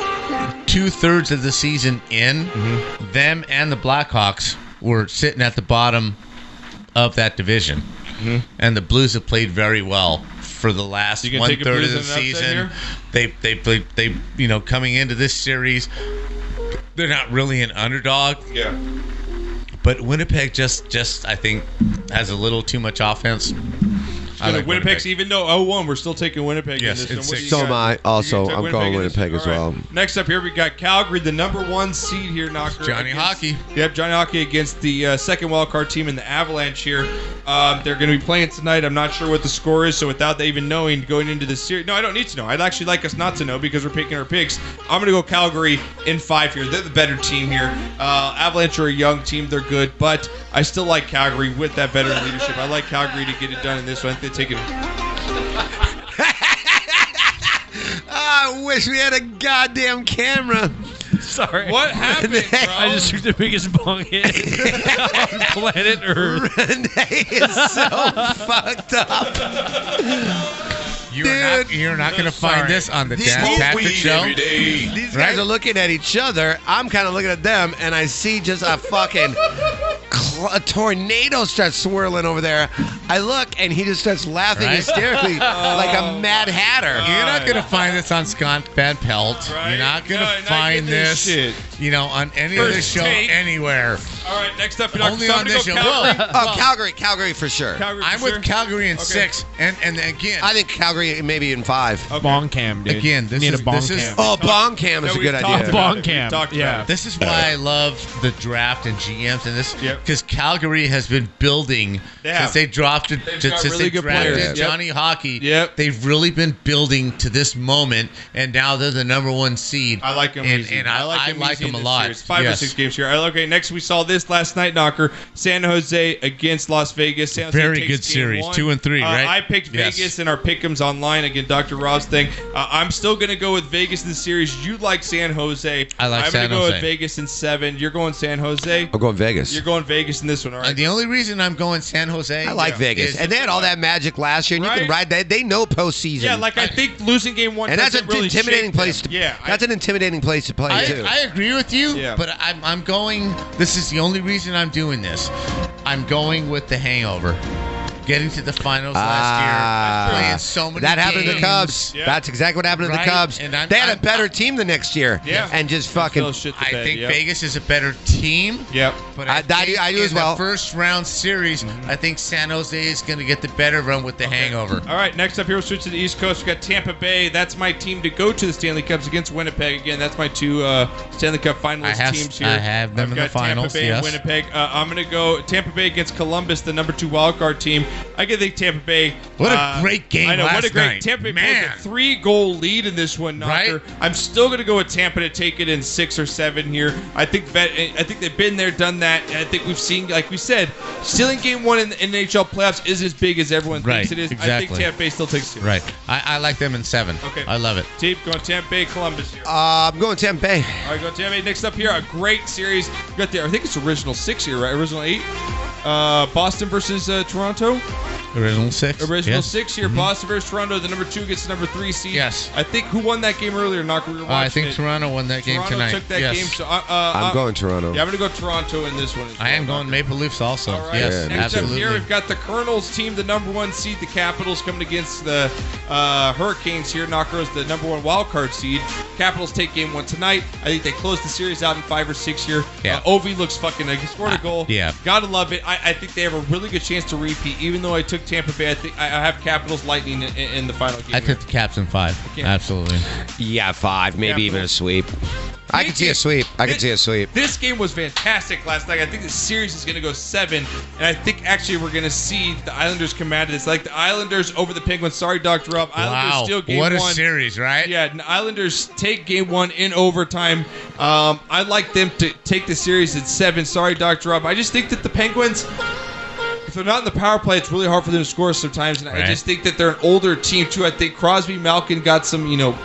two thirds of the season in, Mm-hmm. them and the Blackhawks were sitting at the bottom of that division. And the Blues have played very well for the last Mm-hmm. You gonna one take a third of breather the and an upset season. here? They, they they they you know coming into this series, they're not really an underdog. Yeah. But Winnipeg just just I think has a little too much offense. I like Winnipeg's even though 0-1, we're still taking Winnipeg. Yes, in it's this. one. What do you So got? am I. Also, You I'm took going in this Winnipeg one. as All right. well. Next up here, we got Calgary, the number one seed here, knocker. Johnny Hockey. Yep, Johnny Hockey against the uh, second wild card team in the Avalanche here. Um, they're going to be playing tonight. I'm not sure what the score is, so without even knowing going into the series, no, I don't need to know. I'd actually like us not to know because we're picking our picks. I'm going to go Calgary in five here. They're the better team here. Uh, Avalanche are a young team. They're good, but I still like Calgary with that veteran leadership. I like Calgary to get it done in this one. I think they take it Ah, I wish we had a goddamn camera. Sorry. What happened, I just took the biggest bong hit on planet Earth. Renee is so fucked up. You're not you're not gonna find this on the These Dan Patrick weed show. every These guys are looking at each other. I'm kind of looking at them, and I see just a fucking cl- a tornado starts swirling over there. I look, and he just starts laughing Right? hysterically Uh, like Oh. a Mad Hatter. You're not gonna find this on Scott Van Pelt. You're not gonna find get this, this shit. you know, on any of First this show take. anywhere. All right, next up, Only on this show. Oh, Well, well, Oh, Calgary for sure. Calgary I'm with Calgary in six, and and again, I think Calgary maybe in five. Bong cam, dude. Again, this Need is a bong this is cam. Oh, bong cam is a good idea. Bong cam. yeah. This is why I love the draft and GMs and this because Calgary has been building They have. since they drafted They've since got they really good drafted players. Yep. Johnny Hockey. Yep. They've really been building to this moment, and now they're the number one seed. I like them, and, easy. and I, I like him them, easy in a this lot. series. Five Yes. or six games here. All right, Okay, next we saw this last night, Knocker. San Jose against Las Vegas. San Jose Very takes good game series, one. two and three, Uh, right? I picked Yes. Vegas in our pick'ems online again. Dr. Rob's thing. Uh, I'm still going to go with Vegas in the series. You like San Jose? I like I'm San gonna go Jose. with Vegas in seven. You're going San Jose. I'm going Vegas. You're going Vegas in this one. All right. And the only reason I'm going San Jose, uh, I like is- Vegas, and they had all that magic last year, and you can ride that. They know postseason. Yeah, like I think losing game one. and that's an doesn't really intimidating shake place. them. To, Yeah, I- that's an intimidating place to play too. I, I agree with you, but I'm, I'm going. This is the only reason I'm doing this. I'm going with the hangover. Getting to the finals last Ah. year, playing so many. that happened to the games. Cubs. That's exactly what happened to Right? the Cubs. And I'm- They had I'm- a better team the next year. Yeah. And just fucking. I think Vegas is a better team. Yep. Mm-hmm. But I- I, I do- think I do in as well. The first round series, I think San Jose is going to get the better of them with the hangover. All right, next up here, we'll switch to the East Coast. We've got Tampa Bay. That's my team to go to the Stanley Cups against Winnipeg. Again, that's my two uh, Stanley Cup finalist I have- teams here. I have them I've in got the finals, Tampa Bay yes. and Winnipeg. Uh, I'm going to go Tampa Bay against Columbus, the number two wildcard team. I can think Tampa Bay. What a uh, great game I know, last what a great night. Tampa Bay Man. with a three goal lead in this one, Knocker. Right? I'm still going to go with Tampa to take it in six or seven here. I think vet, I think they've been there, done that. I think we've seen, like we said, stealing game one in the NHL playoffs is as big as everyone Right, thinks it is. I think exactly. Tampa Bay still takes it. Right. I, I like them in seven. Okay. I love it. Deep going Tampa Bay, Columbus here. Uh, I'm going Tampa Bay. All right, go Tampa Bay. Next up here, a great series. We got the I think it's original six here, right? Original eight. Uh, Boston versus uh, Toronto. Original six. Original yes. six here. Mm-hmm. Mhm. Boston versus Toronto. The number two gets the number three seed. Yes. I think who won that game earlier? Knock. We were Uh, watching I think it. Toronto won that game Toronto tonight. took that yes. game. So uh, uh, uh, I'm going Toronto. Yeah, I'm gonna go Toronto in this one. as I am going Maple Leafs also. All right. Yes, Next absolutely. up here, we've got the Colonels team, the number one seed. The Capitals coming against the uh, Hurricanes here. Knockers, the number one wild card seed. Capitals take game one tonight. I think they close the series out in five or six here. Yeah. Uh, Ovi looks fucking like he scored a goal. yeah. Gotta love it. I, I think they have a really good chance to repeat. Even though I took Tampa Bay, I think I, I have Capitals Lightning in, in the final game. I here. took the Caps in five. Okay. Absolutely. Yeah, five, maybe Yeah, even a sweep. I could see a sweep. I could see a sweep. This game was fantastic last night. I think the series is going to go seven, and I think actually we're going to see the Islanders come at it. It's like the Islanders over the Penguins. Sorry, Doctor Rob. Islanders Wow. steal game What a one. series, right? Yeah, and Islanders take game one in overtime. Um, I like them to take the series at seven. Sorry, Doctor Rob. I just think that the Penguins. If they're not in the power play, it's really hard for them to score sometimes. And I Right. just think that they're an older team too. I think Crosby Malkin got some, you know,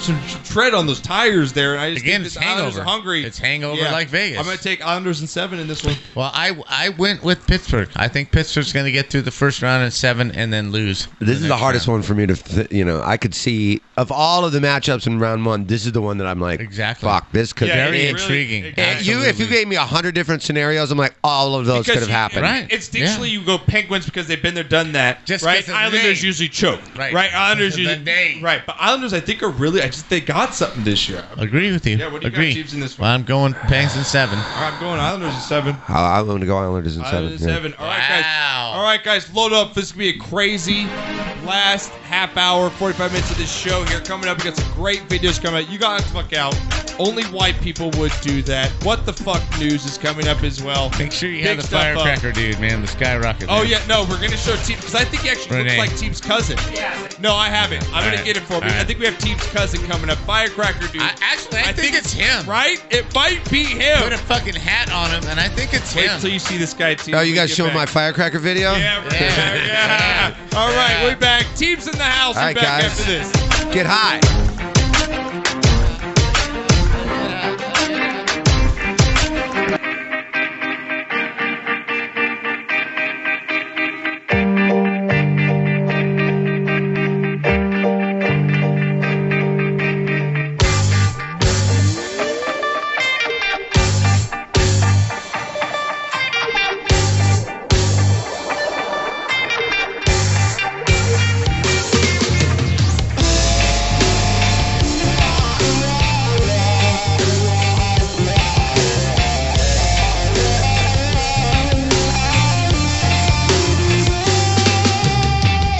some tread on those tires there. And I just Mm-hmm. Again, think it's this Islanders hangover. are hungry. It's hangover like Vegas. I'm gonna take Islanders in seven in this one. Well, I I went with Pittsburgh. I think Pittsburgh's going to get through the first round in seven and then lose. This is the hardest one for me to, th- you know, I could see of all of the matchups in round one, this is the one that I'm like, exactly. Fuck, this could Yeah, be Very it really- intriguing. If you, if you gave me a hundred different scenarios, I'm like, all of those could have you- happened. Instinctually, you go Penguins because they've been there, done that. Just right. Islanders usually choke. Right. Right. Islanders usually. Right. But Islanders, I think, are really. I just they got something this year. Agree with you. Yeah, what do you got, Agree. Chiefs, in this Well, I'm going Pangs in seven. I'm going Islanders in seven. I- I'm going to go Islanders in seven. Islanders in yeah. seven. All right, guys. All right, guys. Load up. This is gonna be a crazy last half hour, 45 minutes of this show here. Coming up, we got some great videos coming out. You gotta fuck out. Only white people would do that. What the fuck news is coming up as well. Make sure you Big have the stuff up. firecracker, dude, man. The skyrocket. Oh man. yeah, no, we're gonna show Teep because I think he actually Renee. looks like Teep's cousin. No, I haven't. I'm gonna Alright, get it for me. I alright. think we have Teep's cousin coming up. Firecracker dude. actually, I, think, it's him. Right? It might be him. Put a fucking hat on him, and I think it's Wait him. till you see this guy. Teep. Oh, you guys show showing my firecracker video? Yeah, we're back. Yeah. All right, we're back. Teep's in the house. All and right, back guys. after this. Get high.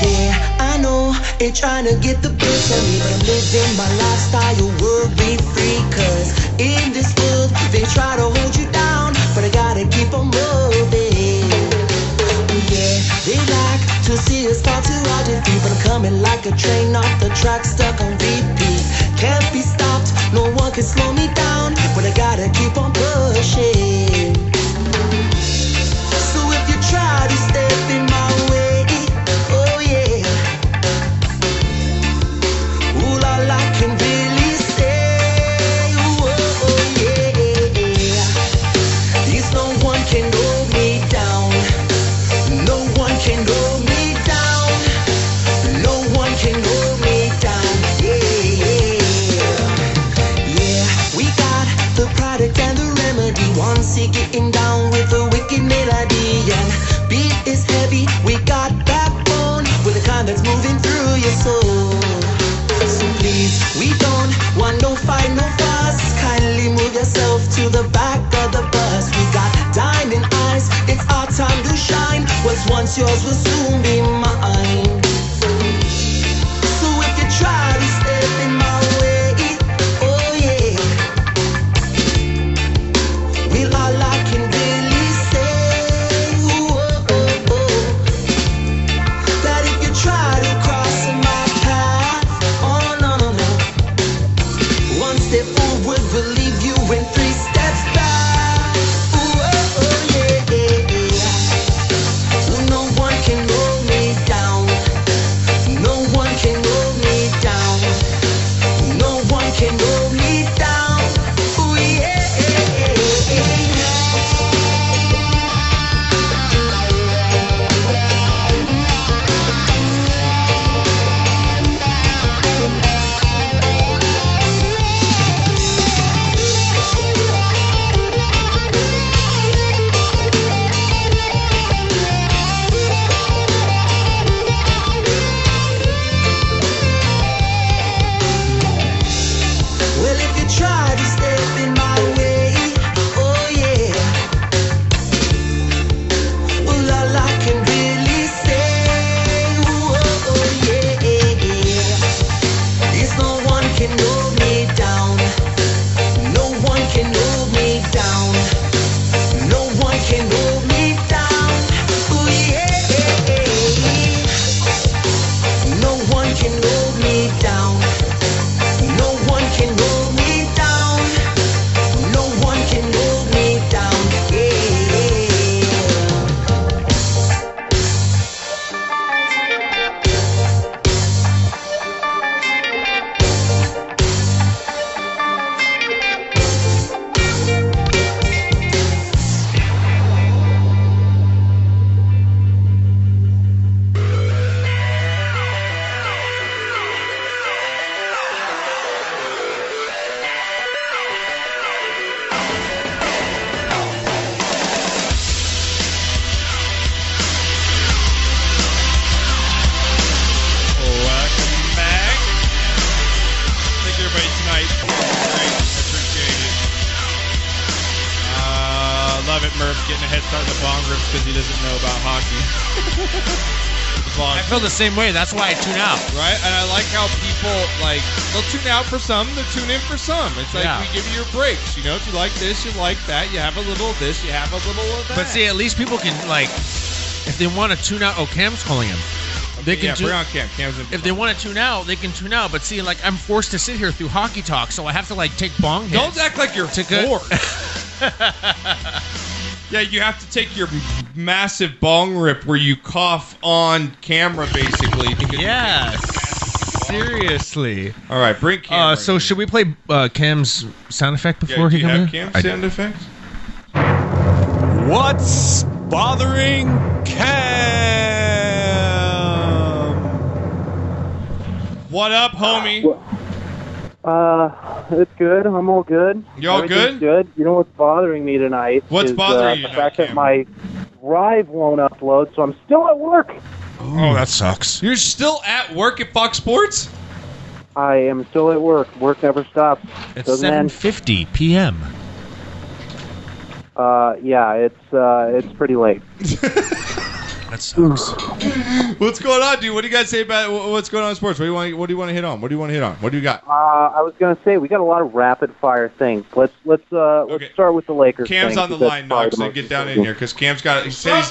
Yeah, I know ain't trying to get the best of me, but I'm living my lifestyle worry free. Cause in this world, they try to hold you down, but I gotta keep on moving. Yeah, they like to see us fall too hard and deep, but I'm coming like a train off the track, stuck on repeat. Can't be stopped, no one can slow me down, but I gotta keep on pushing. So if you try to step in my way, oh yeah. Ooh la la can really say, oh, oh yeah. Yes, no one can hold me down. No one can hold me down. No one can hold me down. Yeah, yeah. Yeah, we got the product and the remedy. Once you're getting down with the wicked melody and beat is heavy, we got backbone with the kind that's moving through your soul. So please, we don't want no fight, no fuss. Kindly move yourself to the back of the bus. We got diamond eyes, it's our time to shine. What's once yours will soon be mine. So if you try to step in my way, oh yeah. Will all I can really say, ooh, oh, oh, oh. That if you try to cross my path, oh no, no, no. One step forward will leave you in three steps back. Ooh, oh, oh, yeah, yeah, yeah. Ooh, no one can hold me down. No one can hold me down. No one can hold me down. Ooh, yeah, yeah, yeah. Well, if you try to step in my way, oh yeah. Well, all I can really say, ooh, oh, oh yeah, is no one can hold me down. No one can hold me down. No one can hold me down. Oh, Ooh yeah. No one can hold me down. No one can hold me down. No one can hold me down. Yeah. Uh, getting a head start in the bong grips because he doesn't know about hockey. I feel the same way. That's why I tune out. Right? And I like how people, like, they'll tune out for some, they'll tune in for some. It's like Yeah. we give you your breaks. You know, if you like this, you like that. You have a little of this, you have a little of that. But see, at least people can like, if they want to tune out. Oh, Cam's calling him. They can yeah, tune- bring on Cam. Cam's in- If they want to tune out, they can tune out. But see, like I'm forced to sit here through hockey talk, so I have to like take bong hits. Don't act like you're to go- forced. Yeah, you have to take your massive bong rip where you cough on camera, basically. Yeah. Seriously. All right, bring Cam. Uh, so should we play uh, Cam's sound effect before do he you comes have in? Cam's sound effect? What's bothering Cam? What up, homie? Uh, it's good. I'm all good. You all Everything's Good. You know what's bothering me tonight? What's is, uh, bothering you The tonight, fact that my drive won't upload, so I'm still at work. Oh, that sucks. You're still at work at Fox Sports? I am still at work. Work never stops. It's Doesn't end. 7:50 p.m. Uh, yeah, it's uh, it's pretty late. that sucks. What's going on, dude? What do you guys say about wh- what's going on in sports? What do you want? What do you want to hit on? What do you want to hit on? What do you got? Uh, I was gonna say we got a lot of rapid fire things. Let's let's uh, let's start with the Lakers. Cam's thing, on the 'cause that's line, probably Knox. the So most get down in important. here because Cam's got. He said he's,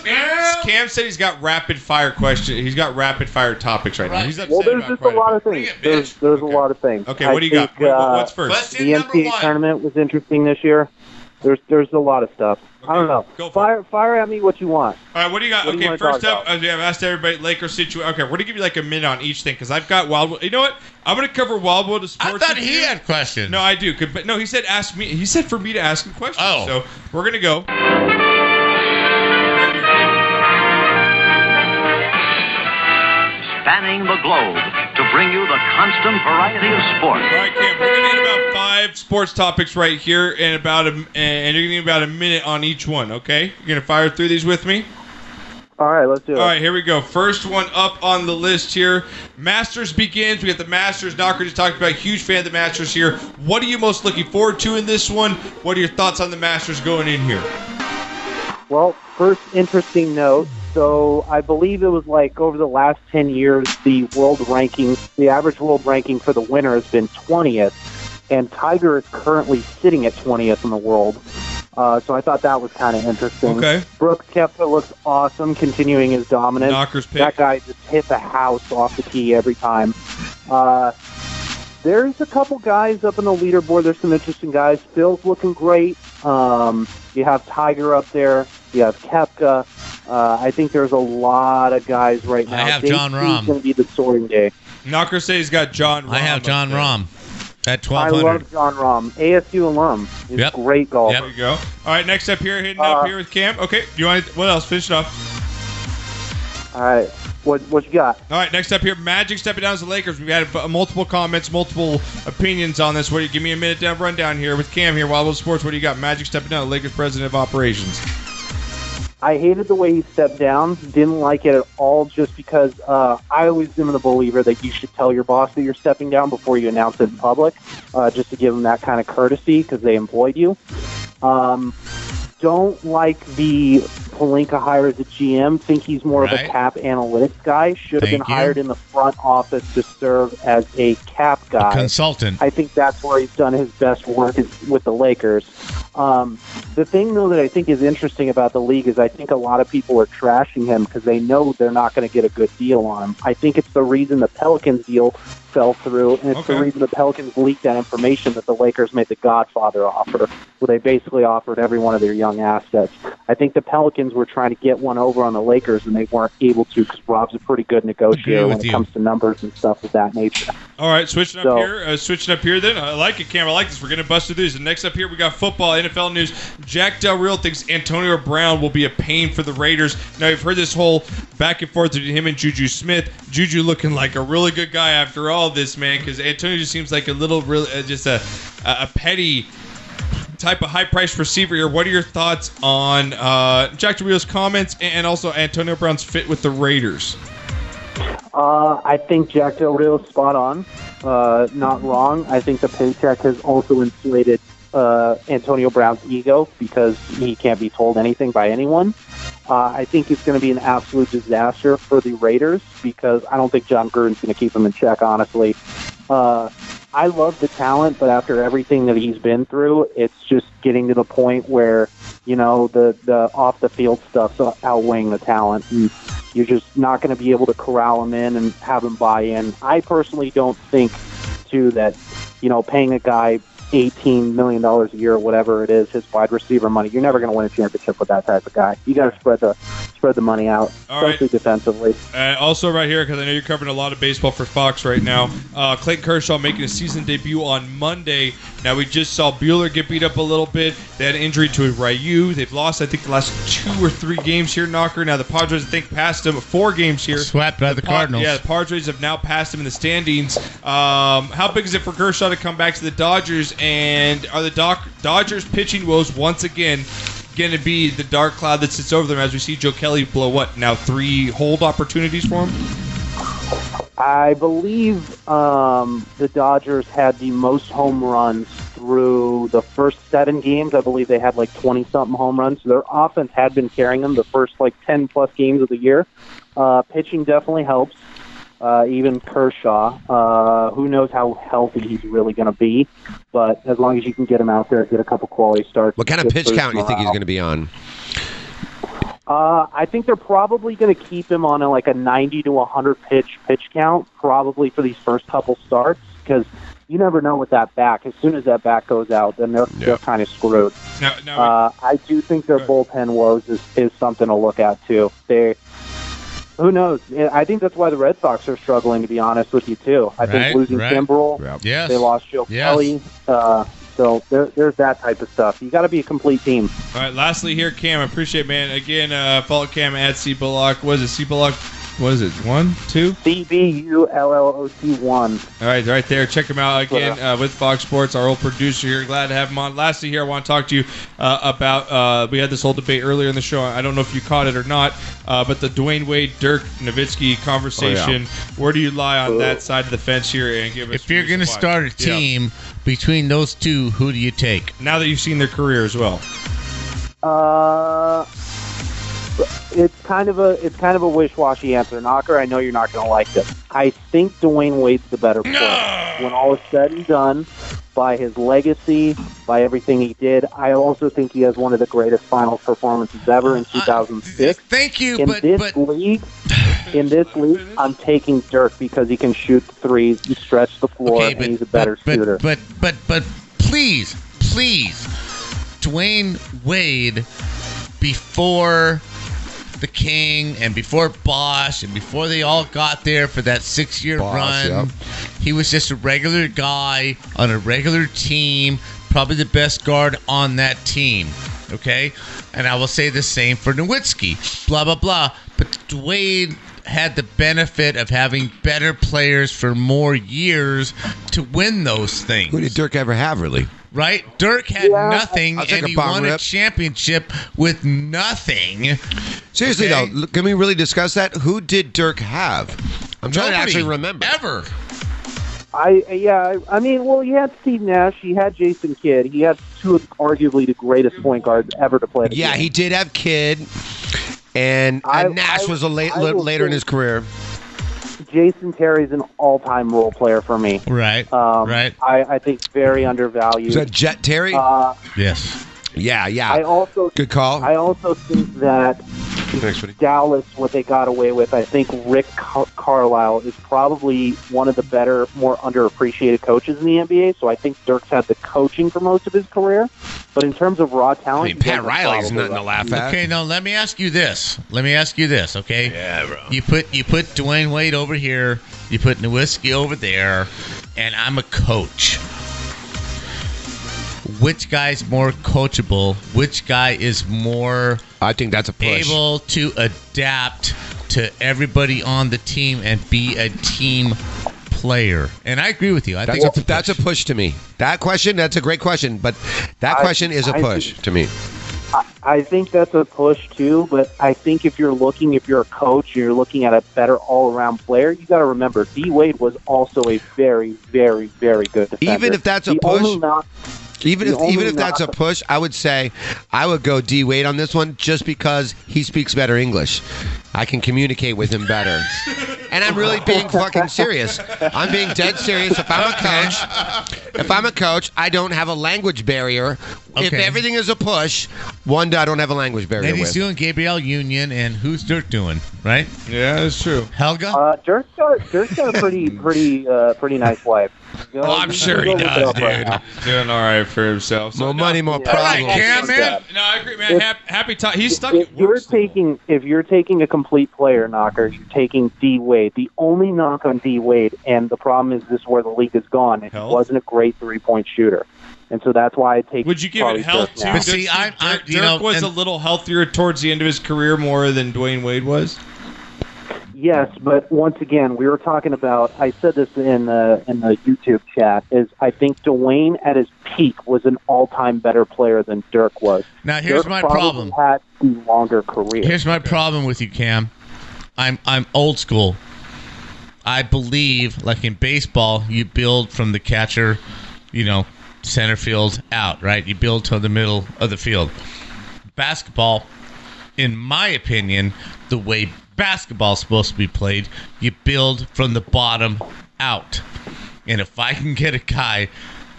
Cam said he's got rapid fire questions. He's got rapid fire topics right now. He's upset Well, there's about just a lot of things. There's, there's a lot of things. Okay, what do you got? think, What- uh, what's first? Question The NCAA tournament was interesting this year. There's there's a lot of stuff. I don't know. fire fire at me what you want. All right, what do you got? What do you okay, wanna first talk up, uh, yeah, I've asked everybody Lakers situation. Okay, we're gonna give you like a minute on each thing because I've got Wildwood. You know what? I'm gonna cover Wildwood as sports. I thought he had questions. No, I do. Could- But no, he said ask me. He said for me to ask him questions. Oh. so we're gonna go. Spanning the globe to bring you the constant variety of sports. All right, Cam, we're gonna hit about five sports topics right here, in about a, and you're gonna need about a minute on each one. Okay, you're gonna fire through these with me. All right, let's do All it. right, here we go. First one up on the list here. Masters begins. We got the Masters. Knocker just talked about. Huge fan of the Masters here. What are you most looking forward to in this one? What are your thoughts on the Masters going in here? Well, first interesting note. So I believe it was like over the last 10 years, the world ranking, the average world ranking for the winner has been 20th, and Tiger is currently sitting at 20th in the world. Uh, so I thought that was kind of interesting. Okay. Brooks Kepka looks awesome, continuing his dominance. Knocker's pick. That guy just hits a house off the tee every time. Uh, there's a couple guys up in the leaderboard. There's some interesting guys. Phil's looking great. Um, you have Tiger up there. You have Kepka. Uh, I think there's a lot of guys right now. have Day John two's Rahm. gonna be the soaring day. Knocker says he's got John. Rahm I have John Rom at I 1200. love John Rahm, ASU alum. Uh, He's Yep. great golfer. There you go. All right, next up here, hitting up here with Cam. Okay, you want what else? Finish it off. All right, what what you got? All right, next up here, Magic stepping down as the Lakers. We've had uh, multiple comments, multiple opinions on this. What do you give me a minute to have a rundown here with Cam here? Wild Wolves Sports. What do you got? Magic stepping down, Lakers president of operations. I hated the way he stepped down. Didn't like it at all, just because uh, I always am the believer that you should tell your boss that you're stepping down before you announce it in public, uh, just to give them that kind of courtesy because they employed you. Um, don't like the Palinka hire as a GM. Think he's more of a Right. cap analytics guy. Should have been Thank you. hired in the front office to serve as a cap guy. Consultant. I think that's where he's done his best work is with the Lakers. Um, the thing, though, that I think is interesting about the league is I think a lot of people are trashing him because they know they're not going to get a good deal on him. I think it's the reason the Pelicans deal fell through, and it's the reason the Pelicans leaked that information that the Lakers made the Godfather offer, where they basically offered every one of their young assets. I think the Pelicans were trying to get one over on the Lakers, and they weren't able to because Rob's a pretty good negotiator when it with you. comes to numbers and stuff of that nature. All right, switching up So- here. Uh, switching up here. Then I like it, Cam. I like this. We're gonna bust through these. And next up here, we got football, NFL news. Jack Del Rio thinks Antonio Brown will be a pain for the Raiders. Now you've heard this whole back and forth between him and Juju Smith. Juju looking like a really good guy after all this, man, because Antonio just seems like a little, real, uh, just a, a a petty type of high-priced receiver here. What are your thoughts on uh, Jack Del Rio's comments and also Antonio Brown's fit with the Raiders? Uh, I think Jack Del Rio's spot on, uh, not wrong. I think the paycheck has also inflated uh, Antonio Brown's ego because he can't be told anything by anyone. Uh, I think it's going to be an absolute disaster for the Raiders because I don't think John Gruden's going to keep them in check, honestly. Uh, I love the talent, but after everything that he's been through, it's just getting to the point where, you know, the, the off the field stuff's outweighing the talent. And you're just not going to be able to corral him in and have him buy in. I personally don't think, too, that, you know, paying a guy $18 million a year or whatever it is, his wide receiver money, you're never going to win a championship with that type of guy. you got to spread the, spread the money out, All right. especially defensively. Uh, also, right here, because I know you're covering a lot of baseball for Fox right now. Uh, Clayton Kershaw making a season debut on Monday. Now we just saw Bueller get beat up a little bit. They had an injury to Ryu. They've lost, I think, the last two or three games here. Knocker. Now the Padres, I think, passed them four games here. Swept by the Pa- Cardinals. Yeah, the Padres have now passed them in the standings. Um, how big is it for Kershaw to come back to the Dodgers? And are the Doc- Dodgers pitching woes once again? Going to be the dark cloud that sits over them as we see Joe Kelly blow what now three hold opportunities for him. I believe um, the Dodgers had the most home runs through the first seven games. I believe they had like 20 something home runs. Their offense had been carrying them the first like 10 plus games of the year. Uh, pitching definitely helps. Uh, even Kershaw, uh, who knows how healthy he's really going to be, but as long as you can get him out there, get a couple quality starts. What kind of just pitch boost count do you think he's morale. going to be on? Uh, I think they're probably going to keep him on a, like a 90 to 100 pitch pitch count, probably for these first couple starts, because you never know with that back. As soon as that back goes out, then they're, they're kind of screwed. No, no, uh, I do think their bullpen woes is, is something to look at too. They, who knows? Yeah, I think that's why the Red Sox are struggling. To be honest with you, too, I Right, think losing right. Kimbrel, Yes. they lost Joe Yes. Kelly. Uh, so there, there's that type of stuff. You got to be a complete team. All right. Lastly, here, Cam. I appreciate, man. Again, uh, follow Cam at C Bullock. What is it? C Bullock. What is it? One, two. C B U L L O T one. All right, right there. Check him out again uh, with Fox Sports, our old producer here. Glad to have him on. Lastly, here, I want to talk to you uh, about. Uh, we had this whole debate earlier in the show. I don't know if you caught it or not, uh, but the Dwayne Wade Dirk Nowitzki Oh, conversation. Where do you lie on Uh, that side of the fence here? And give us. If you're going to reasons why. start a Yeah. team between those two, who do you take? Now that you've seen their career as well. Uh, it's kind of a it's kind of a wish-washy answer, Knocker. I know you're not going to like this. I think Dwayne Wade's the better player. When all is said and done, by his legacy, by everything he did, I also think he has one of the greatest finals performances ever in 2006. Uh, thank you, in but- this league, in this league, I'm taking Dirk because he can shoot threes, he stretch the floor, and he's a better shooter. But but but please, please, Dwayne Wade before the King and before Bosch and before they all got there for that six year run. yep. He was just a regular guy on a regular team, probably the best guard on that team. Okay? And I will say the same for Nowitzki. Blah blah blah. But Dwayne had the benefit of having better players for more years to win those things. Who did Dirk ever have really? Right? Dirk had nothing I'll take and a he bomb won a rip. championship with nothing. Seriously Okay? though, l- can we really discuss that? Who did Dirk have? I'm trying to Nobody. actually remember. Ever. I yeah, I I mean, well, he had Steve Nash, he had Jason Kidd, he had two of arguably the greatest point guards ever to play. The Yeah, game. he did have Kid, and, and I- Nash I- was a late, I la- will later in say- his career. Jason Terry's an all-time role player for me. Right. Um, right. I, I think very undervalued. Was that Jet Terry? Uh, Yes. Yeah, yeah. I also good call. I also think that Dallas, what they got away with, I think Rick Car- Carlisle is probably one of the better, more underappreciated coaches in the NBA. So I think Dirk's had the coaching for most of his career, but in terms of raw talent, he doesn't probably like- Okay, now let me ask you this. Let me ask you this, okay? Yeah, bro. You put you put Dwayne Wade over here, you put Nowitzki over there, and I'm a coach. Which guy's more coachable? Which guy is more I think that's a push. able to adapt to everybody on the team and be a team player? And I agree with you. I That's, think a, that's a push to me. That question, that's a great question, but that I- question is a I push to me. I, I think that's a push too, but I think if you're looking, if you're a coach, you're looking at a better all-around player. You got to remember, D Wade was also a very, very, very good defender. Even if that's a The push, only knock- Even The if only even if that's a knock- push, I would say I would go D Wade on this one just because he speaks better English. I can communicate with him better. And I'm really being fucking serious. I'm being dead serious. If I'm a coach, if I'm a coach, I don't have a language barrier. If Okay. everything is a push, one day I don't have a language barrier. Then he's with. doing Gabriel Union, and who's Dirk doing? Right? Yeah, that's true. Helga. Uh, Dirk's got Dirk's got a pretty pretty uh, pretty nice wife. You Oh, know, you can go look it up right now. Doing all right for himself. more money, more problems. Cam, man. No, I agree, man. Hap- happy time. He's stuck. If you're taking if you're taking a complete player knocker, you're taking D Wade. The only knock on D Wade, and the problem is this is where the league has gone. Is he wasn't a great three point shooter, and so that's why I take. Would you give Charlie it health Kirk too? now. Does he- Dirk, you know, Dirk was and- a little healthier towards the end of his career more than Dwayne Wade was. Yes, but once again, we were talking about. I said this in the in the YouTube chat. Is I think Dwayne at his peak was an all time better player than Dirk was. Now, here's Dirk my probably problem. Had the longer career. Here's my problem with you, Cam. I'm I'm old school. I believe, like in baseball, you build from the catcher, you know, center field out, right? You build to the middle of the field. Basketball, in my opinion, the way basketball's supposed to be played, you build from the bottom out. And if I can get a guy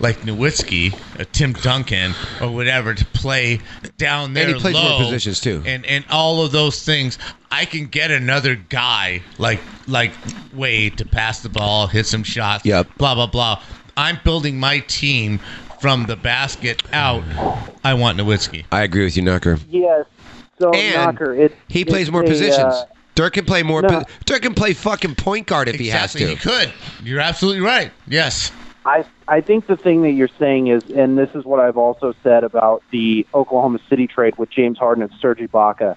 like Nowitzki, a Tim Duncan, or whatever to play down there And he plays more low, positions, too. and and all of those things i can get another guy like like wade to pass the ball hit some shots yep. blah blah blah i'm building my team from the basket out i want nowitzki I agree with you, Knocker. Yes. So And knocker, it He it's plays more a, uh, positions. Dirk can play more. no. po- Dirk can play fucking point guard if he Exactly, has he to. could. You're absolutely right. Yes. I I think the thing that you're saying is, and this is what I've also said about the Oklahoma City trade with James Harden and Serge Ibaka.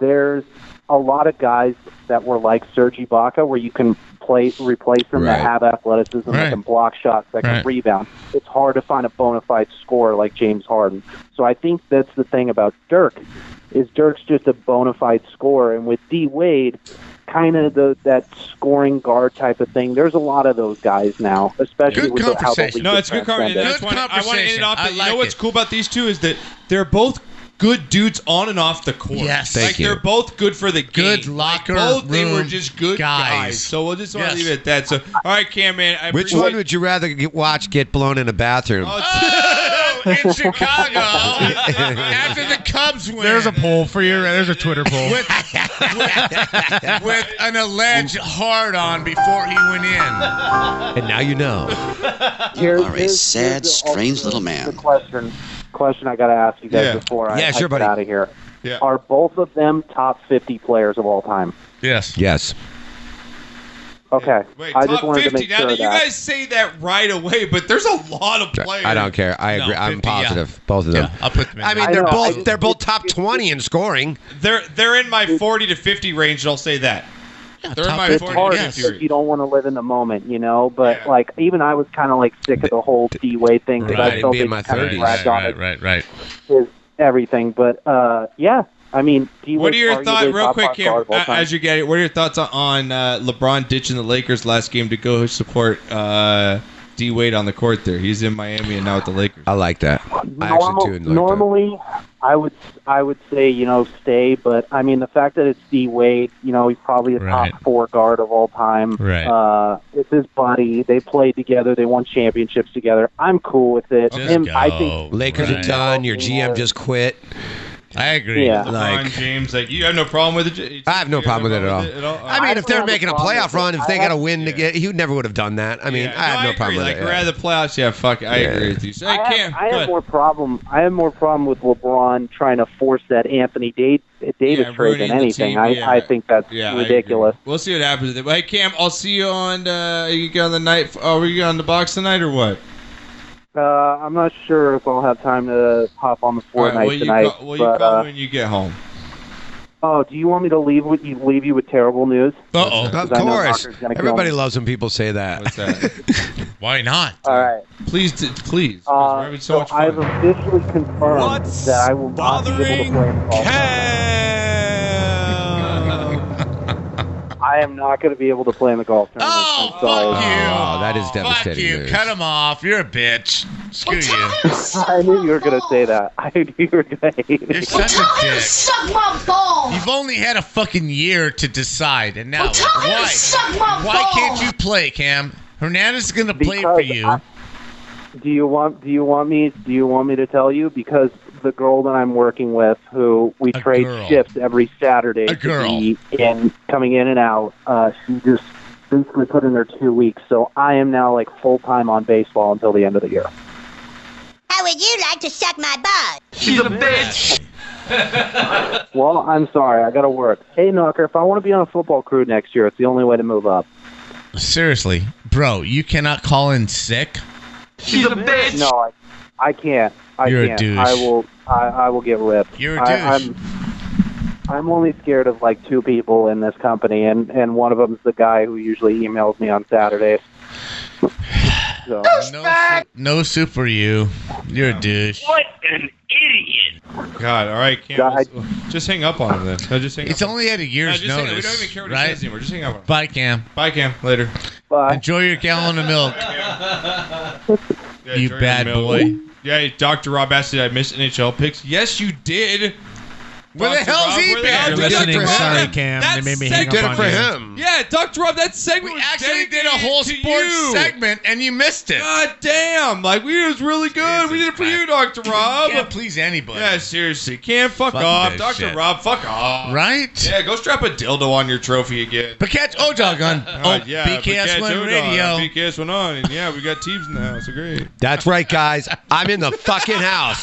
There's a lot of guys that were like Serge Ibaka, where you can play replace them that Right. have athleticism, that can block shots, that Right. can rebound. It's hard to find a bona fide scorer like James Harden. So I think that's the thing about Dirk is Dirk's just a bona fide scorer, and with D Wade, kind of the that scoring guard type of thing. There's a lot of those guys now, especially Good with the- how the league No, is it's good transcended. conversation. That's why I want to end it off. that- you know what's cool about these two is that they're both good dudes on and off the court. Yes. like Thank you. they're both good for the game. Good locker like, both they were room just good guys. guys. So we'll just want Yes. to leave it at that. So all right, Cam, man. I Which appreciate- one would you rather get, watch get blown in a bathroom? Oh, in Chicago, after the Cubs win, There's a poll for you. There's a Twitter poll. with, with, with an alleged hard on before he went in. and now you know. Here- You are a here's- here's sad, the- strange also little The man. question, question I got to ask you guys Yeah. before I, Yeah, I sure, get buddy. out of here. Yeah. Are both of them top 50 players of all time? Yes. Yes. Okay. Wait, I top just wanted 50. to make now sure that of you that. guys say that right away, but there's a lot of players. I don't care. I agree. I'm 50, yeah. positive. Both of them. I'll put them in I there. mean, I they're know, I both just- they're both top twenty in scoring. They're they're in my 40 to 50 range. I'll say that. they're in my it's 40 hard to 50 because you don't want to live in the moment, you know. But like, even I was kind of like sick of the whole D Wade thing because I Right, felt be in they my kinda 30s. grabbed on Right, right, right. his everything. But uh, yeah, I mean, D Wade. What are your thoughts, real quick, Cam, Here, uh, as you get it? What are your thoughts on uh, LeBron ditching the Lakers last game to go support uh, D Wade on the court? There, he's in Miami and now with the Lakers. I like that. Normal, normally, I would I would say you know stay, but I mean the fact that it's D Wade, you know he's probably a top four guard of all time. Right. Uh, it's his buddy. They played together. They won championships together. I'm cool with it. And I think Lakers Right. are done. Your GM just quit. I agree. Yeah. LeBron Like, James, like you have no problem with it. I have no problem with it at all. I mean, if they're making a playoff run, if they got to win to get, he never would have done that. I mean, I have no, problem like with we're it. out of the playoffs, yeah, fuck, it. I Yeah. agree with you. So, I have, I have more problem. I have more problem with LeBron trying to force that Anthony Da- Davis trade ruining than the anything. team, I, yeah. I think that's Yeah, I agree. ridiculous. we'll see what happens. Hey, Cam, I'll see you on. Uh, you get on the night? Are we on the box tonight or what? Uh, I'm not sure if I'll have time to hop on the All Fortnite right, will you tonight. call, will you but, call uh, when you get home? oh, do you want me to leave with you? Leave you with terrible news? Of 'Cause I know course, Hawker's gonna kill everybody me. loves when people say that. What's that? Why not? All right. Please, d- please. Uh, so I've officially confirmed that I will not be able to play in the fall. I am not going to be able to play in the golf tournament. I'm sorry. Oh, that is devastating. You cut him off. You're a bitch. Screw you. I knew you were going to say that. I knew you were going to hate You're it. such a dick. Suck my balls. You've only had a fucking year to decide, and now Well, tell her to why? suck my why can't balls. you play, Cam? Hernandez is going to play for you. Do you want? Do you want me? Do you want me to tell you? Because the girl that I'm working with, who we trade girl. shifts every Saturday, a girl. to be in coming in and out, uh, she just basically put in her two weeks. So I am now like full time on baseball until the end of the year. How would you like to suck my balls? She's a bitch. Well, I'm sorry, I got to work. Hey, Knocker, if I want to be on a football crew next year, it's the only way to move up. Seriously, bro, you cannot call in sick. She's a bitch. No, I, I can't. I You're a can't. douche. I will. I, I will get ripped. You're a I, douche. I'm, I'm only scared of like two people in this company, and and one of them's the guy who usually emails me on Saturdays. So. No soup for you. You're a douche. What an idiot! God, all right, Cam. just hang up on him then. No, just hang It's up. only at a year's No, just hang- notice. we don't even care what he right? says anymore. Just hang up on him. Bye, Cam. Bye, Cam. Later. Bye. Enjoy your gallon of milk. Yeah, you Jordan bad Miller. boy. Yeah, Dr. Rob asked, did I miss NHL picks? Yes, you did. Where the Dr. hell's Rob, he where the been? hell You're did listening, Dr. Rob- sorry, that- Cam, that they made me segment- hang up on you. Yeah, Dr. Rob, that segment We was actually did a whole dedicated to sports you. segment, and you missed it. God damn! Like we was really good. We did it for you, Doctor Rob. Can't please anybody. Yeah, seriously, can't fuck, Fuck off, that Doctor shit. Rob. Fuck off. Right? Yeah, go strap a dildo on your trophy again. But catch Odog on God, oh, yeah, BKS Paquette One Odog, Radio. BKS one on. And yeah, we got teams in the house. Agreed. That's right, guys. I'm in the fucking house.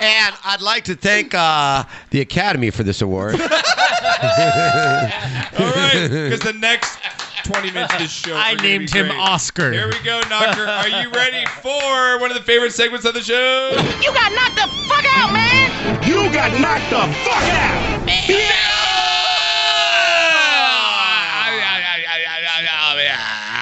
And I'd like to thank uh, the Academy for this award. All right, because the next twenty minutes of this show. I are gonna be named him great. Oscar. Here we go, Knocker. Are you ready for one of the favorite segments of the show? You got knocked the fuck out, man. You got knocked the fuck out.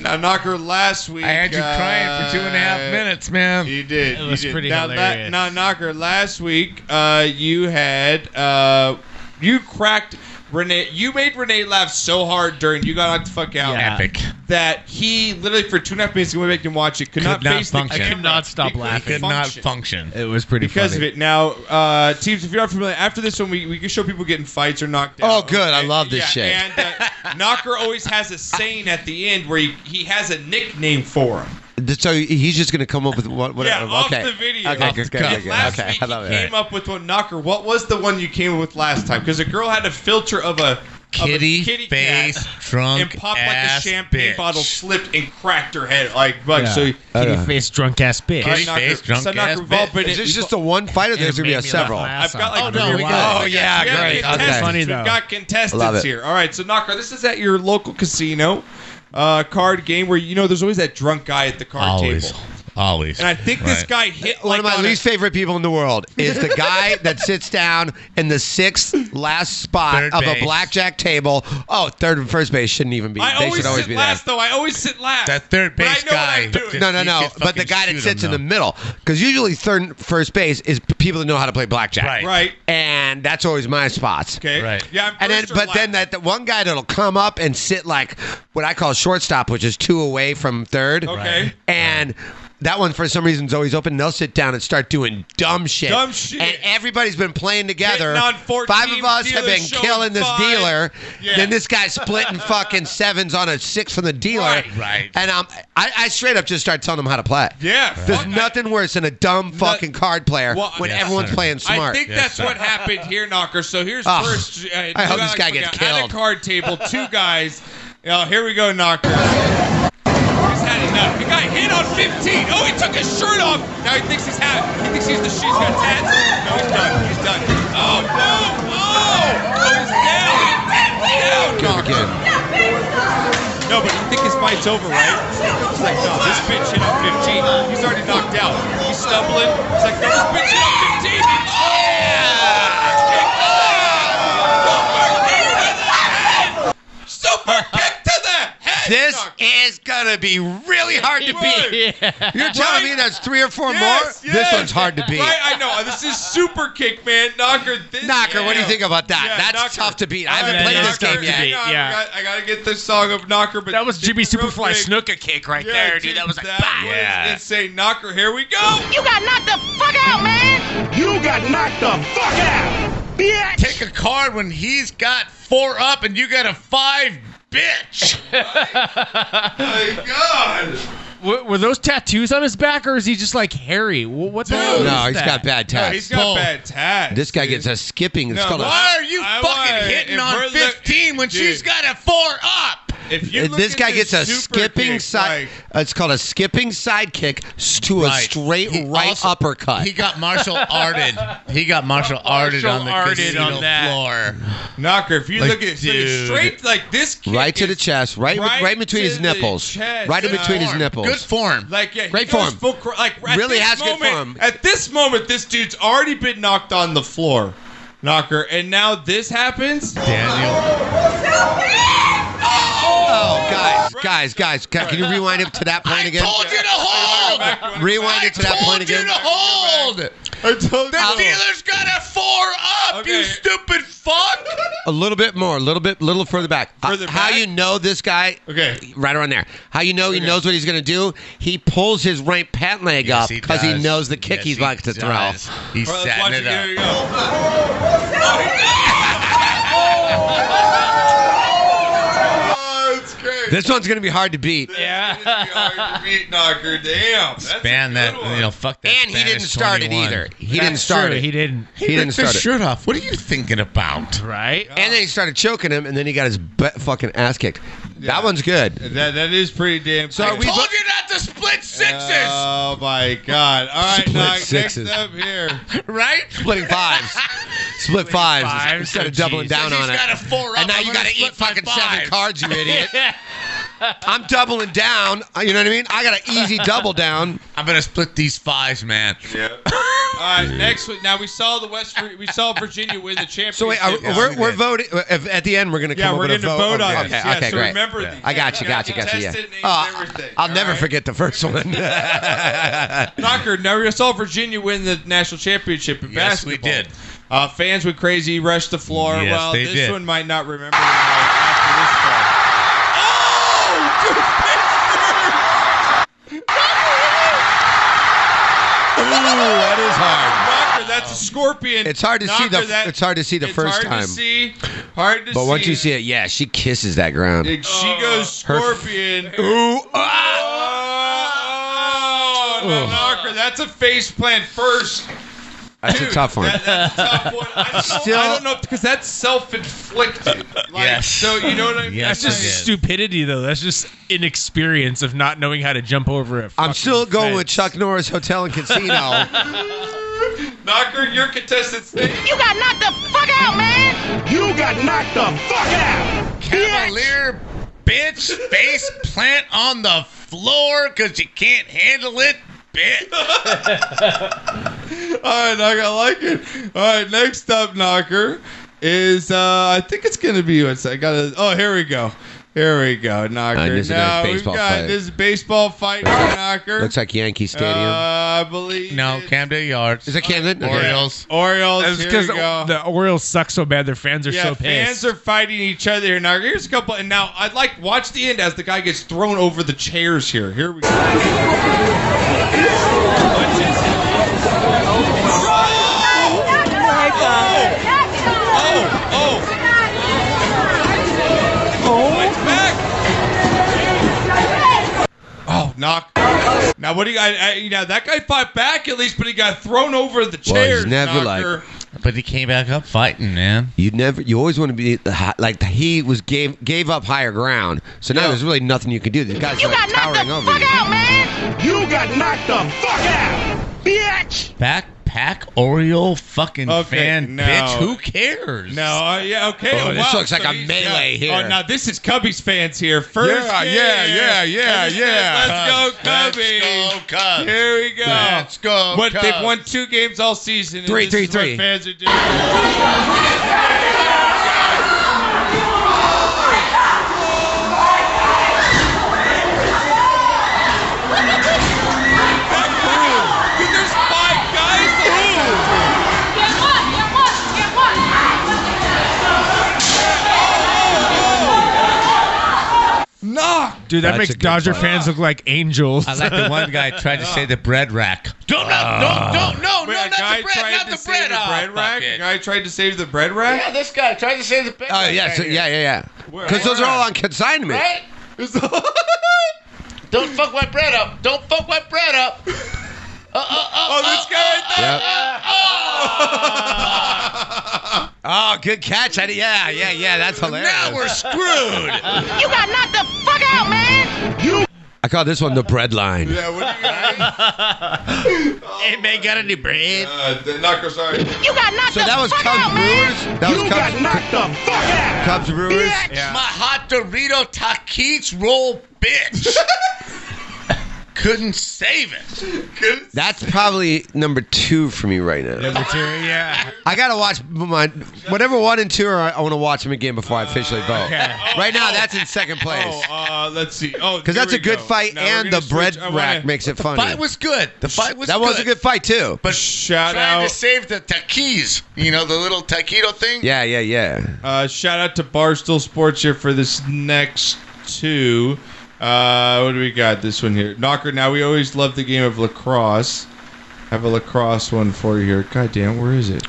now, Knocker, last week. I had you crying for two and a half minutes, man. You did. It you was did. pretty now, hilarious. now, Knocker, last week uh, you had. Uh, you cracked. Renee, you made Renee laugh so hard during you got knocked the fuck out. Yeah. Epic. That he literally for two and a half minutes went back and watch it. Could Could, not, not face function. the I could camera. not stop He couldn't laughing. Could not function. It was pretty because funny. of it. Now, uh, teams, if you're not familiar, after this one, we, we can show people getting fights or knocked Oh, out. good. I love this yeah, shit. And uh, Knocker always has a saying at the end where he, he has a nickname for him. so he's just going to come up with what? what yeah, off okay. the video. Okay, Off the good, good, cuff. good, good. Last okay. week I love he it. came up with one. Knocker, what was the one you came up with last time? Because the girl had a filter of a Kitty, of a kitty face, cat drunk, and popped like a ass champagne bitch. bottle, slipped and cracked her head. Like, like so. Oh, kitty face drunk ass bitch. All right, Knocker, so Knocker, we've all been- Is this we've just the one fight, or It there's going to made be a me laugh several? my ass I've got off. like Oh, no, we got it. Oh, yeah, we got great. Contestants. Okay. Funny, We've though. got Love contestants it. here. All right, so Knocker, this is at your local casino uh, card game where you know there's always that drunk guy at the card Always. table. Always. And I think this Right. guy hit One like, of my on a- least favorite people in the world is the guy that sits down in the sixth last spot Third of base. a blackjack table. Oh, third and first base shouldn't even be. I they always should always sit be last there. though. I always sit last. That third But I base know what I'm guy. doing. No, no, You no. could But the fucking guy that shoot sits him, in the middle, because usually third, and first base is p- people that know how to play blackjack, Right. Right. And that's always my spots. Okay. Right. Yeah. I'm And then, first or but last. then that, that one guy that'll come up and sit like what I call shortstop, which is two away from third. Okay. And that one, for some reason, is always open. They'll sit down and start doing dumb shit. Dumb shit. And everybody's been playing together. Hitting on 14 Five of us have dealers been showing killing this five. dealer. Yeah. Then this guy's splitting fucking sevens on a six from the dealer. Right, right. And I'm, I, I straight up just start telling them how to play. Yeah. There's fuck, I- nothing worse than a dumb fucking card player Well, when I- everyone's playing I smart. think Yes, that's sir. what happened here, Knocker. So here's Ugh. first. Uh, I hope two this guy gets guys At killed. a card table, two guys. Oh, here we go, Knocker. He's had enough. The guy hit on 15. Oh, he took his shirt off. Now he thinks he's happy. He thinks he's the shit. He's got tats. No, he's done. He's done. Oh, no. Oh, oh he's down. He's down, Knocker. No, but you think his fight's over, right? He's like, no, this bitch hit on 15. He's already knocked out. He's stumbling. He's like, no, this bitch hit on 15. Super kick to the head! This is gonna be really hard to beat. You're telling me that's three or four more? This one's hard to beat. Right, I know. This is super kick, man. Knocker. This, Knocker, what do you yeah. think about that? Yeah, that's Knocker. tough to beat. I Yeah, haven't played this Knocker. game yet. Hang on, Oh, I got- I gotta get this song of Knocker, but that was Jimmy Superfly Snooker kick right there, dude. That was like, Yeah. insane. Knocker, here we go. You got knocked the fuck out, man. You got knocked the fuck out. Bitch. Take a card when he's got four up and you got a five, bitch. My God. Were, were those tattoos on his back, or is he just like hairy? Wh- What the hell is No, he's that? got bad tats. Paul, tats. This guy gets a skipping. It's called a- why are you I fucking want- hitting if we're on look- 15 when dude. she's got a four up? If you look this at guy gets a super skipping kick, side. like- it's called a skipping sidekick s- to a Right. straight He right also- uppercut. He got martial arted. He got martial arted on the arted casino on that. floor. Knocker, if you Like, look at it dude. straight like this, kick right to the is- chest, right, right, right between to his the nipples, chest. right in Good between his form. nipples. Good form. Like yeah, he Great goes form. Full, cr- like at Really this has good moment, form. At this moment, this dude's already been knocked on the floor, knocker, and now this happens. Daniel, Oh, guys, guys, guys, ca- can you rewind it to that point again? told you to hold. Rewind it to that point told you again. to hold. I told The dealer's got a four up. You stupid fuck. A little bit more, a little bit, little further back. Uh, Further How back? you know this guy? Okay, right around there. How you know he Okay. knows what he's gonna do? He pulls his right pant leg up he because he, does. knows the kick Yes, he's he like to does. throw. He's All right, setting let's it watch up. Here Oh, it's we go. great. This one's gonna be hard to beat. Yeah. Beat knocker, damn. That's Ban that. You know, fuck that. And he didn't start it either. He didn't start it. didn't. He, He ripped didn't his start it. shirt off. What are you thinking about? Right. And then he started choking him, and then he got his butt fucking ass kicked. That one's good. that that is pretty damn. So are we Told you not to split sixes. Oh my God! All right, Split knock, sixes. next up here. right? splitting fives. Split fives, instead of doubling down on it. He's got a four up. and now I'm you gonna got to eat split my fucking seven fives. cards, you idiot. I'm doubling down. Uh, You know what I mean? I got an easy double down. I'm gonna split these fives, man. Yeah. All right, next one. Now we saw the West. We saw Virginia win the championship. So wait, are, we're, we're voting. uh, if- At the end, we're gonna come Yeah, up we're with a gonna vote. vote okay. on Okay, this. Yeah, okay, so great. remember these. I got you, got you, got you. Yeah. Contestant names, Oh, everything, I'll never alright? forget the first one. Knocker, now we saw Virginia win the national championship in Yes, we basketball. did. Uh, fans went crazy, rushed the floor. Yes, well, they this did. one might not remember. uh, after that is this hard. call. Knocker, that's a scorpion. It's hard to see Knocker, the. that- it's hard to see the it's first hard time. To see, hard to but see. once you see it, yeah, she kisses that ground. It- she goes Her f- scorpion. Ooh, ah! Oh, no, Knocker, that's a face plant first. That's a Dude, tough one. that- that's a tough one. I don't, Still- know, I don't know because that's self-inflicted. Like, Yes. So you know what I mean? Yes, That's I just did. stupidity, though. That's just inexperience of not knowing how to jump over a. I'm fucking still going fence. with Chuck Norris Hotel and Casino. Knocker, your contestant's name. You got knocked the fuck out, man. You got knocked the fuck out. Cavalier bitch face plant on the floor because you can't handle it, bitch. All right, Knocker, I like it. All right, next up, Knocker, is uh, I think it's gonna be what's I gotta. Oh, here we go. Here we go, Knocker. Uh, And this is a now baseball we've got fight. this baseball fight, for Knocker. Looks like Yankee uh, Stadium. I believe no, it's- Camden Yards. is it Camden? Okay. Orioles. Orioles. That's here because we go. the Orioles suck so bad. Their fans are yeah, so pissed. fans are fighting each other here. Now here's a couple, and now I'd like watch the end as the guy gets thrown over the chairs here. Here we go. Oh, oh, knock. Now what do you? I, I, you know that guy fought back at least, but he got thrown over the Well, he's chairs. never knocker. But he came back up fighting, man. You never. You always want to be the hot, like the, he was gave gave up higher ground. So now there's really nothing you can do. The guy's You like got knocked towering the over fuck you. out, man. You got knocked the fuck out, bitch. Backpack Oriole fucking Okay, fan no. bitch. Who cares? No, uh, yeah, okay. Oh, this wow, looks like a he's- melee yeah. here. Oh, now this is Cubbies fans here. First, Yeah, game. yeah, yeah, yeah, Let's yeah. go, Let's Cubs. go, Cubs. Here we go. Let's go, What Cubs. they've won two games all season. and Three, this three, is what three. fans are doing. Fuck! Dude, that That's a makes good Dodger point. fans look like angels. I like the one guy tried to say the bread rack. Don't, don't, no, no, not the bread, not the bread. Ah, bread rack? A guy tried to save the bread rack? Yeah, this guy tried to say the bread Oh rack yeah, right so, here. yeah, yeah, yeah. Because those are all on consignment. Right? Don't fuck my bread up. Don't fuck my bread up. Uh, uh, uh, oh, this guy right there. Oh. Oh, good catch! I, yeah, yeah, yeah. That's hilarious. Now we're screwed. You got knocked the fuck out, man. You. I call this one the bread line. what do you guys? hey, man, got any bread? Uh, the knocker, sorry. You got knocked So that was Cubs Brewers. That was You Cubs, got knocked the fuck out. Cubs Brewers. Bitch, my hot Dorito Takis roll, bitch. Couldn't save it. Couldn't That's probably number two for me right now. Number two, yeah. I gotta watch my whatever one and two are. I want to watch them again before I officially vote. Right now, that's in second place. Oh, uh, let's see. Oh, Because that's a good fight, and the bread rack makes it funny. Fight was good. The fight was that was a good fight too. But shout Trying out. to save the Takis. You know, the little taquito thing? Yeah, yeah, yeah. Uh, shout out to Barstool Sports here for this next two. Uh, what do we got? This one here, Knocker. Now we always love the game of lacrosse. I have a lacrosse one for you here. God damn, where is it?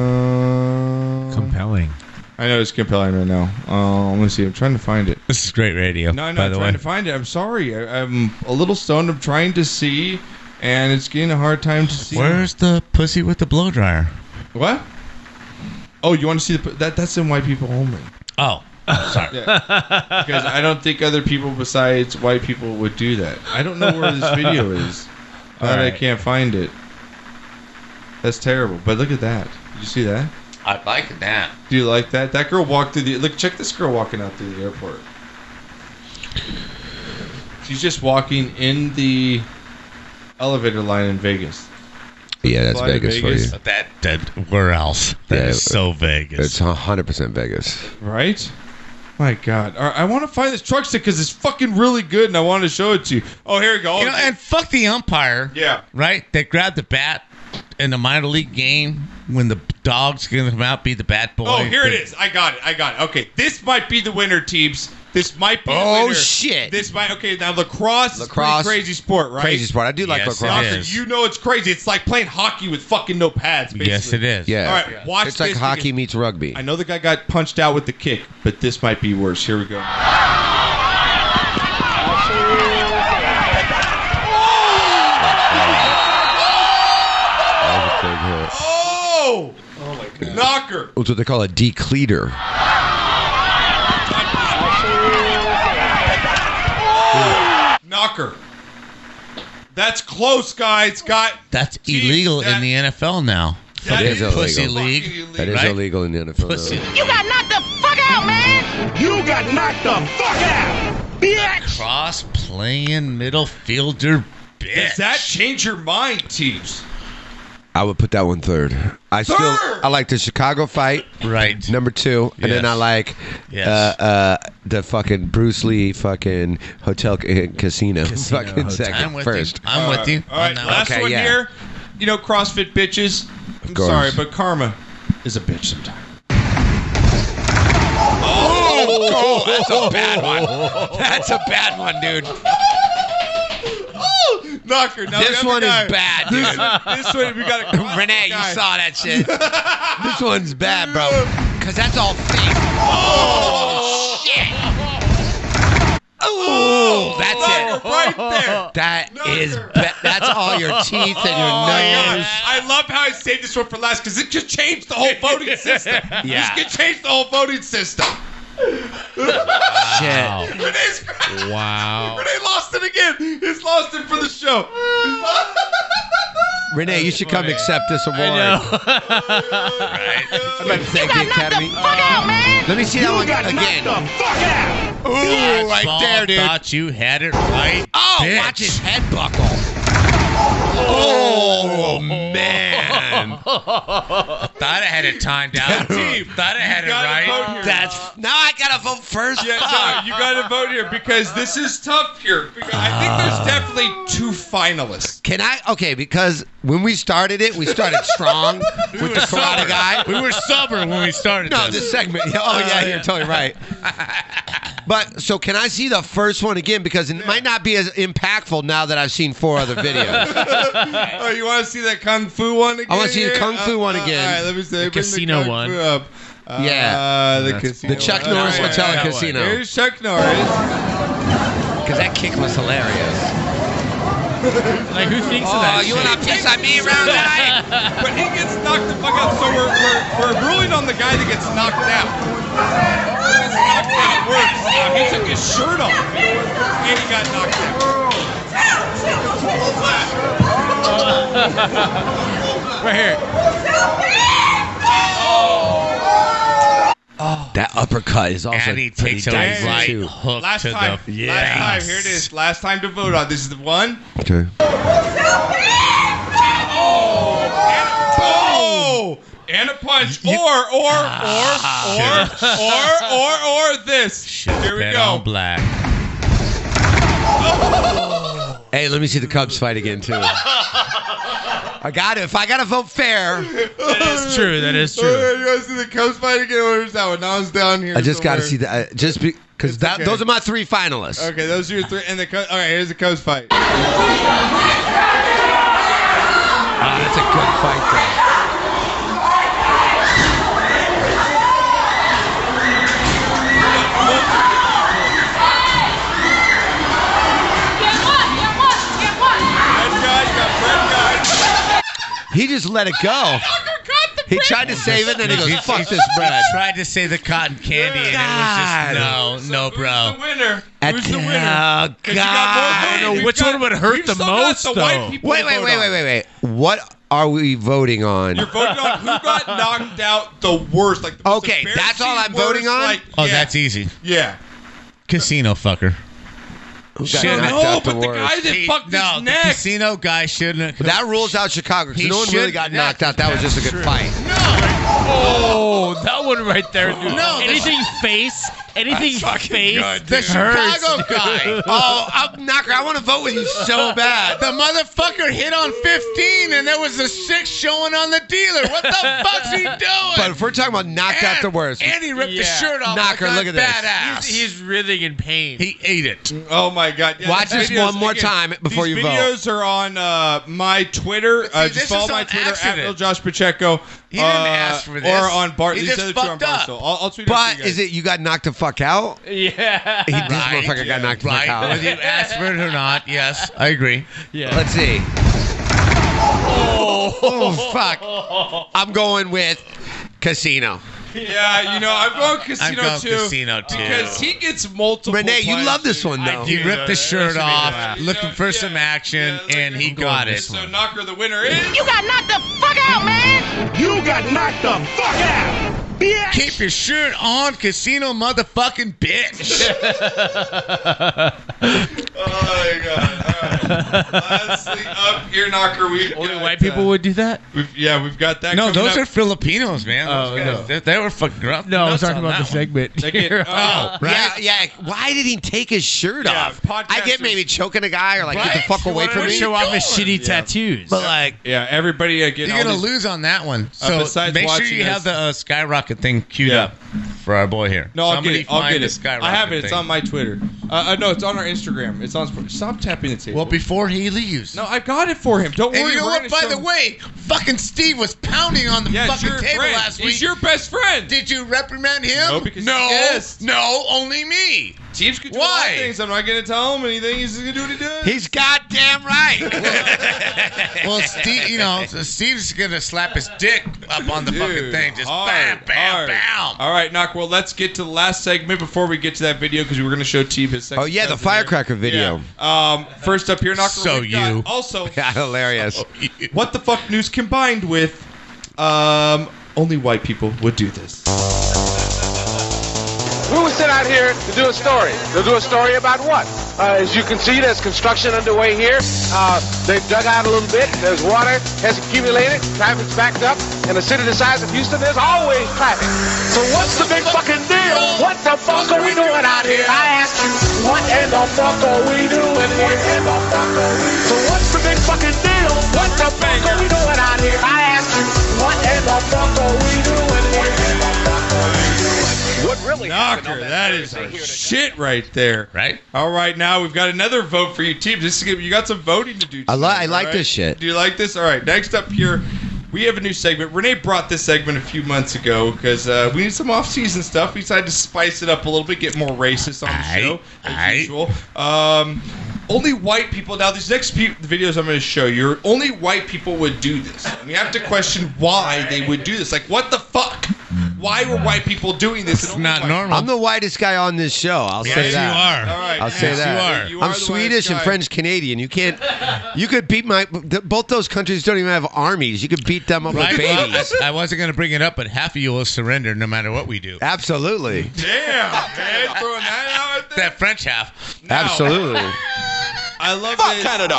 Uh, compelling. I know it's compelling right now. Uh, let me see. I'm trying to find it. This is great radio. No, no, I'm trying to find it. I'm sorry. I, I'm a little stoned. I'm trying to see, and it's getting a hard time to see. Where's the pussy with the blow dryer? What? Oh, you want to see the that? That's in white people only. Oh, sorry. Because I don't think other people besides white people would do that. I don't know where this video is. Now that I Alright. can't find it. That's terrible. But look at that. Did you see that? I like that. Do you like that? That girl walked through the look. Check this girl walking out through the airport. She's just walking in the elevator line in Vegas. Yeah, that's Fly to Vegas, Vegas. for you. That that where else? That is Yeah, so Vegas. It's 100 percent Vegas. Right? My God. All right, I want to find this truck stick because it's fucking really good, and I wanted to show it to you. Oh, here we go. You know, and fuck the umpire. Yeah. Right? That grabbed the bat in the minor league game when the dog's gonna come out be the bat boy. Oh, here it The- is. I got it. I got it. Okay, this might be the winner, teams. This might be. Oh, the winner. shit. This might. Okay, now lacrosse. Lacrosse. is pretty crazy sport, right? Crazy sport. I do like Yes, it lacrosse. is. Doctor, You know it's crazy. It's like playing hockey with fucking no pads. Basically. Yes, it is. Yeah. All right, watch It's like this hockey because- meets rugby. I know the guy got punched out with the kick, but this might be worse. Here we go. Oh. That was a big hit. Oh! Oh my God. Knocker. That's what they call a decleater. Knocker. That's close, guys. Got That's illegal in the NFL now. That Fucking is illegal. pussy league. That is right? illegal in the NFL. Pussy. You got knocked the fuck out, man. You got knocked the fuck out, bitch. Cross playing middle fielder bitch. Does that change your mind, teams? I would put that one third. I still Third! I like the Chicago fight. Right. Number two, and then Yes. I like Yes. uh, uh, the fucking Bruce Lee fucking hotel ca- casino, Casino fucking hotel. second I'm with you. first. I'm with you. All right, on that one. last Okay, one yeah. here. You know, CrossFit bitches. I'm course. sorry, but karma is a bitch sometimes. Oh, that's a bad one. That's a bad one, dude. oh! Knocker. Now This the other one is guy. bad, dude. This, this one, we got a CrossFit Renee, you guy. saw that shit. this one's bad, bro. Cause that's all fake. Oh, Oh, that's Knocker, it. right there. That is ba- that's all your teeth and your Oh my nose. gosh. I love how I saved this one for last because it just changed the whole voting system. Yeah. This could change the whole voting system. Shit. Renee's Wow. Renee lost it again. He's lost it for the show. He's lost- Renee, you should come accept this award. I'm about to thank the Academy. Let me see that one again. The fuck out. Ooh, right Ball there, dude. Thought you had it right. Oh, bitch. watch his head buckle. Oh, man. Thought I had it timed out. Team, Thought I had it gotta vote right. here. That's now I gotta vote first. Uh, Yeah, no, you got to vote here because this is tough here. Because I think there's definitely two finalists. Can I? Okay, because when we started it, we started strong We with the were Karate sober. Guy. We were sober when we started. No, this. this segment. Yeah, oh, yeah, Uh, you're totally right. But so, can I see the first one again? Because it might not be as impactful now that I've seen four other videos. oh, you want to see that kung fu one again? I wanna see the here? kung fu Uh, one uh, again. All right, let me see. bring casino the kung one. Fu up. Uh, Yeah. the That's casino. the Oh, Chuck one. Norris All Hotel all and Casino. Here's Chuck Norris. Because that kick was hilarious. Like who thinks Oh, of that? you wanna piss on me around tonight? but he gets knocked the fuck out. So we're, we're, we're ruling on the guy that gets knocked out. He gets knocked out worse. Uh, he took his shirt off and he got knocked out. right here. That uppercut is Uh, also And he pretty takes a dicey, right too. hook Last to time, the last time, here it is. Last time to vote on. This is the one. Okay. Oh! And a punch, or or Ah, or or or or or this. Here we Bet go. on black. Hey, let me see the Cubs fight again too. I got to. If I got to vote fair, That is true, that is true. Oh, You guys see the Cubs fight again? Where's that one? Now it's down here. I just got to somewhere. see that. Just because that okay. those are my three finalists. Okay, those are your three. And the Cubs. All right, here's the Cubs fight. Uh, Ah, that's a good fight. Though. He just let it go. Oh. He tried to save it, then he goes, "Fuck this bread." He tried to say the cotton candy, and it was just no, no, bro. Winner. At- Who's the winner? Oh, 'Cause you got more God. votes. know We've which got- one would hurt we've the still got most, the white though. people Wait, to wait, vote wait, on. wait, wait, wait. What are we voting on? You're voting on who got knocked out the worst. Like the okay, that's all I'm voting on? Like, Oh, yeah, that's easy. yeah. Casino fucker. got knocked No, out the but the worst? guy that He- fucked no, his the neck. casino guy shouldn't. But that rules out Chicago because He no one really should- got yeah, knocked out. That was just a good fight. Ah. Oh, that one right there, dude. No, the- anything face, anything That's fucking face. good, The hurts, Chicago dude. guy. Oh, I'm knocker. I want to vote with you so bad. The motherfucker hit on 15, and there was a six showing on the dealer. What the fuck's he doing? But if we're talking about knocked out the worst, and he ripped Yeah. the shirt off. Knocker, like a look at this. Badass. He's, he's writhing in pain. he ate it. Oh my God! Yeah, Watch these this one more again, time before these you vote. videos are on uh, my Twitter. see, uh, this just follow is my on Twitter at accident. Real Josh Pacheco. He didn't uh, ask for this. Or on Bart. He these just other two are on fucked up. Barstool. I'll, I'll tweet out to But you guys. is it you got knocked the fuck out? Yeah. He, this Right. motherfucker got knocked the Right? fuck Whether you out. asked for it or not, yes, I agree. Yeah. Let's see. oh. Oh fuck! I'm going with casino. Yeah, you know, I'm going I'm casino going too. casino too. Because he gets multiple. Renee, you punches. love this one though. he ripped the shirt should be off, good. looking for some action, and he got And it. so Knocker, the winner is. You got knocked the fuck out, man! You got knocked the fuck out! Bitch! Keep your shirt on, casino motherfucking bitch. Oh my God! All right. Lastly up, ear knocker. We Only got, white people uh, would do that. we've- yeah, we've got that. no, coming those up. are Filipinos, man. Those Oh, guys, no. they, they were fucking gruff. No, I was nuts talking on about the that one. uh, segment. They get- here. oh, Yeah, yeah. Why did he take his shirt Yeah, off? I get podcasters- maybe choking a guy or like get Right? the fuck away What from are me. you show off his doing? shitty tattoos. But like, Yeah, everybody uh, getting You're all gonna these- lose on that one. Uh, So besides make sure watching you us- have the uh, skyrocket thing queued Yeah. up for our boy here. No, I'll get Somebody it. I'll find get the it. skyrocket I have it. It's thing. on my Twitter. Uh, uh, no, it's on our Instagram. It's on. Stop tapping the table. Well, before he leaves. no, I got it for him. Don't And worry. you know we're what? gonna By show the him- way, fucking Steve was pounding on the yeah, it's fucking your table friend. last He's week. your best friend. Did you reprimand him? No, because no, he's a guest. no, only me. Teams can do a lot of Why? things. I'm not gonna tell him anything. He's just gonna do what he does. he's goddamn right. Well, Steve, you know, so Steve's gonna slap his dick up on the fucking Dude, thing. Just hard, bam, bam, hard. bam. All right, knock. Well, let's get to the last segment before we get to that video because we were going to show Steve his. sex oh yeah, the cousin here. firecracker video. Yeah. Um, first up here, knocker. So we've got you. also Hilarious. what the fuck news combined with, um, only white people would do this. We were sent out here to do a story. To do a story about what? Uh, as you can see, there's construction underway here. Uh, they've dug out a little bit. There's water has accumulated. Traffic's backed up. In a city the size of Houston, there's always traffic. So what's the big fucking deal? What the fuck are we doing out here? I ask you, what in the fuck are we doing here? What in the fuck are we So what's fucking deal? What the fuck are we doing out here? I asked you, what in the fuck are we doing here? What really Knocker, that is our shit right there. Right. All right, now we've got another vote for your team. This is gonna- you got some voting to do. I li- tonight, I like all this shit. Do you like this? All right. Next up here, we have a new segment. Renee brought this segment a few months ago because uh, we need some off-season stuff. We decided to spice it up a little bit, get more racist on the show as usual. Um, only white people. Now, these next pe- videos I'm going to show you, only white people would do this. And we have to question why they would do this. Like, what the fuck? Why were white people doing this? It's not normal. I'm the whitest guy on this show. I'll Yes, say you that. are. All right. I'll say Yes, that. you are. You I'm are the Swedish whitest and guy. French Canadian. You can't. You could beat my. th- Both those countries don't even have armies. You could beat them up Right, with well, babies. I wasn't going to bring it up, but half of you will surrender no matter what we do. Absolutely. Damn, man, throwing that out That French half. Absolutely. I love Fuck Canada.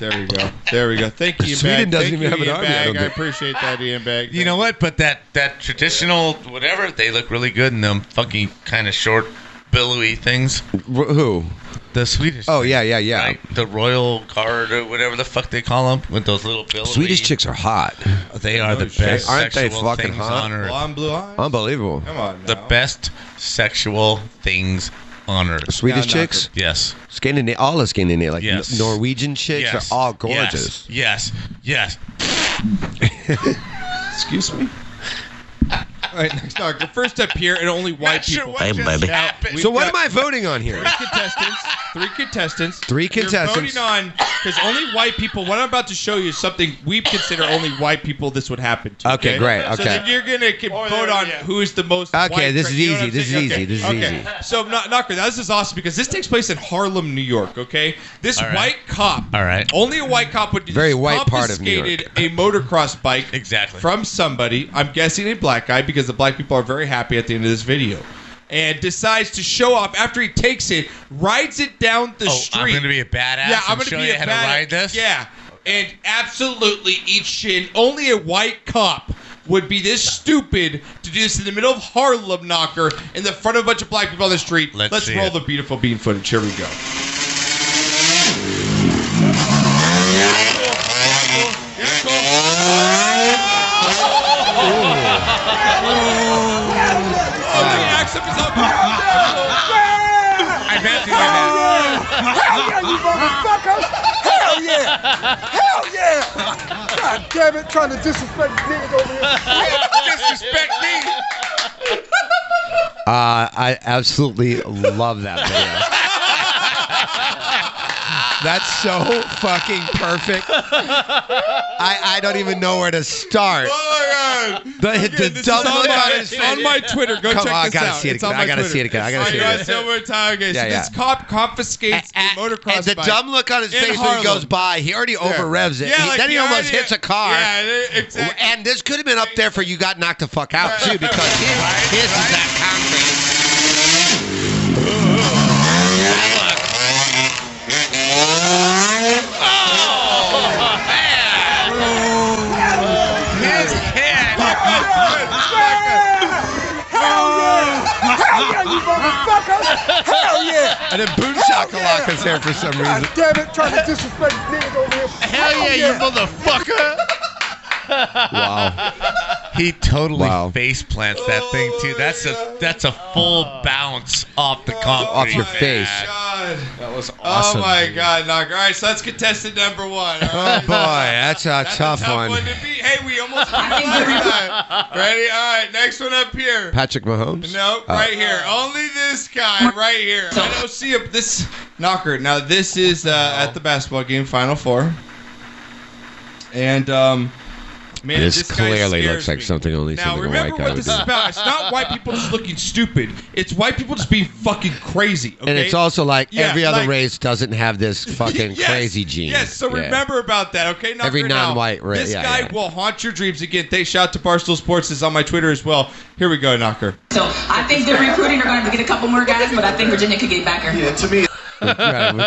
There we go. There we go. Thank you, Ian Sweden Bag. doesn't Thank even you, have an Ian army, I Bag. don't I, think. appreciate that, Ian Bag. You know what? But that that traditional whatever they look really good in them fucking kind of short, billowy things. Who? The Swedish. Oh yeah, yeah, yeah. The royal guard or whatever the fuck they call them with those little billowy. Swedish chicks are hot. They are the best. Aren't they sexual fucking things hot? On earth. blue eyes. Unbelievable. Come on. The best sexual things on earth. Swedish chicks? Yes. Scandinavian, all the Scandinavian, like Yes. Norwegian chicks Yes. are all gorgeous. Yes. Yes. yes. Excuse me. All right, next doctor. First up here, and only white people. Hey, baby. So what am I voting on here? Three contestants. Three contestants. Three contestants. You're voting on because only white people. What I'm about to show you is something we consider only white people. This would happen to. Okay, great, So okay. then you're gonna can Oh, vote on who is the most. Okay, white this person, is you know what easy, I'm this is saying? easy, Okay, this is okay. easy. So Kno- knocker, this is awesome because this takes place in Harlem, New York. Okay, this All right. white cop. All right. Only a white cop would do Very this. white part of New York. Confiscated a motocross bike exactly from somebody. I'm guessing a black guy because the black people are very happy at the end of this video. And decides to show off after he takes it, rides it down the Oh, I'm street. going to be a badass. yeah, and I'm gonna show be you a how bad- to ride this. Yeah, and absolutely eats shit. Only a white cop would be this stupid to do this in the middle of Harlem Knocker in the front of a bunch of black people on the street. Let's, see roll it. the beautiful bean footage. Here we go. I bet you Hell yeah, you motherfuckers! Hell yeah! Hell yeah! God damn it, trying to disrespect niggas over here. disrespect me? Uh, I absolutely love that video. That's so fucking perfect. I, I don't even know where to start. Oh The, the dumb on look my- on his it's on face. my Twitter. Go Come check on, I this gotta out. see it It's again. on I my gotta Twitter. see it again. I gotta All see right, it guys, again. one more time, guys. Yeah, So yeah. This cop confiscates the motocross And the bike dumb look on his in face when he Harlem. goes by, he already Yeah. over revs it. Yeah, He- like then he he almost already- hits a car. Yeah, exactly. And this could have been up there for you got knocked the fuck out too because his, his is that Hell yeah! Hell yeah, you motherfuckers! Hell yeah! concrete. And then boom is there for some reason. God damn it, trying to disrespect niggas over here. Hell yeah, you motherfucker! Wow. He totally face plants that thing too. That's a that's a full bounce off the concrete. Off your face. God. That was Oh awesome, my God, Knocker. All right, so that's contestant number one. All Oh right. boy, that's a tough, one. One to beat. Hey, we almost beat it every time. Ready? All right, next one up here. Patrick Mahomes. No, Oh. right here. Only this guy right here. I don't see a, this knocker. Now this is uh, at the basketball game, Final Four, and um, man, this, this, guy clearly scares looks like me. something only Now something a white remember guy what would this do. is about. It's not white people just looking stupid. It's white people just being fucking crazy. Okay? And it's also like Yeah, every other like- race doesn't have this fucking Yes, crazy gene. Yes, so Yeah. remember about that, okay? Knock Every her down. non-white ra- This yeah, guy yeah. will haunt your dreams again. Thanks, shout out to Barstool Sports. It's on my Twitter as well. Here we go, Knocker. So I think they're recruiting. They're going to get a couple more guys, but I think Virginia could get back her. Yeah, to me. Right, we've got a new I think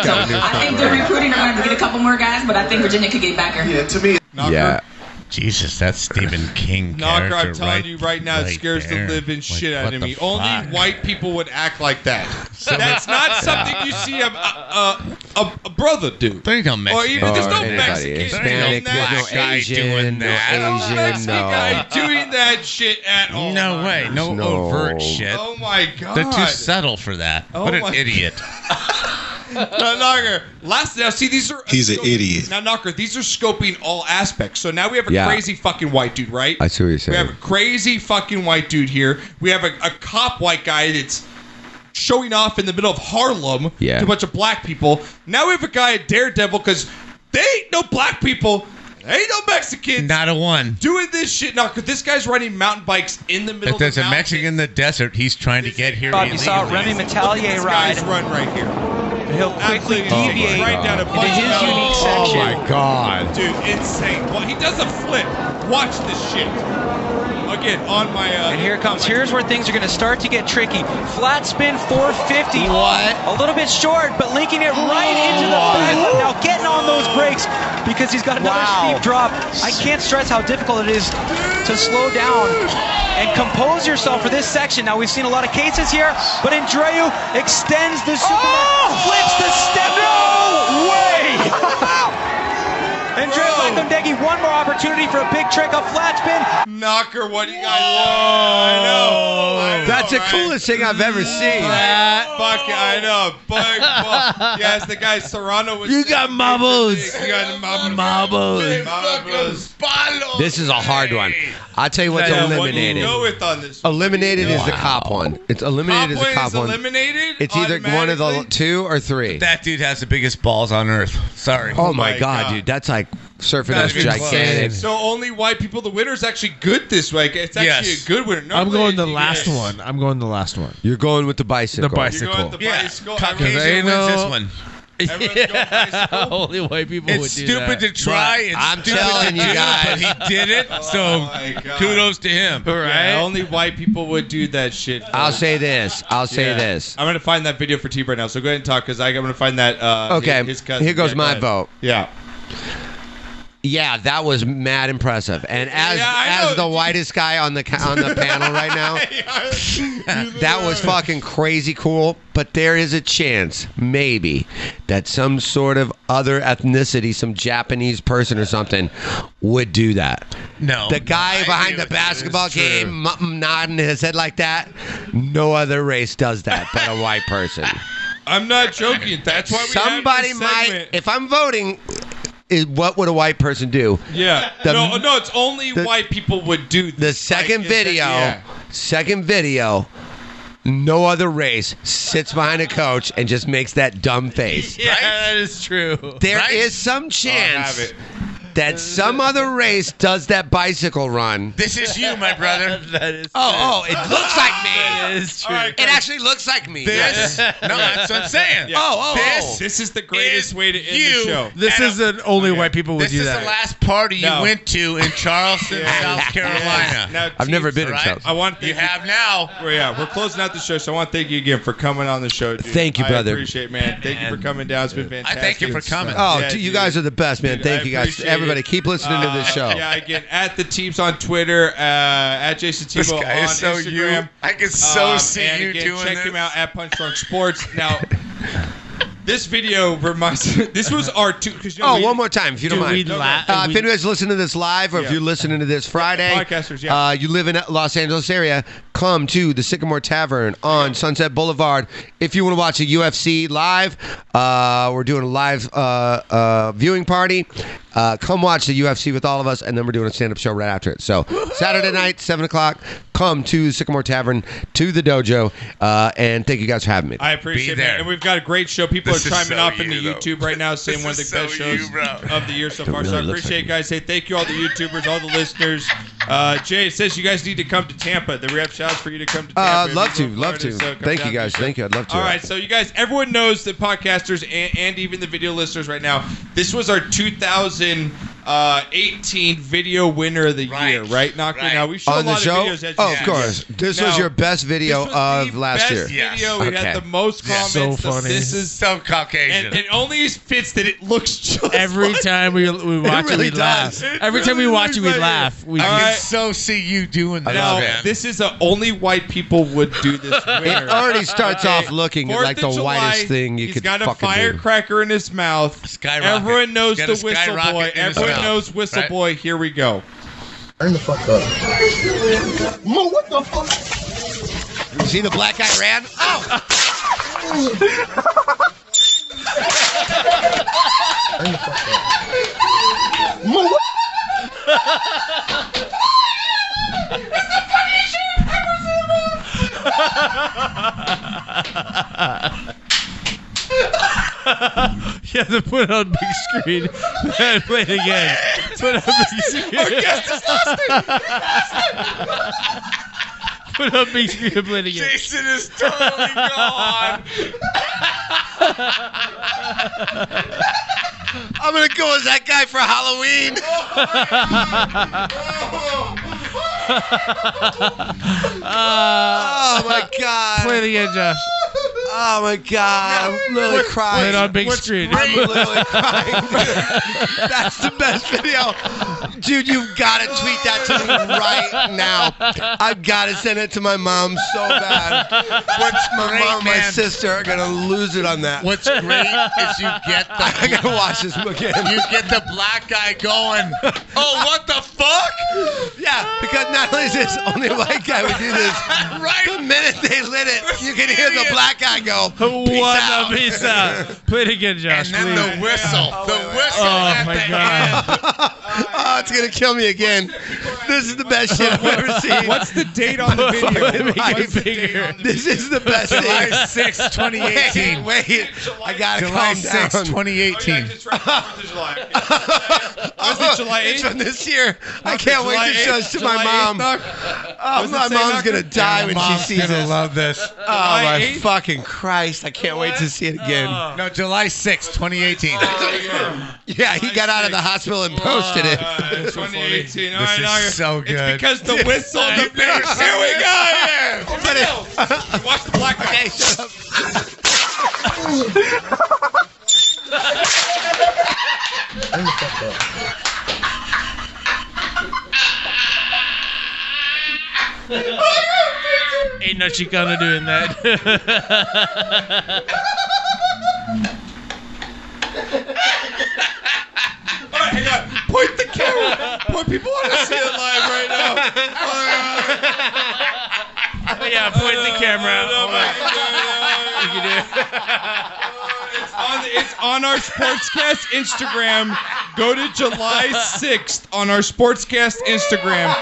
front they're runner. recruiting. They're going to get a couple more guys, but I think Virginia could get back her. Yeah, to me. Yeah. Jesus, that's Stephen King Knocker, character I'm telling right you right now, it right scares there. the living shit out what of the me. Only fuck? white people would act like that. That's not something you see a, a, a uh, a, a brother do. There ain't no Or even, there's no anybody. Mexican. Hispanic, There ain't there's no Mexican Asian, doing no that. Asian, no. guy doing that shit at all. No way. No, No. overt shit. Oh my god. They're too subtle for that. Oh what an my- idiot. now, Knocker, last now see these are He's an idiot. Now Knocker, these are scoping all aspects. So now we have a Yeah. crazy fucking white dude, right? I see what you're saying. We have a crazy fucking white dude here. We have a, a cop white guy that's showing off in the middle of Harlem Yeah. to a bunch of black people. Now we have a guy at Daredevil because they ain't no black people. There Ain't no Mexicans. Not a one. Doing this shit now, 'cause this guy's riding mountain bikes in the middle If of the there's a mountain. Mexican in the desert, he's trying to get here. Bob, you saw illegally. Remy Metalia This ride. guy's run right here. He'll quickly deviate right down a into bunch his of- unique Oh my god. Dude, insane. Well, he does a flip. Watch this shit. Again, on my. Uh, and here it comes. Here's where things are going to start to get tricky. Flat spin 450. What? A little bit short, but linking it right into the back. Now getting on those brakes because he's got another steep drop. I can't stress how difficult it is to slow down and compose yourself for this section. Now we've seen a lot of cases here, but Andreu extends the Superman, Oh! flips the step. No way! And Drew Lekondegi, one more opportunity for a big trick, a flat spin. Knocker, what do you guys I know. I know, That's the right? coolest thing I've ever seen. That fucking, I know. Big fuck. Yes, the guy Serrano was. You got marbles. You got marbles. Marbles. Big marbles. This is a hard one. I'll tell you what's Yeah, what do you eliminated. know it on this Eliminated is the Wow. cop one. It's eliminated is the Cop one cop is one. eliminated Oh, It's e- either one of the two or three. That dude has the biggest balls on earth. Sorry. Oh my, god, dude, that's like surfing those gigantic. So only white people. The winner's actually good this week. It's actually Yes. a good winner. I'm Normally going the you last get- one. I'm going the last one. You're going with the bicycle. The bicycle. You're going with the bicycle. Caucasian Everyone's- wins this one. Only white people It's would do that. stupid to try. It's I'm stupid telling to you do, guys. Oh but he did it. So kudos to him. All right. only white people would do that shit. I'll say this. I'll say Yeah. this. I'm gonna find that video for T right now. So go ahead and talk because I'm gonna find that. Uh, Okay, his, his cousin. here goes Yeah, go my ahead. vote. Yeah. Yeah, that was mad impressive. And as Yeah, I as the whitest guy on the ca- on the panel right now, that was fucking crazy cool. But there is a chance, maybe, that some sort of other ethnicity, some Japanese person or something, would do that. No. the guy I behind agree the with you. It's basketball true. game m- nodding his head like that. No other race does that but a white person. I'm not joking. That's why we Somebody have this might. segment. If I'm voting, is what would a white person do? Yeah. The- no, no. It's only the- white people would do. The second Like, is that- video, yeah. second video, no other race sits behind a coach and just makes that dumb face. Yeah, that is true. There is some chance that some other race does that bicycle run. This is you, my brother. that is. Oh, oh, it looks like me. It actually looks like me. This? Yeah. No, that's what I'm saying. Yeah. Oh, oh, this, oh. This is the greatest way to end you. the show. This is an only white people would This do is that. the last party No. you went to in Charleston, South Carolina. Now, I've never been in All Charleston. I want you have now. Well, yeah, we're closing out the show, so I want to thank you again for coming on the show. Dude. Thank you, brother. I appreciate, it, man. Thank you for coming down. It's been fantastic. Oh, Yeah, dude, you guys are the best, man. Dude, Thank I you guys. appreciate Everybody, it. keep listening to this show. Uh, Yeah, again, at the Teeps on Twitter, uh, at Jason This Tebow guy on is so Instagram. Um, you. I can so see and you again, doing Check this. him out at Punch Drunk Sports. Now, this video reminds. This was our two. 'cause, you know, Oh, we- one more time, if you don't Do mind. we la- uh, we- if you guys listen to this live, or if Yeah. you're listening to this Friday, podcasters, yeah. uh, you live in Los Angeles area, come to the Sycamore Tavern on Sunset Boulevard. If you want to watch a UFC live, uh, we're doing a live uh, uh, viewing party. Uh, come watch the UFC with all of us, and then we're doing a stand-up show right after it. So Saturday night, seven o'clock. Come to Sycamore Tavern to the dojo, uh, and thank you guys for having me. I appreciate it. man. And we've got a great show. People This are is chiming so up in the you, though. YouTube right now, saying one of the is best so shows you, bro. of the year so That far. so really I looks appreciate it, guys. Hey, thank you all the YouTubers, all the listeners. Uh, Jay it says you guys need to come to Tampa. The rep shouts for you to come to Tampa. Uh, If love you're to, from love to. Florida, so come Thank down you to guys. the show. Thank you. I'd love to. All right, so you guys, everyone knows that podcasters and, and even the video listeners right now, this was our 2000 uh, 18 video winner of the year, right? Knock right. Now we showed on a the lot show? of videos. at oh, you of guys. course. This was Now, your best video of last best year. video. It had the most comments. So the- funny. This is so Caucasian. And it only fits that it looks just Every time we, we watch it, really we laugh. does. It Every time we really watch it, we looks like laugh. it. We All right. so see you doing that. now, man. this is the only white people would do this. winner. It already starts off looking Fourth like the of July, whitest thing you he's could got a fucking do. firecracker in his mouth. Skyrocket. Everyone knows He's the got a whistle skyrocket boy. in his Everyone mouth, knows whistle right? boy. Here we go. Turn the fuck up. Mo, what the fuck? You see the black guy ran? oh! Mo, what? yeah, they put it on big screen. Then play it again. Put it on big screen. Oh, put it on big screen and play it again. Jason is totally gone. I'm gonna go as that guy for Halloween. oh my god! Play it again, Josh. Oh my god! I'm literally crying. Play it on big screen. I'm literally crying. That's the best video, dude. You've got to tweet that to me right now. I've got to send it to my mom so bad. What's my Great, mom, and my man. sister are gonna lose it on that. What's great is you get the. I gotta watch this again. You get the black guy going. Oh, what the fuck? Yeah, because not only is this only a white guy would do this, right? The minute they lit it, you can hear the black guy go. "Peace what out." a piece out. Play it again, Josh. And then the whistle. The whistle. Oh at my the god. Oh, it's gonna kill me again. This is the best shit I've ever seen. What's the date on the video? What's the date on the- This is the best thing. July 6, 2018. Wait, wait. I gotta July calm 6, down. 2018. Was it July It's 8th? from this year. I Was it can't wait July to show this 8th? to my July mom. 8th, Oh, Was it my say mom's knock? gonna die when she Mom's sees gonna this. love this. Oh my 8th? fucking Christ! I can't wait to see it again. No, July 6, 2018. Oh, Yeah, he got out of the hospital and posted it. 2018. All This right, is now you're- so good. It's because the whistle. the Here we go. Oh, video. Watch the black guy. Okay, shut up. Ain't no Chicana doing that. All right, hang on. Point the camera. Point people want to see it live right Oh, now. oh, yeah, point the camera. Oh, Hold on. You can do it. It's on, it's on our Sportscast Instagram. Go to July 6th on our Sportscast Instagram.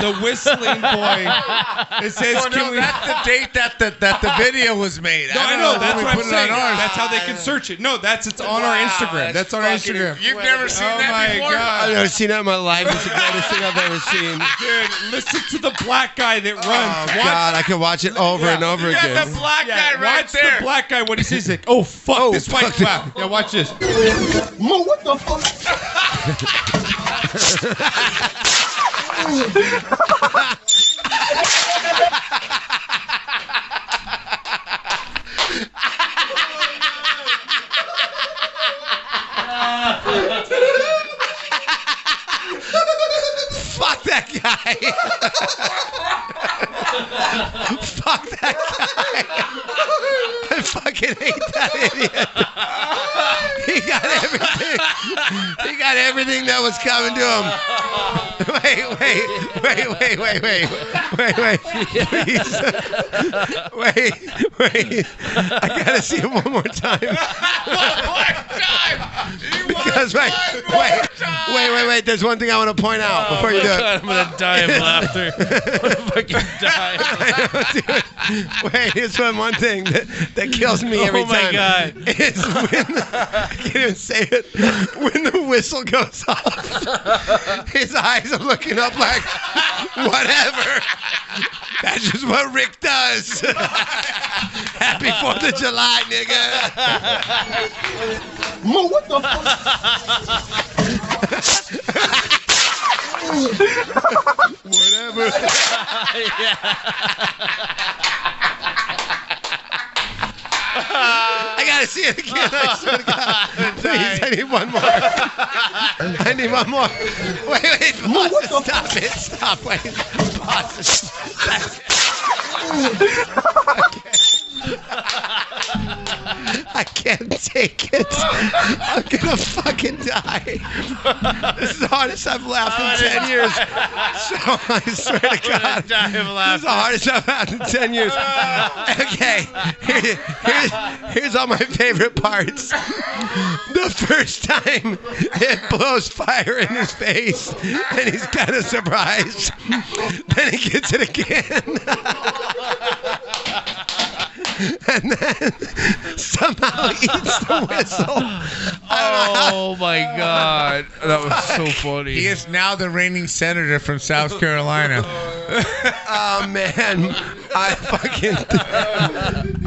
The Whistling Boy. It says, Oh, can no, we... that's the date that the, that the video was made. No, I I don't know. when That's we what I'm put it saying. on ours. That's how they can search it. No, that's it's on our Instagram. That's, on our Instagram. You've never seen oh that my before? I've god, never seen that in my life. It's the greatest thing I've ever seen. dude! Listen to the black guy that runs. Oh Watch- God, I can watch it over Yeah. and over You got again. the black yeah, guy right watch there. the black guy when he sees it. Oh fuck! this white fuck this- clown. Yeah, watch this. Mo, what the fuck? Fuck that guy. Fuck that guy. I fucking hate that idiot. He got everything. He got everything that was coming to him. Wait, wait, wait, wait, wait, wait, wait, wait. Please. Wait, wait. I gotta see him one more time. Because wait, wait, wait, wait, wait. There's one thing I want to point out before you do it. I'm gonna die of laughter. I'm gonna fucking die. Wait, here's one, one thing that, that kills me every Oh my time. God. Is when the, I can't even say it. When the whistle goes off, his eyes are looking up like whatever. That's just what Rick does. Happy Fourth of July, nigga. Mo, what the fuck? I gotta see it again. I swear to God. Please, I need one more. I need one more. Wait, wait, pause it. Stop it. Stop. Wait. Pause it. Okay. I can't take it. I'm gonna fucking die. This is the hardest I've laughed I'm in gonna ten years. die. So I swear I'm to gonna God, die of this is laughter. the hardest I've had in ten years. okay, Here- here's, here's all my favorite parts. The first time it blows fire in his face, and he's kind of surprised. Then he gets it again. And then somehow eats the whistle. Oh my God, That was so funny. He is now the reigning senator from South Carolina. oh man, I fucking.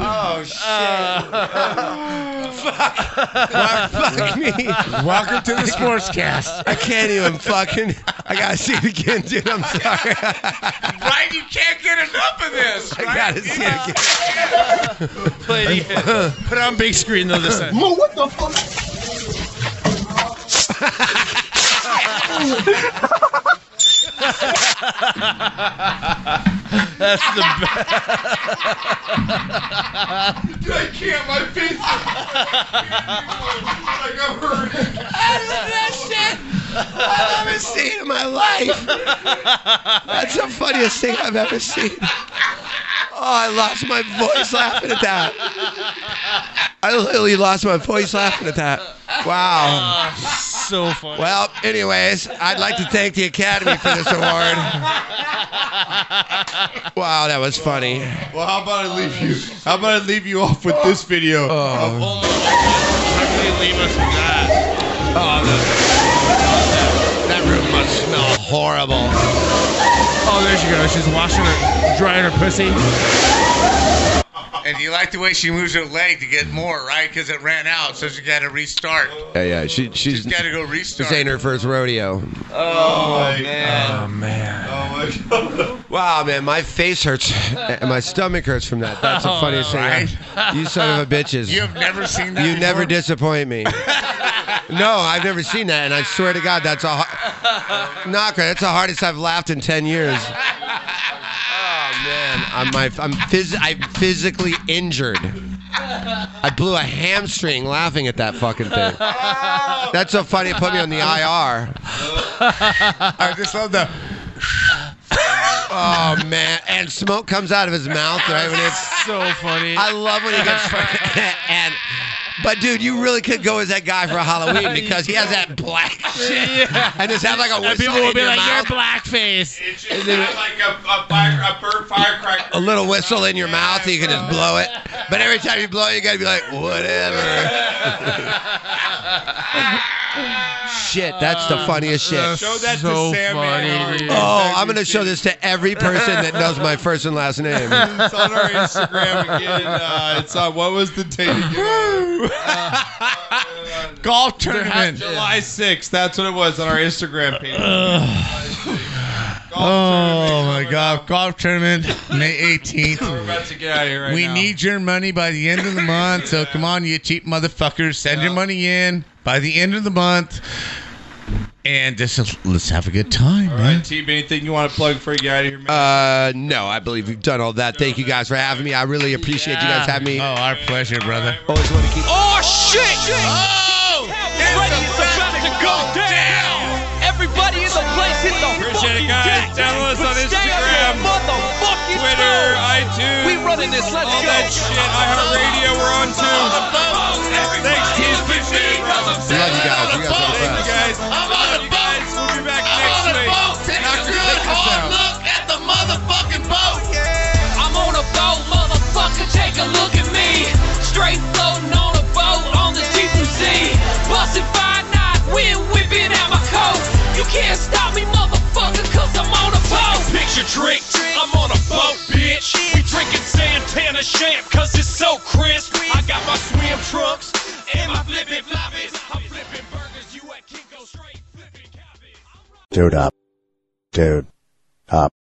oh shit. Fuck. Fuck me. Welcome to the Sportscast. I can't even fucking. I gotta see it again, dude. I'm sorry. Right? You can't get enough of this. I gotta see it again. Play the- Put it on big screen though this time. Mo, what the fuck? That's the best. I can't. My face. is- I got hurt. I've ever seen in my life. That's the funniest thing I've ever seen. Oh, I lost my voice laughing at that. I literally lost my voice laughing at that. Wow. Ah, so funny. Well, anyways, I'd like to thank the Academy for this award. Wow, that was funny. Well, how about I leave you? How about I leave you off with this video? of all my- How can you leave us with that? Oh, that, that room must smell horrible. Oh, there she goes. She's washing her, drying her pussy. And you like the way she moves her leg to get more, right? Because it ran out, so she got to restart. Yeah, yeah. She, she's She's gotta go restart. This ain't her first rodeo. Oh, my man. Oh man. Oh my god. Wow, man, my face hurts and my stomach hurts from that. That's the Oh, funniest thing. right? I've- You son of a bitches. You have never seen that. You before? never disappoint me. no, I've never seen that, and I swear to God, that's a har- knocker. That's the hardest I've laughed in ten years. Oh man, I'm my, I'm phys- I'm physically injured. I blew a hamstring laughing at that fucking thing. That's so funny. It put me on the IR. Oh, I just love the. Oh man, and smoke comes out of his mouth right when it's. So funny. I love when he gets and. But dude, you really could go as that guy for Halloween because he has that black shit Yeah. and just have like a And whistle people will in be your like, mouth. "You're blackface." It's just not like a, a, fire, a burnt firecracker. a little whistle in your mouth, you can just blow it. But every time you blow, it, you gotta be like, whatever. shit, that's the funniest shit. Show that So to Sam. funny, Mayer. dude. Oh, I'm gonna show this to every person that knows my first and last name. It's on our Instagram again. Uh, it's on what was the date again? Golf There had- tournament. July 6th. That's what it was on our Instagram page. Oh my God! Golf tournament May 18th. We're about to get out of here right we now. need your money by the end of the month. So come on, you cheap motherfuckers, send your money in by the end of the month, and just let's have a good time, All man. right, T, anything you want to plug before you get out of here? Man? Uh, no, I believe we've done all that. Thank you guys for having me. I really appreciate you guys having me. Oh, our pleasure, brother. Always want to keep. Oh shit! Oh! it's, about to go down. Everybody in the place hit the Appreciate fucking it, deck. guys. Follow us on Stay on your Instagram, motherfucking Twitter, toes. iTunes, We running this. Let's all go. that shit. iHeartRadio, we're on too. Thanks, T. It's been me. We love you guys. You guys are the Thank you best. guys. I'm on the boat. We'll be back I'm on next the week. boat. Take a Knock your good liquors hard down. look at the motherfucking boat. I'm on a boat, motherfucker, take a look at me. Straight floating on a boat on this deep blue sea. Bustin' by night, wind whipping out my coat. You can't stop me, motherfucker, cause I'm on a boat. Picture trick, I'm on a boat, bitch. We drinking Santana champ, cause it's so crisp. I got my swim trunks and my flippin' floppies. I'm flipping burgers, you at Kinko straight. Dude up. Dude up.